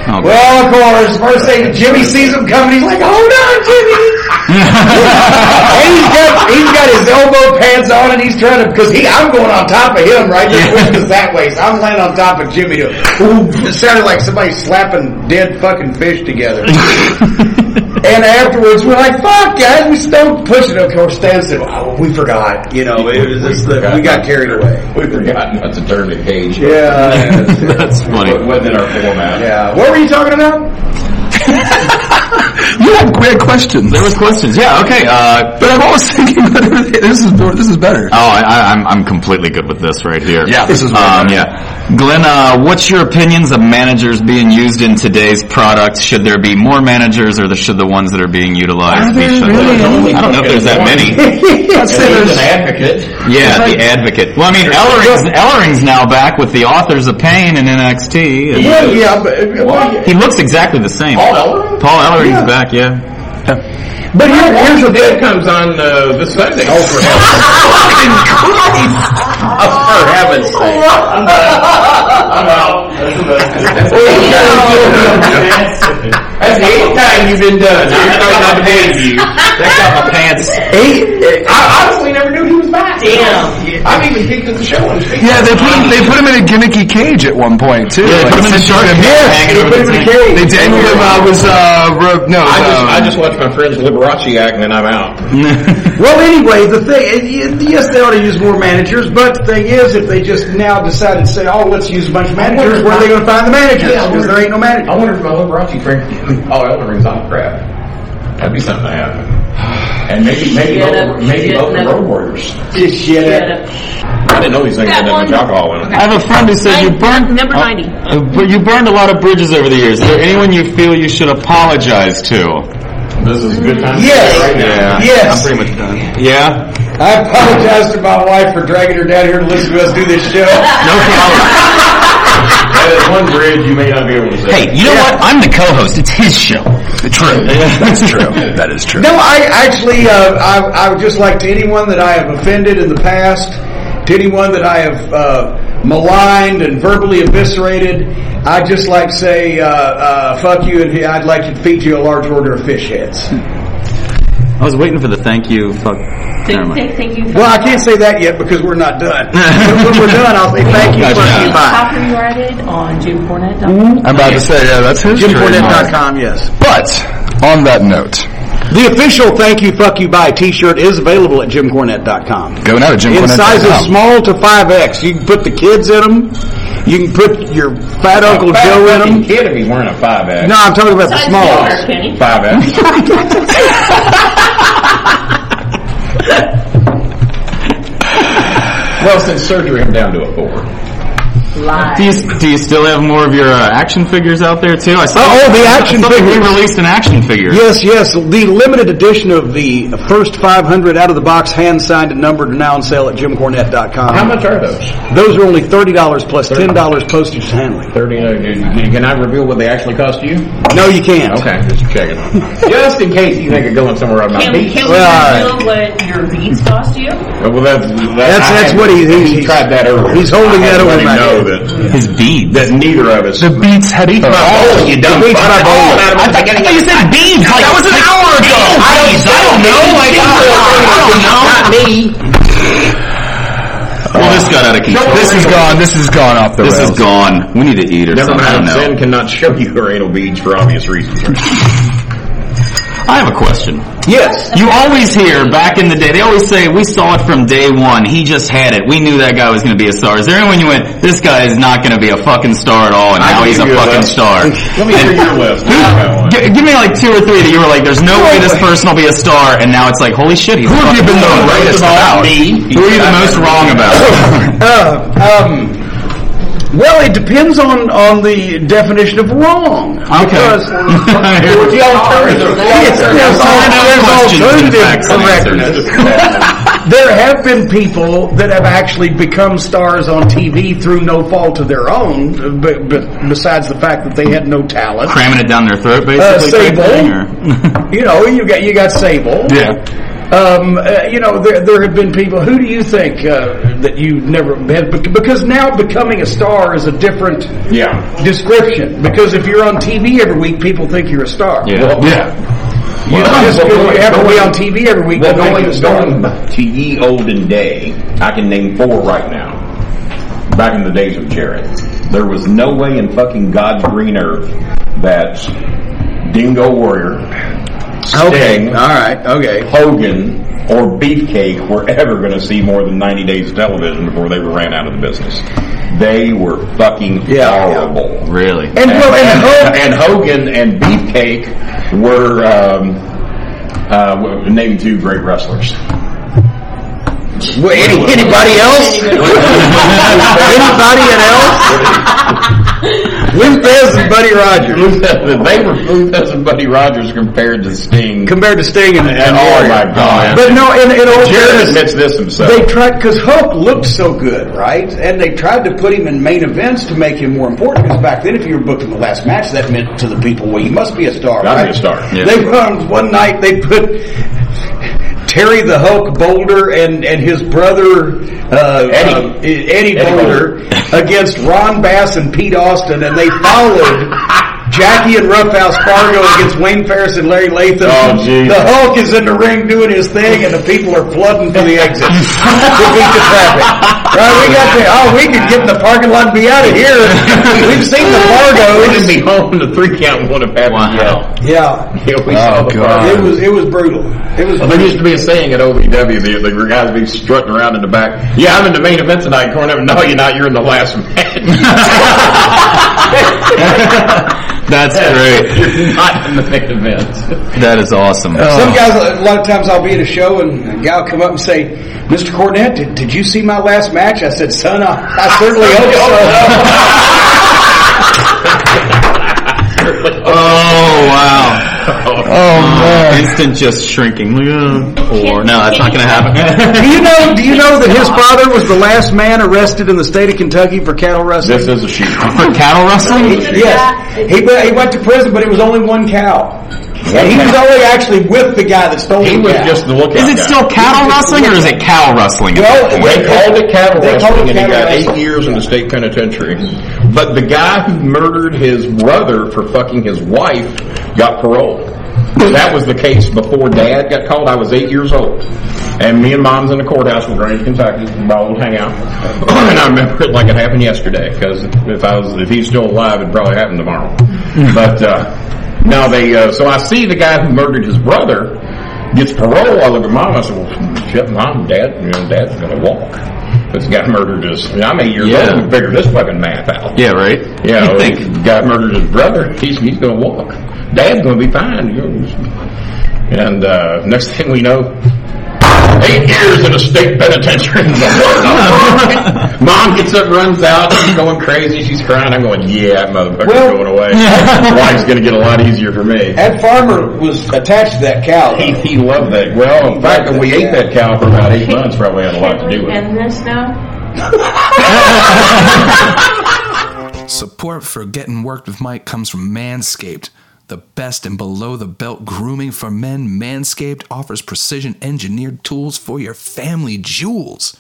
Speaker 6: Oh, God.
Speaker 3: well, of course, first thing, Jimmy sees him coming. He's like, hold on, Jimmy. and he's got, he's got his elbow pads on and he's trying to, cause he, I'm going on top of him, right? This wind is that way, so I'm laying on top of Jimmy to, ooh, it sounded like somebody slapping dead fucking fish together. and afterwards we're like, fuck guys, we still pushing it. Of course, Stan said, oh, we forgot, you know, it was just the, we got carried away.
Speaker 5: We forgot not to turn the cage.
Speaker 3: Yeah.
Speaker 6: That's funny.
Speaker 5: It wasn't in our format.
Speaker 3: Yeah. What were you talking about?
Speaker 4: You had great questions.
Speaker 6: There was questions. Yeah. Okay. Uh,
Speaker 4: But I'm always thinking about everything. This is, this is better.
Speaker 6: Oh, I, I, I'm I'm completely good with this right here.
Speaker 4: Yeah, this is way
Speaker 6: um,
Speaker 4: better.
Speaker 6: yeah. Glenn, uh, what's your opinions of managers being used in today's products? Should there be more managers, or the, should the ones that are being utilized
Speaker 4: Are
Speaker 6: be
Speaker 4: there
Speaker 6: shut
Speaker 4: really
Speaker 6: down?
Speaker 4: any?
Speaker 6: I don't know if there's that many.
Speaker 4: I'd say
Speaker 5: He's an
Speaker 4: there's,
Speaker 5: advocate.
Speaker 6: Yeah, the advocate. Well, I mean, Ellering's, Ellering's now back with the authors of Pain in NXT. and
Speaker 3: Yeah, yeah, but,
Speaker 5: What?
Speaker 6: He looks exactly the same.
Speaker 5: Paul Ellering?
Speaker 6: Paul Ellering's
Speaker 3: Yeah.
Speaker 6: back. Yeah.
Speaker 3: but here, here's the
Speaker 5: Dad comes on uh, this Sunday. Oh, for Oh, heaven's sake. I'm out. That's the eighth time you've been done. I'm throwing up hands.
Speaker 6: That's got my pants.
Speaker 3: thing.
Speaker 5: I honestly never knew he was back.
Speaker 7: Damn.
Speaker 5: I've even peeked at the show on his feet.
Speaker 4: Yeah, they put him, they put him in a gimmicky cage at one point too.
Speaker 6: Yeah, they put him in a shark cage, hanging
Speaker 4: Yeah,
Speaker 6: over
Speaker 4: they put him
Speaker 6: the
Speaker 4: in a
Speaker 6: tank.
Speaker 4: cage. They dangled him. I was uh, ro- no.
Speaker 5: I just,
Speaker 4: um,
Speaker 5: I just watched my friend's Liberace act and then I'm out.
Speaker 8: Well, anyway, the thing, yes, they ought to use more managers, but the thing is, if they just now decide to say, oh, let's use a bunch of managers, where are they going to find the managers?
Speaker 5: Yeah, I
Speaker 8: Because there ain't no
Speaker 5: I
Speaker 8: managers.
Speaker 5: wonder if my Liberace drink all Elden Ring's on crap. That'd be something to happen. And maybe, maybe,
Speaker 7: Yeah,
Speaker 5: both,
Speaker 7: that-
Speaker 5: maybe
Speaker 7: yeah,
Speaker 5: both the
Speaker 7: that-
Speaker 5: Road Warriors.
Speaker 8: Just shit.
Speaker 5: I didn't know these things had that much alcohol in them.
Speaker 6: I have a friend who says you burned
Speaker 11: Number
Speaker 6: uh,
Speaker 11: 90.
Speaker 6: uh, but you burned a lot of bridges over the years. Is there anyone you feel you should apologize to?
Speaker 5: This is a good time.
Speaker 8: Yes.
Speaker 5: Right now.
Speaker 8: Yes.
Speaker 4: pretty much done.
Speaker 6: Yeah,
Speaker 8: I apologize to my wife for dragging her down here to listen to us do this show.
Speaker 6: no problem.
Speaker 5: That is one bridge you may not be able to say.
Speaker 6: Hey, you know what? I'm the co-host. It's his show.
Speaker 4: True. That's true. That is true.
Speaker 8: No, I actually, uh, I, I would just like to anyone that I have offended in the past, to anyone that I have uh, maligned and verbally eviscerated, I'd just like to say, uh, uh, fuck you, and I'd like to feed you a large order of fish heads.
Speaker 6: I was waiting for the thank you. Fuck. Never
Speaker 7: Thank,
Speaker 6: mind.
Speaker 7: thank, thank you for
Speaker 8: Well, I can't say that yet because we're not done. when we're done, I'll say thank you, fuck you, bye.
Speaker 7: copyrighted on Jim Cornette.
Speaker 4: I'm about to say, yeah, that's his trademark.
Speaker 8: JimCornette.com, yes.
Speaker 4: But on that note,
Speaker 8: The official thank you, fuck you, bye t-shirt is available at JimCornette.com.
Speaker 4: going out at Jim
Speaker 8: in
Speaker 4: Cornette.
Speaker 8: sizes small to 5X. You can put the kids in them. You can put your fat Uncle
Speaker 5: Fat
Speaker 8: Joe in
Speaker 5: fucking
Speaker 8: them.
Speaker 5: Kid, if he's wearing a five X.
Speaker 8: No, I'm talking about the
Speaker 7: Dollar,
Speaker 8: smalls.
Speaker 7: Kenny.
Speaker 5: Five X. well, since surgery, I'm down to a four.
Speaker 7: Live.
Speaker 6: Do you, do you still have more of your uh, action figures out there too? I saw,
Speaker 8: Oh, the action
Speaker 6: I saw
Speaker 8: figures.
Speaker 6: They released an action figure.
Speaker 8: Yes, yes. The limited edition of the first 500 out of the box hand signed and numbered are now on sale at jimcornette.com.
Speaker 5: How much are those?
Speaker 8: Those are only $30 plus $10 postage and handling.
Speaker 5: Thirty. uh, Can I reveal what they actually cost you?
Speaker 8: No, you can't.
Speaker 5: Okay, just checking. just in case you think of going somewhere I'm not.
Speaker 7: Can we, can we
Speaker 8: Well,
Speaker 7: reveal what your beads cost you?
Speaker 5: Well, that's
Speaker 8: That's-
Speaker 5: that, I
Speaker 8: that's
Speaker 5: had-
Speaker 8: what he- he-
Speaker 5: he tried that earlier.
Speaker 8: he's holding
Speaker 5: I
Speaker 8: that
Speaker 5: had to
Speaker 8: over
Speaker 5: let him
Speaker 8: my
Speaker 5: know
Speaker 8: head.
Speaker 5: that
Speaker 6: His bead.
Speaker 5: that neither of us.
Speaker 4: The Beats headphones.
Speaker 5: Oh, you dumb
Speaker 8: Beats
Speaker 5: fuck.
Speaker 8: my balls.
Speaker 5: Oh,
Speaker 6: I, thought- I thought you said beads. Like, that was an hour ago. I, I don't know. Like, I don't know. Not me. Well, this got out of control.
Speaker 4: This is gone. This is gone off the
Speaker 6: This
Speaker 4: rails.
Speaker 6: is gone. We need to eat or
Speaker 5: Never
Speaker 6: something. I don't
Speaker 5: mind.
Speaker 6: know.
Speaker 5: Zen cannot show you her anal beads for obvious reasons.
Speaker 6: I have a question.
Speaker 8: Yes.
Speaker 6: You always hear back in the day, they always say, we saw it from day one. He just had it. We knew that guy was going to be a star. Is there anyone you went, this guy is not going to be a fucking star at all, and now
Speaker 5: can
Speaker 6: he's a
Speaker 5: give you a
Speaker 6: fucking
Speaker 5: list.
Speaker 6: star?
Speaker 5: Let me hear your list.
Speaker 6: G- give me like two or three that you were like, there's no way this person will be a star, and now it's like, holy shit, he's Who
Speaker 4: have you been the
Speaker 6: rightest about? Who are you the most wrong about?
Speaker 8: Uh, um, well, it depends on, on the definition of wrong. Because
Speaker 6: okay.
Speaker 8: Yes, there's al- there's alternatives. There have been people that have actually become stars on TV through no fault of their own, but, but besides the fact that they had no talent.
Speaker 6: Cramming it down their throat, basically.
Speaker 8: Uh,
Speaker 6: type
Speaker 8: Sable.
Speaker 6: thing, or-
Speaker 8: You know, you got you got Sable.
Speaker 6: yeah.
Speaker 8: Um, uh, you know, there, there have been people. Who do you think uh, that you never had? bec- Because now becoming a star is a different
Speaker 5: Yeah.
Speaker 8: description. Because if you're on TV every week, people think you're a star.
Speaker 6: Yeah.
Speaker 5: Yeah.
Speaker 8: You
Speaker 5: Well,
Speaker 8: just
Speaker 5: well,
Speaker 8: because you
Speaker 5: well,
Speaker 8: happen to be
Speaker 5: well,
Speaker 8: on TV every week.
Speaker 5: Well,
Speaker 8: don't make
Speaker 5: going,
Speaker 8: you a star.
Speaker 5: going back to ye olden day, I can name four right now. Back in the days of Jared, there was no way in fucking God's green earth that Dingo Warrior, Sting,
Speaker 8: Okay. All right. Okay.
Speaker 5: Hogan, or Beefcake were ever going to see more than 90 days of television before they were ran out of the business. They were fucking
Speaker 8: Yeah.
Speaker 5: horrible.
Speaker 6: Really?
Speaker 8: And well, and Hogan.
Speaker 5: and Hogan and Beefcake were um, uh, were named two great wrestlers.
Speaker 8: anybody else? anybody else? Luthez and Buddy Rogers.
Speaker 5: they were Luthes and Buddy Rogers compared to Sting.
Speaker 8: Compared to Sting and,
Speaker 5: and oh my god!
Speaker 8: But no, in, in all
Speaker 5: Jared
Speaker 8: fairness,
Speaker 5: admits this himself.
Speaker 8: they tried because Hulk looked so good, right? And they tried to put him in main events to make him more important. Because back then, if you were booking the last match, that meant to the people, well, you must be a star,
Speaker 5: Gotta
Speaker 8: right?
Speaker 5: be a star. Yeah.
Speaker 8: They found one night they put Terry the Hulk Boulder and and his brother uh,
Speaker 5: Eddie.
Speaker 8: uh, Eddie,
Speaker 5: Eddie
Speaker 8: Boulder against Ron Bass and Pete Austin, and they followed.
Speaker 3: Jackie and Roughhouse Fargo against Wayne Ferris and Larry Latham.
Speaker 5: Oh, geez.
Speaker 3: the Hulk is in the ring doing his thing, and the people are flooding to the exit to beat the traffic. Right, we got there. Oh, we could get in the parking lot and be out of here. We've seen the
Speaker 5: It'd
Speaker 3: Fargos.
Speaker 5: be home to three count and one of Happy Wow.
Speaker 3: Yeah,
Speaker 5: Yeah, we saw the
Speaker 4: God.
Speaker 5: Fargos.
Speaker 3: it was it was brutal. It was.
Speaker 5: Well, there used to be a saying at OVW that the the guys be strutting around in the back. Yeah, I'm in the main event tonight, Cornette. No, you're not. You're in the last match.
Speaker 6: That's great.
Speaker 5: you're not in the main event.
Speaker 6: That is awesome.
Speaker 5: Oh.
Speaker 3: Some guys, a lot of times I'll be at a show and a guy will come up and say, Mr. Cornette, did, did you see my last match? I said, son, I, I certainly hope so.
Speaker 6: Oh wow. Oh, Instant just shrinking. Or no, that's not gonna happen.
Speaker 3: do you know, do you know that his father was the last man arrested in the state of Kentucky for cattle rustling?
Speaker 5: This is a shoot.
Speaker 6: For cattle rustling?
Speaker 3: Yes. He, went- he went to prison, but it was only one cow. And he was only actually with the guy that stole
Speaker 5: He
Speaker 3: the
Speaker 5: was
Speaker 3: cow.
Speaker 5: just the lookout.
Speaker 6: Is it
Speaker 5: guy.
Speaker 6: still cattle rustling or is it cow rustling?
Speaker 3: Well,
Speaker 5: They called it cattle
Speaker 3: They called
Speaker 5: rustling,
Speaker 3: it
Speaker 5: and he got
Speaker 3: cattle
Speaker 5: eight
Speaker 3: rustling.
Speaker 5: years in the state penitentiary. But the guy who murdered his brother for fucking his wife got parole. That was the case before Dad got called. I was eight years old, and me and Mom's in the courthouse in Grange, Kentucky, my old hangout. and I remember it like it happened yesterday. Because if I was, if he's still alive, it'd probably happen tomorrow. but uh, now they, uh, so I see the guy who murdered his brother gets parole, I look at mom, I said, well, shit, mom, dad, you know, dad's gonna walk. This guy murdered his, I mean, I'm eight years
Speaker 6: Yeah.
Speaker 5: old, we figure this fucking math out.
Speaker 6: Yeah, right?
Speaker 5: You know,
Speaker 6: You
Speaker 5: this
Speaker 6: think
Speaker 5: guy murdered his brother, he's, he's gonna walk. Dad's gonna be fine. you know. And, uh, next thing we know, eight years in a state penitentiary. mom gets up, runs out, she's going crazy, she's crying, I'm going, yeah, that motherfucker's
Speaker 3: Well-
Speaker 5: going away. Life's gonna get a lot easier for me.
Speaker 3: That farmer was attached to that cow.
Speaker 5: He, he loved that. Well, in fact, we ate that cow for about eight months. Probably had a lot to do
Speaker 7: Can we
Speaker 5: with it.
Speaker 7: end this now?
Speaker 2: Support for Getting Worked with Mike comes from Manscaped. The best and below the belt grooming for men, Manscaped offers precision engineered tools for your family jewels.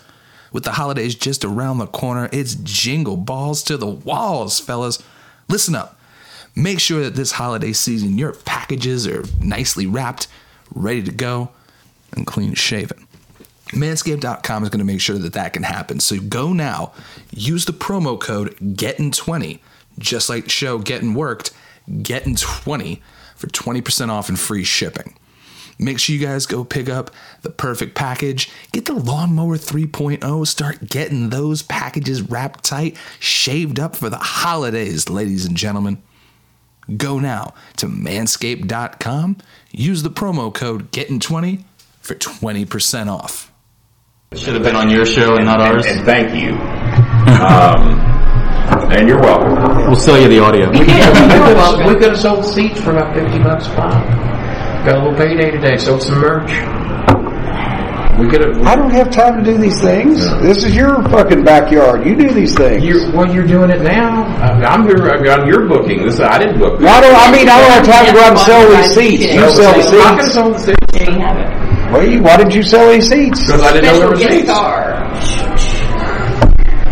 Speaker 2: With the holidays just around the corner, it's jingle balls to the walls, fellas. Listen up. Make sure that this holiday season your packages are nicely wrapped, ready to go, and clean shaven. Manscaped.com is going to make sure that that can happen. So go now, use the promo code GETTIN20, just like the show Getting Worked, GETTIN20 for 20% off and free shipping. Make sure you guys go pick up the perfect package. Get the Lawnmower 3.0. Start getting those packages wrapped tight, shaved up for the holidays, ladies and gentlemen. Go now to manscaped.com. Use the promo code GETTIN20 for 20% off.
Speaker 6: should have been on your show and not ours.
Speaker 5: And thank you. Um, and you're welcome.
Speaker 6: We'll sell you the audio.
Speaker 5: we
Speaker 11: could have sold seats for about 50 bucks pop. Got a little payday today, sold some merch. We could have.
Speaker 3: I don't have time to do these things. This is your fucking backyard. You do these things.
Speaker 11: You're, well, you're doing it now.
Speaker 5: Uh, I'm your, I'm your booking. This I didn't book.
Speaker 3: I don't. I mean, I don't have time to go out and sell these seats. You sell the
Speaker 11: I could have
Speaker 3: seats.
Speaker 11: sold the seats.
Speaker 7: There you have it.
Speaker 3: Well, you, why did you sell these seats?
Speaker 5: Because I didn't know there
Speaker 7: Special
Speaker 5: was
Speaker 7: guest
Speaker 5: seats.
Speaker 7: star.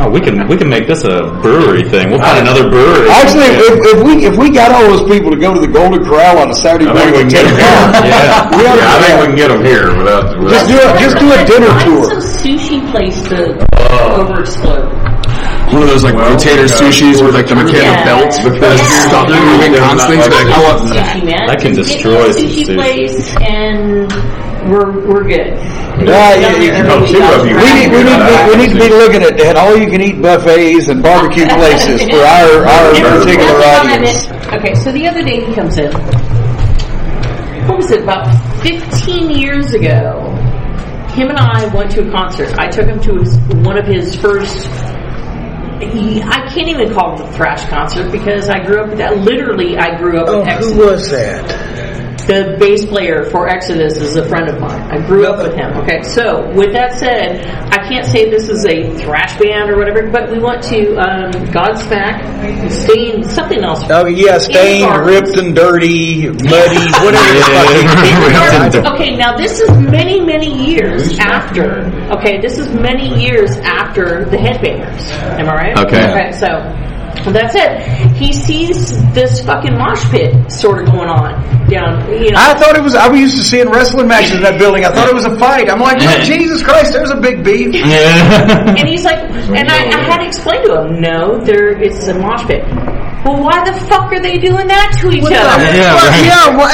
Speaker 6: Oh, we can we can make this a brewery thing. We'll find another brewery.
Speaker 3: Actually, if, if we if we got all those people to go to the Golden Corral on a Saturday
Speaker 5: I think we
Speaker 3: morning
Speaker 5: can
Speaker 3: at
Speaker 5: get
Speaker 3: ten
Speaker 5: them here.
Speaker 3: o'clock,
Speaker 5: Yeah.
Speaker 3: We ought
Speaker 5: yeah,
Speaker 3: to
Speaker 5: I
Speaker 3: do
Speaker 5: think
Speaker 3: that.
Speaker 5: we can get them here without. without
Speaker 3: just do a just do a dinner
Speaker 7: Find some
Speaker 3: tour.
Speaker 7: sushi place to
Speaker 6: Oh.
Speaker 7: overexplode.
Speaker 4: One of those like
Speaker 5: Well,
Speaker 4: rotator
Speaker 5: yeah.
Speaker 4: sushis with like the mechanical
Speaker 7: Yeah.
Speaker 4: belts because
Speaker 7: Yeah.
Speaker 4: you stop them moving
Speaker 5: Yeah.
Speaker 4: constantly.
Speaker 5: Yeah.
Speaker 4: so like, I want that.
Speaker 7: Sushi man.
Speaker 6: That can
Speaker 7: Just get
Speaker 6: destroy
Speaker 7: to a
Speaker 6: some
Speaker 7: sushi
Speaker 6: sushi.
Speaker 7: place, and we're we're good.
Speaker 3: Yeah, yeah, yeah.
Speaker 5: Oh, two of you.
Speaker 3: We need, we, need to be, we need to be looking at, at all you can eat buffets and barbecue places for our, our
Speaker 5: Yeah.
Speaker 3: particular
Speaker 7: Another
Speaker 3: audience.
Speaker 7: comment. Okay, so the other day he comes in. What was it? About 15 years ago, him and I went to a concert. I took him to his, one of his first. He, I can't even call it the thrash concert because I grew up with that. Literally, I grew up with Exodus.
Speaker 3: was that?
Speaker 7: The bass player for Exodus is a friend of mine. I grew up with him. Okay, so with that said, I can't say this is a thrash band or whatever, but we went to um, Godsmack, Stain, something else.
Speaker 3: Oh yeah, stained,
Speaker 7: Any
Speaker 3: ripped and dirty, muddy, whatever. the fuck you-
Speaker 7: Okay, now this is many, many years after. Okay, this is many years after the headbangers. Am I right?
Speaker 6: Okay.
Speaker 7: Okay, so But that's it. He sees this fucking mosh pit sort of going on down. You know,
Speaker 8: I thought it was. I used to seeing wrestling matches in that building. I thought it was a fight. I'm like, oh, Jesus Christ, there's a big beef.
Speaker 7: and he's like, and I, I had to explain to him, no, there it's a mosh pit. Well, why the fuck are they doing that to each
Speaker 8: What the
Speaker 7: other?
Speaker 8: fuck? Yeah, what?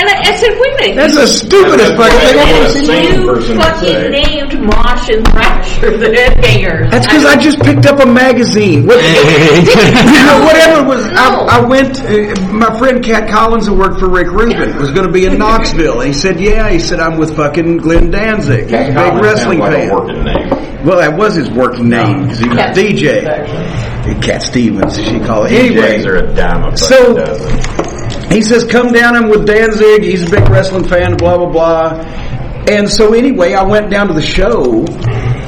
Speaker 7: And I, I said, wait a minute.
Speaker 8: That's
Speaker 7: you-
Speaker 8: the stupidest fucking thing I've ever
Speaker 7: you
Speaker 8: seen.
Speaker 7: fucking named Mosh and Thrasher the headbangers.
Speaker 8: That's because I just picked up a magazine. What, you know, whatever it was, I, I went. Uh, my friend Cat Collins, who worked for Rick Rubin, was going to be in Knoxville. He said, "Yeah." He said, "I'm with fucking Glenn Danzig, He's a big
Speaker 5: Collins
Speaker 8: wrestling
Speaker 5: sounds like
Speaker 8: fan."
Speaker 5: a working name.
Speaker 8: Well, that was his working name 'cause he was
Speaker 7: Cat
Speaker 8: a DJ. Cat Stevens, she called it. Anyway,
Speaker 5: DJs are a dime a
Speaker 8: So-
Speaker 5: fucking dozen.
Speaker 8: he says, "Come down. I'm with Danzig. He's a big wrestling fan. Blah blah blah." And so anyway, I went down to the show,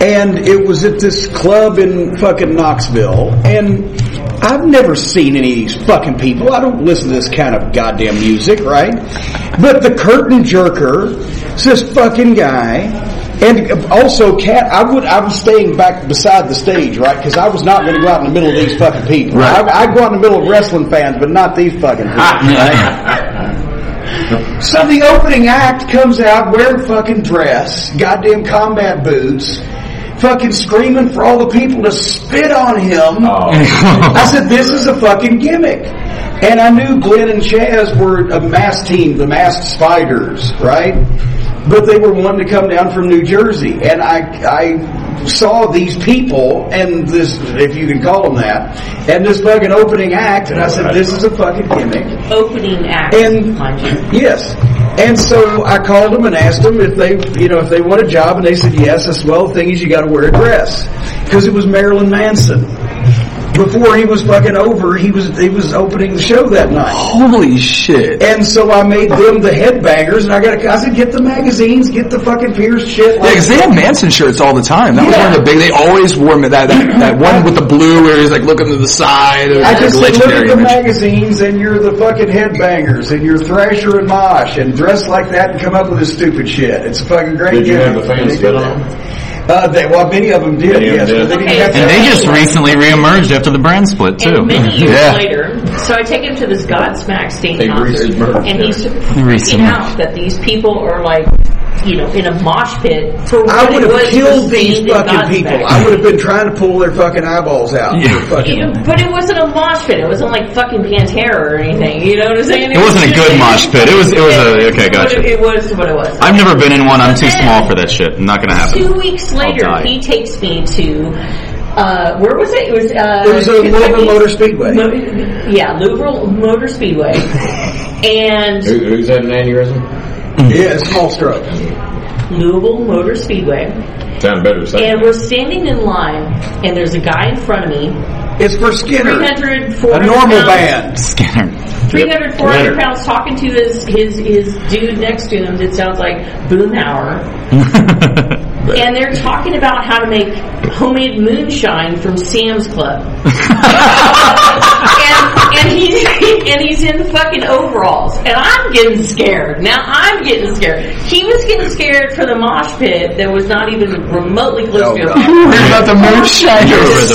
Speaker 8: and it was at this club in fucking Knoxville, and. I've never seen any of these fucking people. I don't listen to this kind of goddamn music, right? But the curtain jerker is this fucking guy and also, Cat, I would I was staying back beside the stage, right? Because I was not going to go out in the middle of these fucking people.
Speaker 4: Right.
Speaker 8: I, I go out in the middle of wrestling fans, but not these fucking people. so the opening act comes out wearing fucking dress, goddamn combat boots, fucking screaming for all the people to spit on him. I said, this is a fucking gimmick. And I knew Glenn and Chaz were a masked team, the masked spiders, right? But they were wanting to come down from New Jersey. And I, I saw these people and this, if you can call them that, and this fucking opening act. And I said, this is a fucking gimmick.
Speaker 7: Opening act.
Speaker 8: And-
Speaker 7: mind you.
Speaker 8: Yes. And so I called them and asked them if they, you know, if they want a job, and they said yes. I said, well, the thing is, you got to wear a dress because it was Marilyn Manson. Before he was fucking over, he was he was opening the show that night.
Speaker 4: Holy shit.
Speaker 8: And so I made them the headbangers, and I got I said, get the magazines, get the fucking Pierce shit.
Speaker 4: Yeah, because they had Manson shirts all the time. That was
Speaker 8: Yeah.
Speaker 4: one of the big. They always wore ma- that that, that one with the blue, where he's like looking to the side. It was
Speaker 8: I
Speaker 4: like
Speaker 8: just said, look at
Speaker 4: legendary
Speaker 8: the
Speaker 4: image.
Speaker 8: magazines, and you're the fucking headbangers, and you're Thrasher and Mosh, and dress like that, and come up with this stupid shit. It's a fucking great.
Speaker 5: Did you
Speaker 8: gimmick.
Speaker 5: have the fans
Speaker 8: They did
Speaker 5: spit
Speaker 8: that.
Speaker 5: on them?
Speaker 8: Uh, they, well, many of them did,
Speaker 5: Many of
Speaker 8: yes.
Speaker 5: them
Speaker 8: but They
Speaker 5: did.
Speaker 8: didn't have
Speaker 7: Okay.
Speaker 6: And they
Speaker 8: to-
Speaker 6: just recently reemerged after the brand split too.
Speaker 7: And many years
Speaker 4: Yeah.
Speaker 7: later, so I take him to this Godsmack state
Speaker 5: They
Speaker 7: concert,
Speaker 5: resurged.
Speaker 7: and he's
Speaker 6: Resurged.
Speaker 7: freaking out that these people are like, you know, in a mosh pit. For
Speaker 8: I
Speaker 7: what
Speaker 8: would
Speaker 7: it was
Speaker 8: have killed
Speaker 7: to
Speaker 8: these
Speaker 7: see the
Speaker 8: fucking
Speaker 7: Godsmack.
Speaker 8: people. I would have been trying to pull their fucking eyeballs out. They're fucking-
Speaker 7: You know, but it wasn't a mosh pit. It wasn't like fucking Pantera or anything. You know what I'm saying?
Speaker 6: It wasn't a good mosh pit. It was. It was a. Okay,
Speaker 7: But
Speaker 6: gotcha.
Speaker 7: It was what it was.
Speaker 6: I've never been in one. I'm too small for that shit. Not gonna happen.
Speaker 7: Two weeks later,
Speaker 6: die.
Speaker 7: he takes me to uh, where was it? It was uh,
Speaker 8: It was a Louisville
Speaker 7: Kentucky's-
Speaker 8: Motor Speedway.
Speaker 7: Mo- yeah, Louisville Motor Speedway,
Speaker 5: Who,
Speaker 7: and
Speaker 5: who's had an aneurysm?
Speaker 8: Yeah, small stroke.
Speaker 7: Louisville Motor Speedway.
Speaker 5: Sound better than
Speaker 7: And we're standing in line, and there's a guy in front of me,
Speaker 8: It's for Skinner.
Speaker 7: 300,
Speaker 8: A
Speaker 7: 400
Speaker 8: normal
Speaker 7: pounds,
Speaker 8: band.
Speaker 6: Skinner.
Speaker 7: 300, 400 pounds, talking to his his his dude next to him. That sounds like Boomhauer. and they're talking about how to make homemade moonshine from Sam's Club. and, and he's and he's in fucking overalls, and I'm getting scared. Now I'm getting scared. He was getting scared for the mosh pit that was not even remotely close to him.
Speaker 4: Worried about the
Speaker 7: This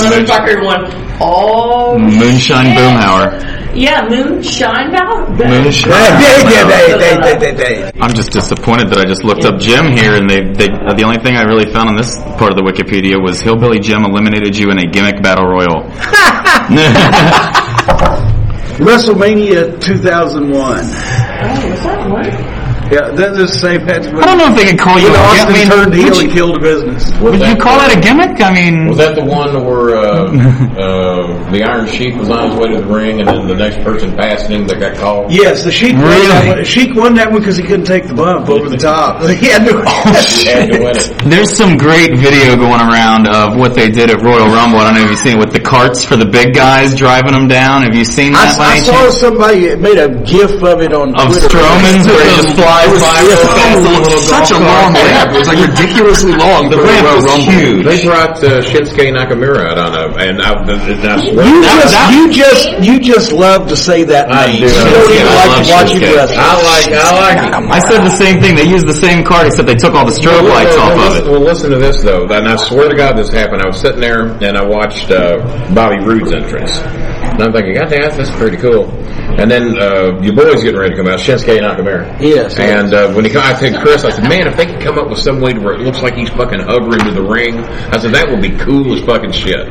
Speaker 4: moonshine.
Speaker 7: motherfucker won. Oh,
Speaker 6: Moonshine Boomhauer.
Speaker 7: yeah, moonshine mouth.
Speaker 6: Moonshine.
Speaker 8: they, they, they.
Speaker 6: I'm just disappointed that I just looked up Jim here, and they, they uh, the only thing I really found on this part of the Wikipedia was Hillbilly Jim eliminated you in a gimmick battle royal.
Speaker 8: WrestleMania 2001.
Speaker 7: Oh, was that one?
Speaker 8: Yeah, that's the same. That's
Speaker 6: I
Speaker 8: when
Speaker 6: don't know if they could call you. a gimmick.
Speaker 8: Austin
Speaker 6: I mean,
Speaker 8: turned heel
Speaker 6: would
Speaker 8: and
Speaker 6: you,
Speaker 8: killed a business.
Speaker 6: would you call that a gimmick? I mean,
Speaker 5: Was that the one where uh, uh, the Iron Sheik was on his way to the ring, and then the next person passed him that got called?
Speaker 8: Yes, the Sheik won that
Speaker 6: Really?
Speaker 8: one. Sheik won that one because he couldn't take the bump over the top. He had to-
Speaker 6: Oh,
Speaker 5: He had to win it.
Speaker 6: There's some great video going around of what they did at Royal Rumble. I don't know if you've seen it with the carts for the big guys driving them down. Have you seen
Speaker 8: I,
Speaker 6: that? by
Speaker 8: I
Speaker 6: any
Speaker 8: saw
Speaker 6: chance?
Speaker 8: somebody made a gif of it on
Speaker 6: of
Speaker 8: Twitter.
Speaker 6: Strowman's where he just
Speaker 4: It was, it was such a long rap. It was like ridiculously long.
Speaker 5: The
Speaker 4: for
Speaker 5: ramp
Speaker 4: Royal
Speaker 5: was
Speaker 4: Rumble.
Speaker 5: huge. They brought uh, Shinsuke Nakamura out on a, and I, and I swear,
Speaker 8: You
Speaker 5: that-
Speaker 8: just,
Speaker 5: that-
Speaker 8: you just, you just love to say that
Speaker 5: I
Speaker 8: name.
Speaker 5: do.
Speaker 8: You don't even
Speaker 5: I
Speaker 8: like
Speaker 5: love
Speaker 8: watching
Speaker 5: Shinsuke.
Speaker 8: wrestling.
Speaker 5: I like, I like.
Speaker 6: I said the same thing. They used the same card, except they took all the strobe
Speaker 5: Well,
Speaker 6: lights
Speaker 5: well,
Speaker 6: off
Speaker 5: well,
Speaker 6: of
Speaker 5: listen,
Speaker 6: it.
Speaker 5: Well, listen to this though, and I swear to God, this happened. I was sitting there and I watched uh, Bobby Roode's entrance, and I'm thinking, God damn, that's pretty cool. And then uh, your boy's getting ready to come out, Shinsuke Nakamura.
Speaker 8: Yes.
Speaker 5: And uh, when he come, I said, Chris, I said, man, if they could come up with some way to where it looks like he's fucking hovering to the ring, I said that would be cool as fucking shit.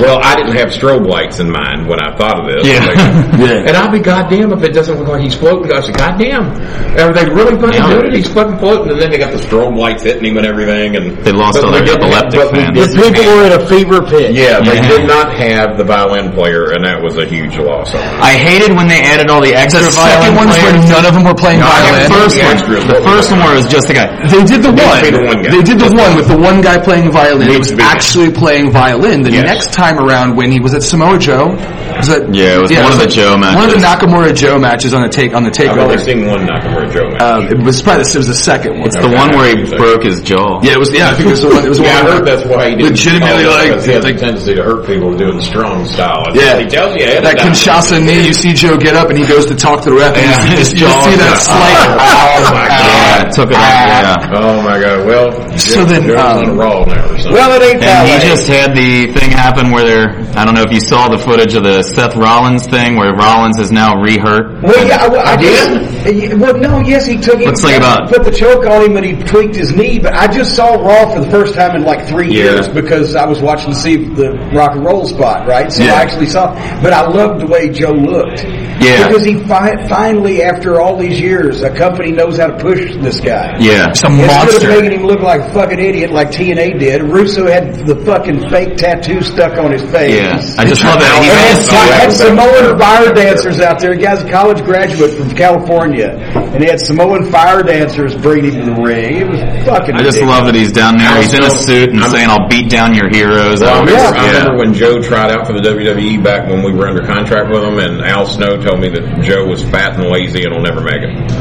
Speaker 5: Well, I didn't have strobe lights in mind when I thought of this.
Speaker 6: Yeah.
Speaker 5: Like,
Speaker 6: Yeah.
Speaker 5: And I'll be goddamn if it doesn't look like he's floating. I said, goddamn, are they really fucking doing it? He's fucking floating, and then they got the strobe lights hitting him and everything, and
Speaker 6: They lost
Speaker 5: but
Speaker 6: all
Speaker 5: we
Speaker 6: their
Speaker 5: didn't have-
Speaker 6: epileptic
Speaker 5: but we
Speaker 6: fans.
Speaker 5: didn't
Speaker 8: The people
Speaker 5: have-
Speaker 8: were in a fever pit.
Speaker 5: Yeah, they
Speaker 6: Yeah.
Speaker 5: did not have the violin player, and that was a huge loss. on them.
Speaker 6: I hated when they added all the extra
Speaker 4: The second
Speaker 6: violin
Speaker 4: ones where
Speaker 6: players.
Speaker 4: none of them were playing
Speaker 6: No, I
Speaker 4: violin.
Speaker 6: got the first
Speaker 5: Yeah,
Speaker 6: one.
Speaker 5: screw it.
Speaker 6: The first one where it was just a guy.
Speaker 4: They did the one.
Speaker 5: did the one guy.
Speaker 4: They did the one with the one guy playing violin. It was
Speaker 5: Big guy.
Speaker 4: actually playing violin. The
Speaker 5: Yes.
Speaker 4: next time around, when he was at Samoa Joe, was that
Speaker 6: Yeah, it was one of the Joe
Speaker 4: One of the
Speaker 6: matches.
Speaker 4: Nakamura Joe matches on a take on the
Speaker 5: I've only
Speaker 4: takeover.
Speaker 5: seen one Nakamura Joe match.
Speaker 4: Um, it was probably the, it was the second one.
Speaker 6: It's the one where he broke his jaw.
Speaker 4: yeah, it was. Yeah, I think it was the one. It was the
Speaker 5: yeah, I
Speaker 4: one
Speaker 5: heard that's why he didn't
Speaker 4: legitimately
Speaker 5: follow it,
Speaker 4: like-
Speaker 5: because he has
Speaker 4: like-
Speaker 5: a tendency to hurt people doing the strong style. It's-
Speaker 4: Yeah.
Speaker 5: he tells you ahead of
Speaker 4: that
Speaker 5: time.
Speaker 4: Kinshasa knee. You see Joe get up and he goes to talk to the ref. And
Speaker 6: Yeah,
Speaker 4: you
Speaker 6: his
Speaker 4: see, you
Speaker 6: jaw
Speaker 4: see
Speaker 6: was
Speaker 4: that
Speaker 6: like,
Speaker 4: slight.
Speaker 5: Oh my
Speaker 6: Yeah, it
Speaker 5: god!
Speaker 6: took it off. Yeah.
Speaker 5: Oh my god! Well,
Speaker 4: So
Speaker 5: Joe-
Speaker 4: then,
Speaker 5: Joe's
Speaker 4: um,
Speaker 5: on Raw now or something.
Speaker 8: Well, it ain't that
Speaker 6: And he
Speaker 8: way.
Speaker 6: just had the thing happen where they're, I don't know if you saw the footage of the Seth Rollins thing where Rollins is now rehurt.
Speaker 8: Well, yeah, I, well, I just, eh, well, no, yes, he took it.
Speaker 6: Looks like about-
Speaker 8: put the choke on him and he tweaked his knee. But I just saw Raw for the first time in like three
Speaker 5: Yeah.
Speaker 8: years because I was watching to see the rock and roll spot, right? So
Speaker 6: Yeah.
Speaker 8: I actually saw. But I loved the way Joe looked.
Speaker 6: Yeah.
Speaker 8: Because he fi- finally, after all these years, a company knows how to push this guy.
Speaker 6: Yeah.
Speaker 4: Some
Speaker 8: Instead
Speaker 4: monster.
Speaker 8: of making him look like a fucking idiot like TNA did, Russo had the fucking fake tattoo stuck on his face.
Speaker 6: Yeah. I just love that. He
Speaker 8: And
Speaker 6: ran
Speaker 8: had,
Speaker 6: so
Speaker 8: I had
Speaker 6: fast.
Speaker 8: Samoan fire dancers out there. The guy's a college graduate from California, and they had Samoan fire dancers bringing him to the ring. It was fucking.
Speaker 6: I just love that he's down there. He's in a suit and saying, I'll beat down your heroes.
Speaker 5: Well, I remember, I
Speaker 6: Yeah.
Speaker 5: remember when Joe tried out for the WWE back when we were under contract with him, and Al Snow told me that Joe was fat and lazy and will never make it.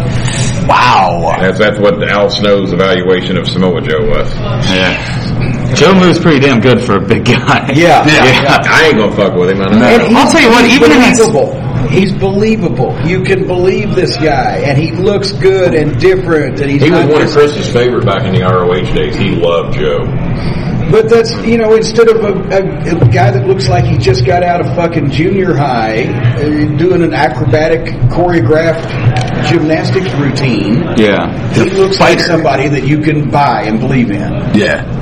Speaker 4: Wow.
Speaker 5: That's that's what Al Snow's evaluation of Samoa Joe was.
Speaker 6: Yeah. Joe moves pretty damn good for a big guy.
Speaker 8: Yeah.
Speaker 6: Yeah.
Speaker 5: I ain't gonna fuck with him. I know.
Speaker 8: And he's-
Speaker 6: I'll tell you what,
Speaker 8: he's
Speaker 6: even in that-
Speaker 8: believable. He's believable. You can believe this guy, and he looks good and different, and he's
Speaker 5: He was
Speaker 8: not
Speaker 5: one of
Speaker 8: just-
Speaker 5: Chris's favorite back in the ROH days. He loved Joe.
Speaker 8: But that's you know instead of a, a, a guy that looks like he just got out of fucking junior high uh, doing an acrobatic choreographed gymnastics routine,
Speaker 6: Yeah.
Speaker 8: he looks like somebody that you can buy and believe in.
Speaker 4: Yeah.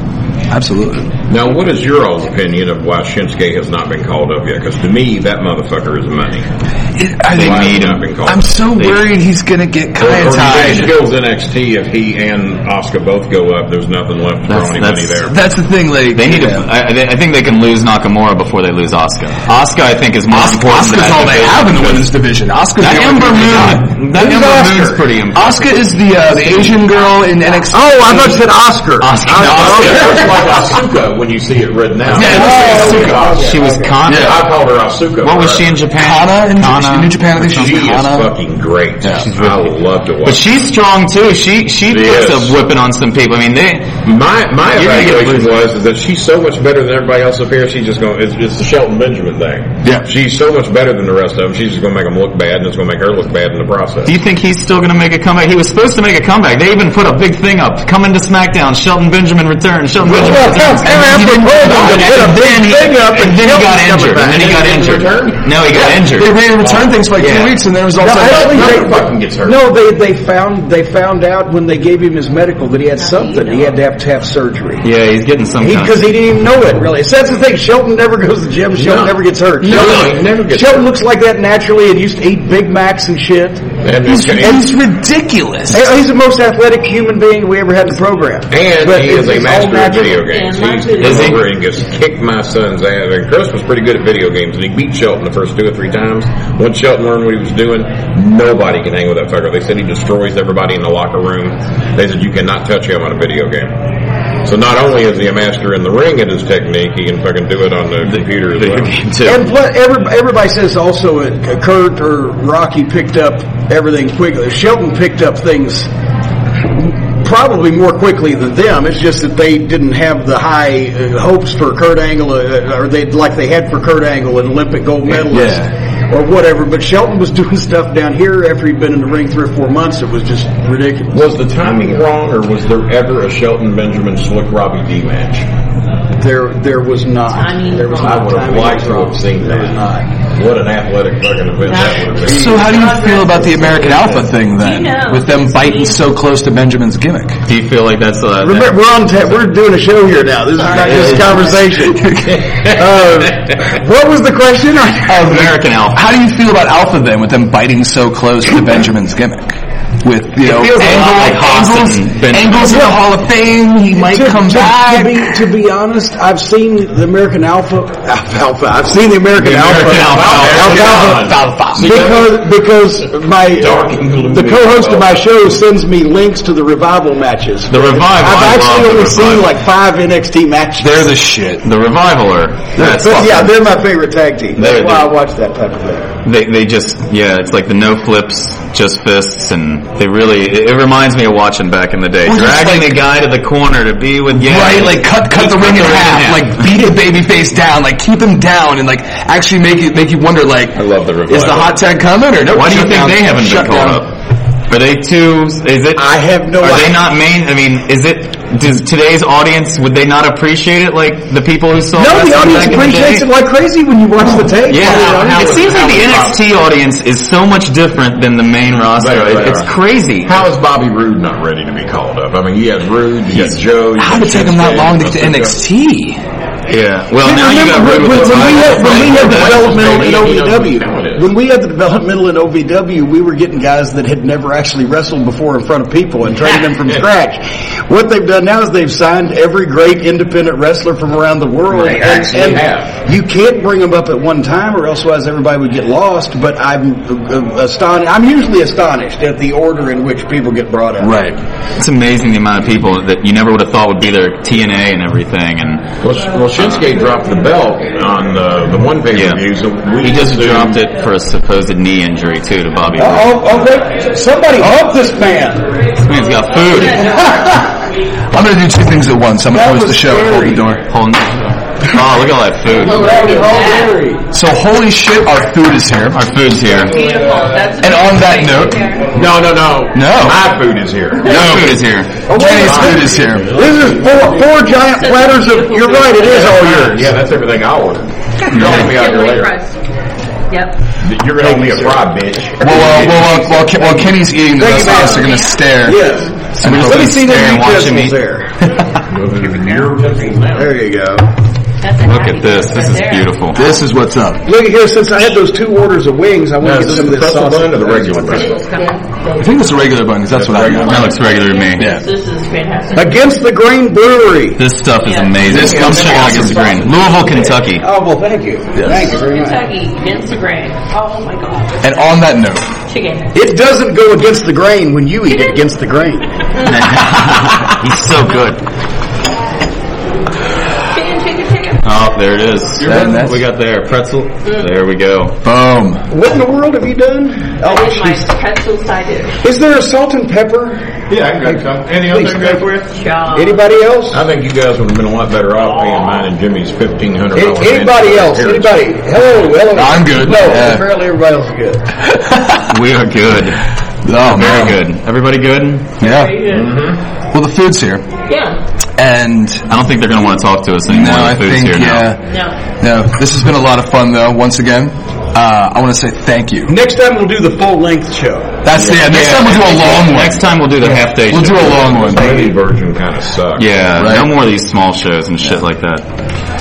Speaker 4: Absolutely.
Speaker 5: Now, what is your all's opinion of why Shinsuke has not been called up yet? Because to me, that motherfucker is money.
Speaker 4: It- I think
Speaker 5: Why has he not been called
Speaker 4: I'm
Speaker 5: up?
Speaker 4: so worried he's gonna get
Speaker 5: Or- or do you think
Speaker 4: chiatized.
Speaker 5: he goes NXT if he and Oscar both go up. There's nothing left for
Speaker 6: That's-
Speaker 5: anybody
Speaker 6: that's-
Speaker 5: there.
Speaker 4: That's the thing. Like
Speaker 6: They need
Speaker 4: you
Speaker 6: to.
Speaker 4: know.
Speaker 6: I, I I think they can lose Nakamura before they lose Asuka. Asuka, I think, is more
Speaker 4: Os-
Speaker 6: important.
Speaker 4: Oscar's
Speaker 6: than that
Speaker 4: all they
Speaker 6: division.
Speaker 4: have in the women's division. Oscar's
Speaker 6: That
Speaker 4: the only
Speaker 6: Ember
Speaker 4: thing they
Speaker 6: Moon.
Speaker 4: got.
Speaker 6: That
Speaker 4: Who's
Speaker 6: Ember
Speaker 4: Oscar?
Speaker 6: Moon's pretty important.
Speaker 4: Oscar is the uh, the Asian girl in NXT.
Speaker 12: Oh, I thought you said Oscar.
Speaker 6: Oscar.
Speaker 5: Yeah,
Speaker 6: Oscar.
Speaker 5: it's like Asuka when you see it written out.
Speaker 6: Yeah, it looks like
Speaker 5: Oh,
Speaker 6: Asuka.
Speaker 5: okay,
Speaker 6: She was
Speaker 5: okay.
Speaker 6: Kana.
Speaker 5: Yeah, I called her Asuka.
Speaker 6: What was
Speaker 5: right?
Speaker 6: she in Japan?
Speaker 4: Kana in Japan-
Speaker 6: Kana.
Speaker 4: in New Japan. I think she's
Speaker 5: She is
Speaker 4: Kana.
Speaker 5: fucking great. I would love to watch.
Speaker 6: But she's strong too. She she
Speaker 5: is.
Speaker 6: puts a whipping on some people. I mean, they.
Speaker 5: My my
Speaker 6: You're gonna get
Speaker 5: evaluation
Speaker 6: blue.
Speaker 5: was is that she's so much better than everybody else up here. She's just going. to It's, it's the Shelton Benjamin thing.
Speaker 4: Yeah.
Speaker 5: she's so much better than the rest of them. She's just going to make them look bad, and it's going to make her look bad in the process.
Speaker 6: Do you think he's still going to make a comeback? He was supposed to make a comeback. They even put a big thing up. Coming to SmackDown, Shelton Benjamin returns. Shelton Benjamin returns.
Speaker 12: and
Speaker 6: he
Speaker 12: after
Speaker 6: didn't-
Speaker 12: Roman put
Speaker 6: and
Speaker 12: a
Speaker 6: then
Speaker 12: big
Speaker 6: he-
Speaker 12: thing up and
Speaker 6: and then he got
Speaker 12: Shelton's
Speaker 6: injured.
Speaker 12: coming
Speaker 6: And then he
Speaker 5: back.
Speaker 6: got
Speaker 5: Didn't he
Speaker 6: injured.
Speaker 5: return?
Speaker 6: No, he got injured.
Speaker 4: They ran and returned things for like
Speaker 6: Yeah.
Speaker 4: two weeks, and there was all.
Speaker 12: I don't think
Speaker 5: Nobody
Speaker 12: they-
Speaker 5: fucking gets hurt.
Speaker 8: No, they they found they found out when they gave him his medical that he had something. He had to have to have surgery.
Speaker 6: Yeah, he's getting some kind
Speaker 8: Because
Speaker 6: of.
Speaker 8: he, didn't even know it, really. So that's the thing. Shelton never goes to the gym. Shelton
Speaker 5: No.
Speaker 8: never gets hurt.
Speaker 5: No,
Speaker 8: Shelton,
Speaker 5: he never gets
Speaker 8: Shelton
Speaker 5: hurt.
Speaker 8: looks like that naturally and used to eat Big Macs and shit.
Speaker 5: And,
Speaker 4: He's,
Speaker 5: and,
Speaker 4: he's ridiculous.
Speaker 8: Hey, He's the most athletic human being we ever had in the program.
Speaker 5: and
Speaker 8: But
Speaker 5: he is a
Speaker 8: it's all
Speaker 5: master of
Speaker 8: natural.
Speaker 5: video games.
Speaker 7: And
Speaker 5: He used
Speaker 7: my
Speaker 5: to
Speaker 7: dude.
Speaker 5: come over and just kick my son's ass. And Chris was pretty good at video games, and he beat Shelton the first two or three times. Once Shelton learned what he was doing, nobody can hang with that fucker. They said he destroys everybody in the locker room. They said you cannot touch him on a video game. So not only is he a master in the ring at his technique, he can fucking do it on the, computer as well.
Speaker 8: And plus, every, everybody says also that Kurt or Rocky picked up everything quickly. Shelton picked up things probably more quickly than them. It's just that they didn't have the high uh, hopes for Kurt Angle, uh, or they like they had for Kurt Angle, an Olympic gold medalist. Or whatever, but Shelton was doing stuff down here after he'd been in the ring three or four months. It was just ridiculous.
Speaker 5: Was the timing wrong, or was there ever a Shelton Benjamin Slick Robbie D match?
Speaker 8: There, there was not. there was
Speaker 5: I
Speaker 8: not
Speaker 5: would have
Speaker 8: timing.
Speaker 5: liked to have seen that. What an athletic fucking event that would have been.
Speaker 4: So how do you feel about the American Alpha thing then?
Speaker 7: You know.
Speaker 4: With them biting so close to Benjamin's gimmick?
Speaker 6: Do you feel like that's uh, that-
Speaker 8: Remember, we're on. Ta- we're doing a show here now. This is not just a conversation. uh, what was the question?
Speaker 4: Of American Alpha. How do you feel about Alpha then with them biting so close to Benjamin's gimmick? With, you know,
Speaker 6: feels a lot
Speaker 4: Angle-
Speaker 6: like Haas and
Speaker 4: Angle's,
Speaker 6: Benjamin.
Speaker 4: Angle's in the Hall of Fame, he might come back.
Speaker 8: To be, to be honest, I've seen the American Alpha. Alpha. I've seen the American,
Speaker 6: American
Speaker 8: Alpha.
Speaker 6: Alpha.
Speaker 8: Alpha. Because because my
Speaker 5: Dark and gloomy.
Speaker 8: the co-host of my show sends me links to the revival matches.
Speaker 6: The revival.
Speaker 8: I've
Speaker 6: I love
Speaker 8: actually
Speaker 6: the
Speaker 8: only seen
Speaker 6: revival.
Speaker 8: like five NXT matches.
Speaker 4: They're the shit.
Speaker 6: the revivaler. That's
Speaker 8: but yeah,
Speaker 6: fucking-
Speaker 8: they're my favorite tag team. That's
Speaker 6: They're-
Speaker 8: why I
Speaker 6: they're-
Speaker 8: watch that type of thing.
Speaker 6: they they just yeah, it's like the no flips, just fists, and they really. It, it reminds me of watching back in the day,
Speaker 4: Well, just
Speaker 6: dragging a guy to the corner to be with Yang.
Speaker 4: Right, like cut cut
Speaker 6: Just
Speaker 4: the ring in
Speaker 6: cut
Speaker 4: half, like beat the baby face down, like keep him down, and like actually make you make you wonder, like,
Speaker 5: I love the revival.
Speaker 4: is the hot tag coming or no?
Speaker 6: Why do you
Speaker 4: shut
Speaker 6: think
Speaker 4: down,
Speaker 6: they haven't been
Speaker 4: shut
Speaker 6: called
Speaker 4: down.
Speaker 6: up? Are they too? Is it?
Speaker 8: I have no
Speaker 6: Are
Speaker 8: idea.
Speaker 6: they not main? I mean, is it? Does today's audience would they not appreciate it like the people who
Speaker 8: No,
Speaker 6: saw? wrestling
Speaker 8: the audience
Speaker 6: back in the
Speaker 8: appreciates
Speaker 6: day?
Speaker 8: it like crazy when you watch the tape.
Speaker 6: Yeah,
Speaker 8: I mean,
Speaker 6: it
Speaker 8: it's-
Speaker 6: seems like the NXT audience is so much different than the main roster.
Speaker 5: Right, right,
Speaker 6: it's
Speaker 5: right.
Speaker 6: crazy.
Speaker 5: How is Bobby Roode not ready to be called up? I mean, you had Roode, you got Joe. You
Speaker 4: How
Speaker 5: got
Speaker 4: would it take them that
Speaker 5: Shinsuke,
Speaker 4: long to
Speaker 5: you
Speaker 4: get to
Speaker 5: got-
Speaker 4: NXT?
Speaker 6: Yeah. Well, now you got
Speaker 8: Remember
Speaker 6: Roode
Speaker 8: when, when,
Speaker 6: with the
Speaker 8: when we had,
Speaker 6: title.
Speaker 8: when we had the developmental E. in
Speaker 5: That's the only thing
Speaker 8: OVW,
Speaker 5: that is.
Speaker 8: when we had the developmental in OVW, we were getting guys that had never actually wrestled before in front of people and training them from scratch. What they've done now is they've signed every great independent wrestler from around the world.
Speaker 5: They
Speaker 8: and,
Speaker 5: actually
Speaker 8: and
Speaker 5: have.
Speaker 8: You can't bring them up at one time or elsewise everybody would get lost, but I'm uh, astonished. I'm usually astonished at the order in which people get brought up.
Speaker 4: Right.
Speaker 6: It's amazing the amount of people that you never would have thought would be there. TNA and everything, and
Speaker 5: Well, Sh- well, Shinsuke dropped the belt on the, the one pay per view. So we
Speaker 6: he just
Speaker 5: assumed-
Speaker 6: dropped it for a supposed knee injury too to Bobby. Roode.
Speaker 8: Oh, oh, they- somebody help this man.
Speaker 6: This man's got food.
Speaker 4: I'm gonna do two things at once. I'm gonna close the show. and Hold the door.
Speaker 6: Hold on. Oh, look at all that food.
Speaker 7: Oh,
Speaker 4: So holy shit, our food is here.
Speaker 6: Our food's here.
Speaker 7: Beautiful. That's
Speaker 4: And on that note,
Speaker 5: No, no, no.
Speaker 4: No.
Speaker 5: My food is here.
Speaker 6: No food is here.
Speaker 4: Jenny's food is here.
Speaker 8: This is four, four giant platters of. You're right, it is
Speaker 6: Oh,
Speaker 8: all yours.
Speaker 5: Yeah, that's everything I ordered. You're gonna be out here
Speaker 7: Gilroy
Speaker 5: later.
Speaker 7: crust. Yep.
Speaker 5: You're going to owe me a fry, bitch.
Speaker 4: Well, uh, well, uh, while, Ke- while Kenny's eating, the
Speaker 8: Thank
Speaker 4: rest
Speaker 8: you,
Speaker 4: of
Speaker 8: ma'am.
Speaker 4: us are gonna stare.
Speaker 8: Yes.
Speaker 4: And we're
Speaker 8: Let me
Speaker 4: gonna
Speaker 8: see
Speaker 4: stare
Speaker 8: them
Speaker 4: and watch him
Speaker 8: utensils
Speaker 4: eat.
Speaker 8: there.
Speaker 5: There
Speaker 8: There you go.
Speaker 7: That's a
Speaker 6: Look
Speaker 7: happy
Speaker 6: at this. This
Speaker 7: place
Speaker 6: is
Speaker 7: right there.
Speaker 6: beautiful.
Speaker 4: This is what's up.
Speaker 8: Look at here, since I had those two orders of wings, I want to get some of this
Speaker 5: pretzel
Speaker 8: sauce.
Speaker 5: bun or the regular bun?
Speaker 4: I think it's a regular bun, 'cause that's what I know.
Speaker 6: That looks regular to me.
Speaker 4: Yeah.
Speaker 7: This is fantastic.
Speaker 8: Against the Grain Brewery.
Speaker 6: This stuff is amazing.
Speaker 4: This
Speaker 6: I'm
Speaker 4: comes
Speaker 6: sure
Speaker 4: from
Speaker 6: I disagree. Louisville, Kentucky.
Speaker 8: Oh, well, thank you. Thank you very much.
Speaker 7: Kentucky, Instagram. Oh my god.
Speaker 4: And on that note,
Speaker 7: Chicken.
Speaker 8: It doesn't go against the grain when you eat it against the grain.
Speaker 6: He's so good.
Speaker 7: Chicken, chicken, chicken.
Speaker 6: Oh, there it is.
Speaker 4: That- that's-
Speaker 6: we got there. Pretzel.
Speaker 8: Mm.
Speaker 6: There we go.
Speaker 4: boom.
Speaker 8: What in the world have you done?
Speaker 7: I
Speaker 8: Oh,
Speaker 7: did my pretzel side dish.
Speaker 8: is there a salt and pepper?
Speaker 5: Yeah, I can go. some. Any other thing good for you?
Speaker 7: Job.
Speaker 8: Anybody else?
Speaker 5: I think you guys would have been a lot better off paying mine and Jimmy's fifteen hundred
Speaker 8: Any-
Speaker 3: Oh,
Speaker 5: dollars.
Speaker 8: Anybody else? Anybody? Hello, hello.
Speaker 4: I'm good.
Speaker 8: No,
Speaker 4: Yeah.
Speaker 8: apparently everybody else is good.
Speaker 6: We are good.
Speaker 4: Oh,
Speaker 6: Very
Speaker 4: man.
Speaker 6: good. Mm-hmm. Everybody good?
Speaker 4: Yeah. Well, the food's here,
Speaker 7: Yeah.
Speaker 4: and
Speaker 6: I don't think they're going to want to talk to us anymore.
Speaker 4: no,
Speaker 6: the
Speaker 4: I
Speaker 6: food's
Speaker 4: think
Speaker 6: here now.
Speaker 4: yeah.
Speaker 7: No.
Speaker 4: No, this has been a lot of fun though. Once again, uh, I want to say thank you.
Speaker 8: Next time we'll do the full length show.
Speaker 4: That's yeah. next time we'll do a long one.
Speaker 6: Next time we'll do the half day.
Speaker 4: We'll do a long one.
Speaker 5: Lady version kind of sucks.
Speaker 6: Yeah,
Speaker 4: Right.
Speaker 6: no more of these small shows and shit like that.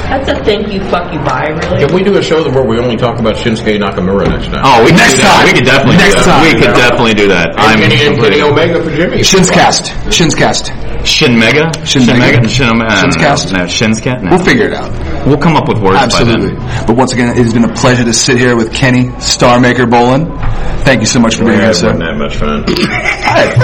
Speaker 7: That's a thank you, fuck you, bye, really.
Speaker 5: Can we do a show that where we only talk about Shinsuke Nakamura next time?
Speaker 6: Oh, we could
Speaker 4: Next
Speaker 6: do that.
Speaker 4: time.
Speaker 6: we could definitely
Speaker 4: Next
Speaker 6: do that.
Speaker 4: time.
Speaker 6: we could definitely do that.
Speaker 5: I'm
Speaker 6: I'm
Speaker 5: Kenny, and Kenny
Speaker 6: completely
Speaker 5: Omega for Jimmy.
Speaker 4: Shinscast. Shinscast.
Speaker 6: Shin Mega,
Speaker 4: Shin
Speaker 6: Shin
Speaker 4: Mega.
Speaker 6: Mega, Shin Omega,
Speaker 4: Shinscast.
Speaker 6: no, Shinscat. No.
Speaker 4: We'll figure it out.
Speaker 6: We'll come up with words.
Speaker 4: Absolutely.
Speaker 6: By then.
Speaker 4: But once again, it has been a pleasure to sit here with Kenny Starmaker Bolin. Thank you so much for
Speaker 5: Yeah,
Speaker 4: being here,
Speaker 5: it wasn't
Speaker 4: sir.
Speaker 5: that much fun.
Speaker 4: Hey.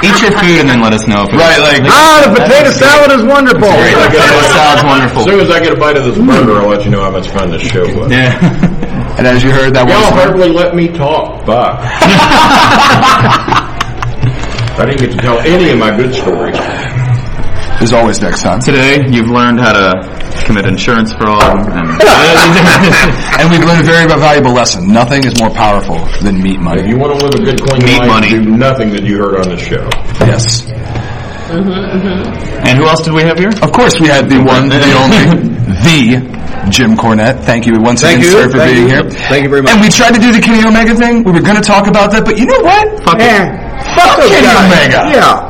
Speaker 6: Eat your food and then let us know if it
Speaker 5: Right, like-
Speaker 8: Ah, the potato salad is wonderful.
Speaker 6: sounds wonderful.
Speaker 5: As soon as I get a bite of this burger, I'll let you know how much fun this show was.
Speaker 6: Yeah.
Speaker 4: And as you heard, that
Speaker 5: Y'all
Speaker 4: was
Speaker 5: hardly let me talk. Fuck. I didn't get to tell any of my good stories.
Speaker 4: there's always next time.
Speaker 6: Today, you've learned how to commit insurance fraud and
Speaker 4: and we've learned a very valuable lesson. Nothing is more powerful than meat
Speaker 5: If
Speaker 4: money.
Speaker 5: you want to live a good, clean
Speaker 6: Need
Speaker 5: life,
Speaker 6: money.
Speaker 5: do nothing that you heard on this show.
Speaker 4: Yes.
Speaker 6: And who else did we have here?
Speaker 4: Of course, we had the one, the only, the Jim Cornette. Thank you once
Speaker 8: Thank
Speaker 4: again,
Speaker 8: you.
Speaker 4: sir, for
Speaker 8: Thank
Speaker 4: being
Speaker 8: you.
Speaker 4: here.
Speaker 8: Thank you very much.
Speaker 4: And we tried to do the Kenny Omega thing. We were going to talk about that, but you know what?
Speaker 6: Fuck it.
Speaker 8: Yeah. Fuck those
Speaker 4: Kenny
Speaker 8: guys.
Speaker 4: Omega.
Speaker 8: Yeah.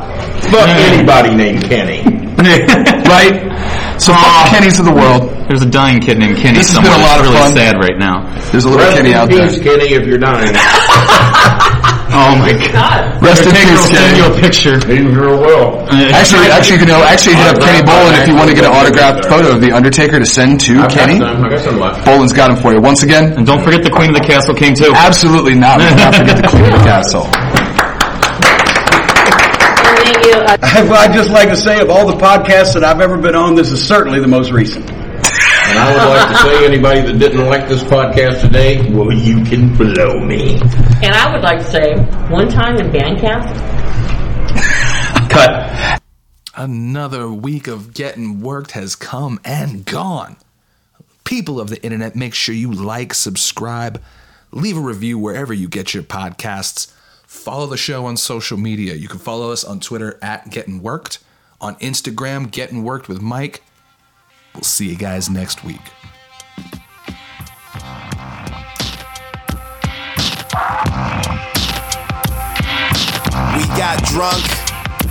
Speaker 5: Fuck anybody named Kenny.
Speaker 4: right? So fuck Kenny's of the world.
Speaker 6: There's a dying kid named Kenny
Speaker 4: This has been
Speaker 6: somewhere.
Speaker 4: a lot
Speaker 6: that's
Speaker 4: of
Speaker 6: really
Speaker 4: fun.
Speaker 6: sad right now.
Speaker 4: There's a little
Speaker 5: Rest
Speaker 4: Kenny
Speaker 5: in
Speaker 4: out there.
Speaker 5: peace, Kenny, if you're dying.
Speaker 6: Oh my god.
Speaker 4: Rest in
Speaker 6: I'll
Speaker 4: peace,
Speaker 6: send you a
Speaker 4: Kenny.
Speaker 6: picture.
Speaker 5: He was real well.
Speaker 4: Actually, actually, you know, actually hit up Kenny Bolin if you want to get an autographed photo of the Undertaker to send to
Speaker 5: I've
Speaker 4: Kenny.
Speaker 5: got some. I got some left.
Speaker 4: Bolin's got him for you. Once again,
Speaker 6: and don't forget the Queen of the Castle King too.
Speaker 4: absolutely not. We cannot forget to clear the castle.
Speaker 7: Thank you. I-
Speaker 8: I'd just like to say, of all the podcasts that I've ever been on, this is certainly the most recent.
Speaker 5: And I would like to say anybody that didn't like this podcast today, well, you can blow me.
Speaker 7: And I would like to say, one time in Bandcamp,
Speaker 2: Another week of getting worked has come and gone. People of the internet, make sure you like, subscribe, leave a review wherever you get your podcasts. Follow the show on social media. You can follow us on Twitter at Getting Worked, on Instagram, Getting Worked with Mike. We'll see you guys next week.
Speaker 1: We got drunk.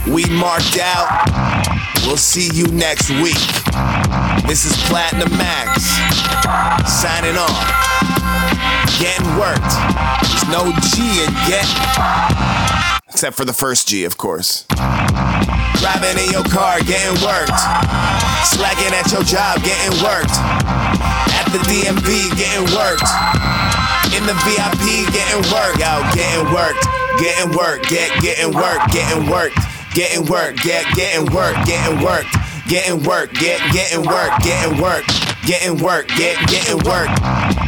Speaker 1: We marked out. We'll see you next week. This is Platinum Max. Signing off. Getting worked. There's no G in get. Except for the first G, of course. Driving in your car, getting worked. Slacking at your job, getting worked. At the DMV, getting worked. In the VIP, getting work out, getting worked, getting work, get getting work, getting work, getting work, get getting work, getting work, getting work, get getting work, getting work, getting work, get getting work.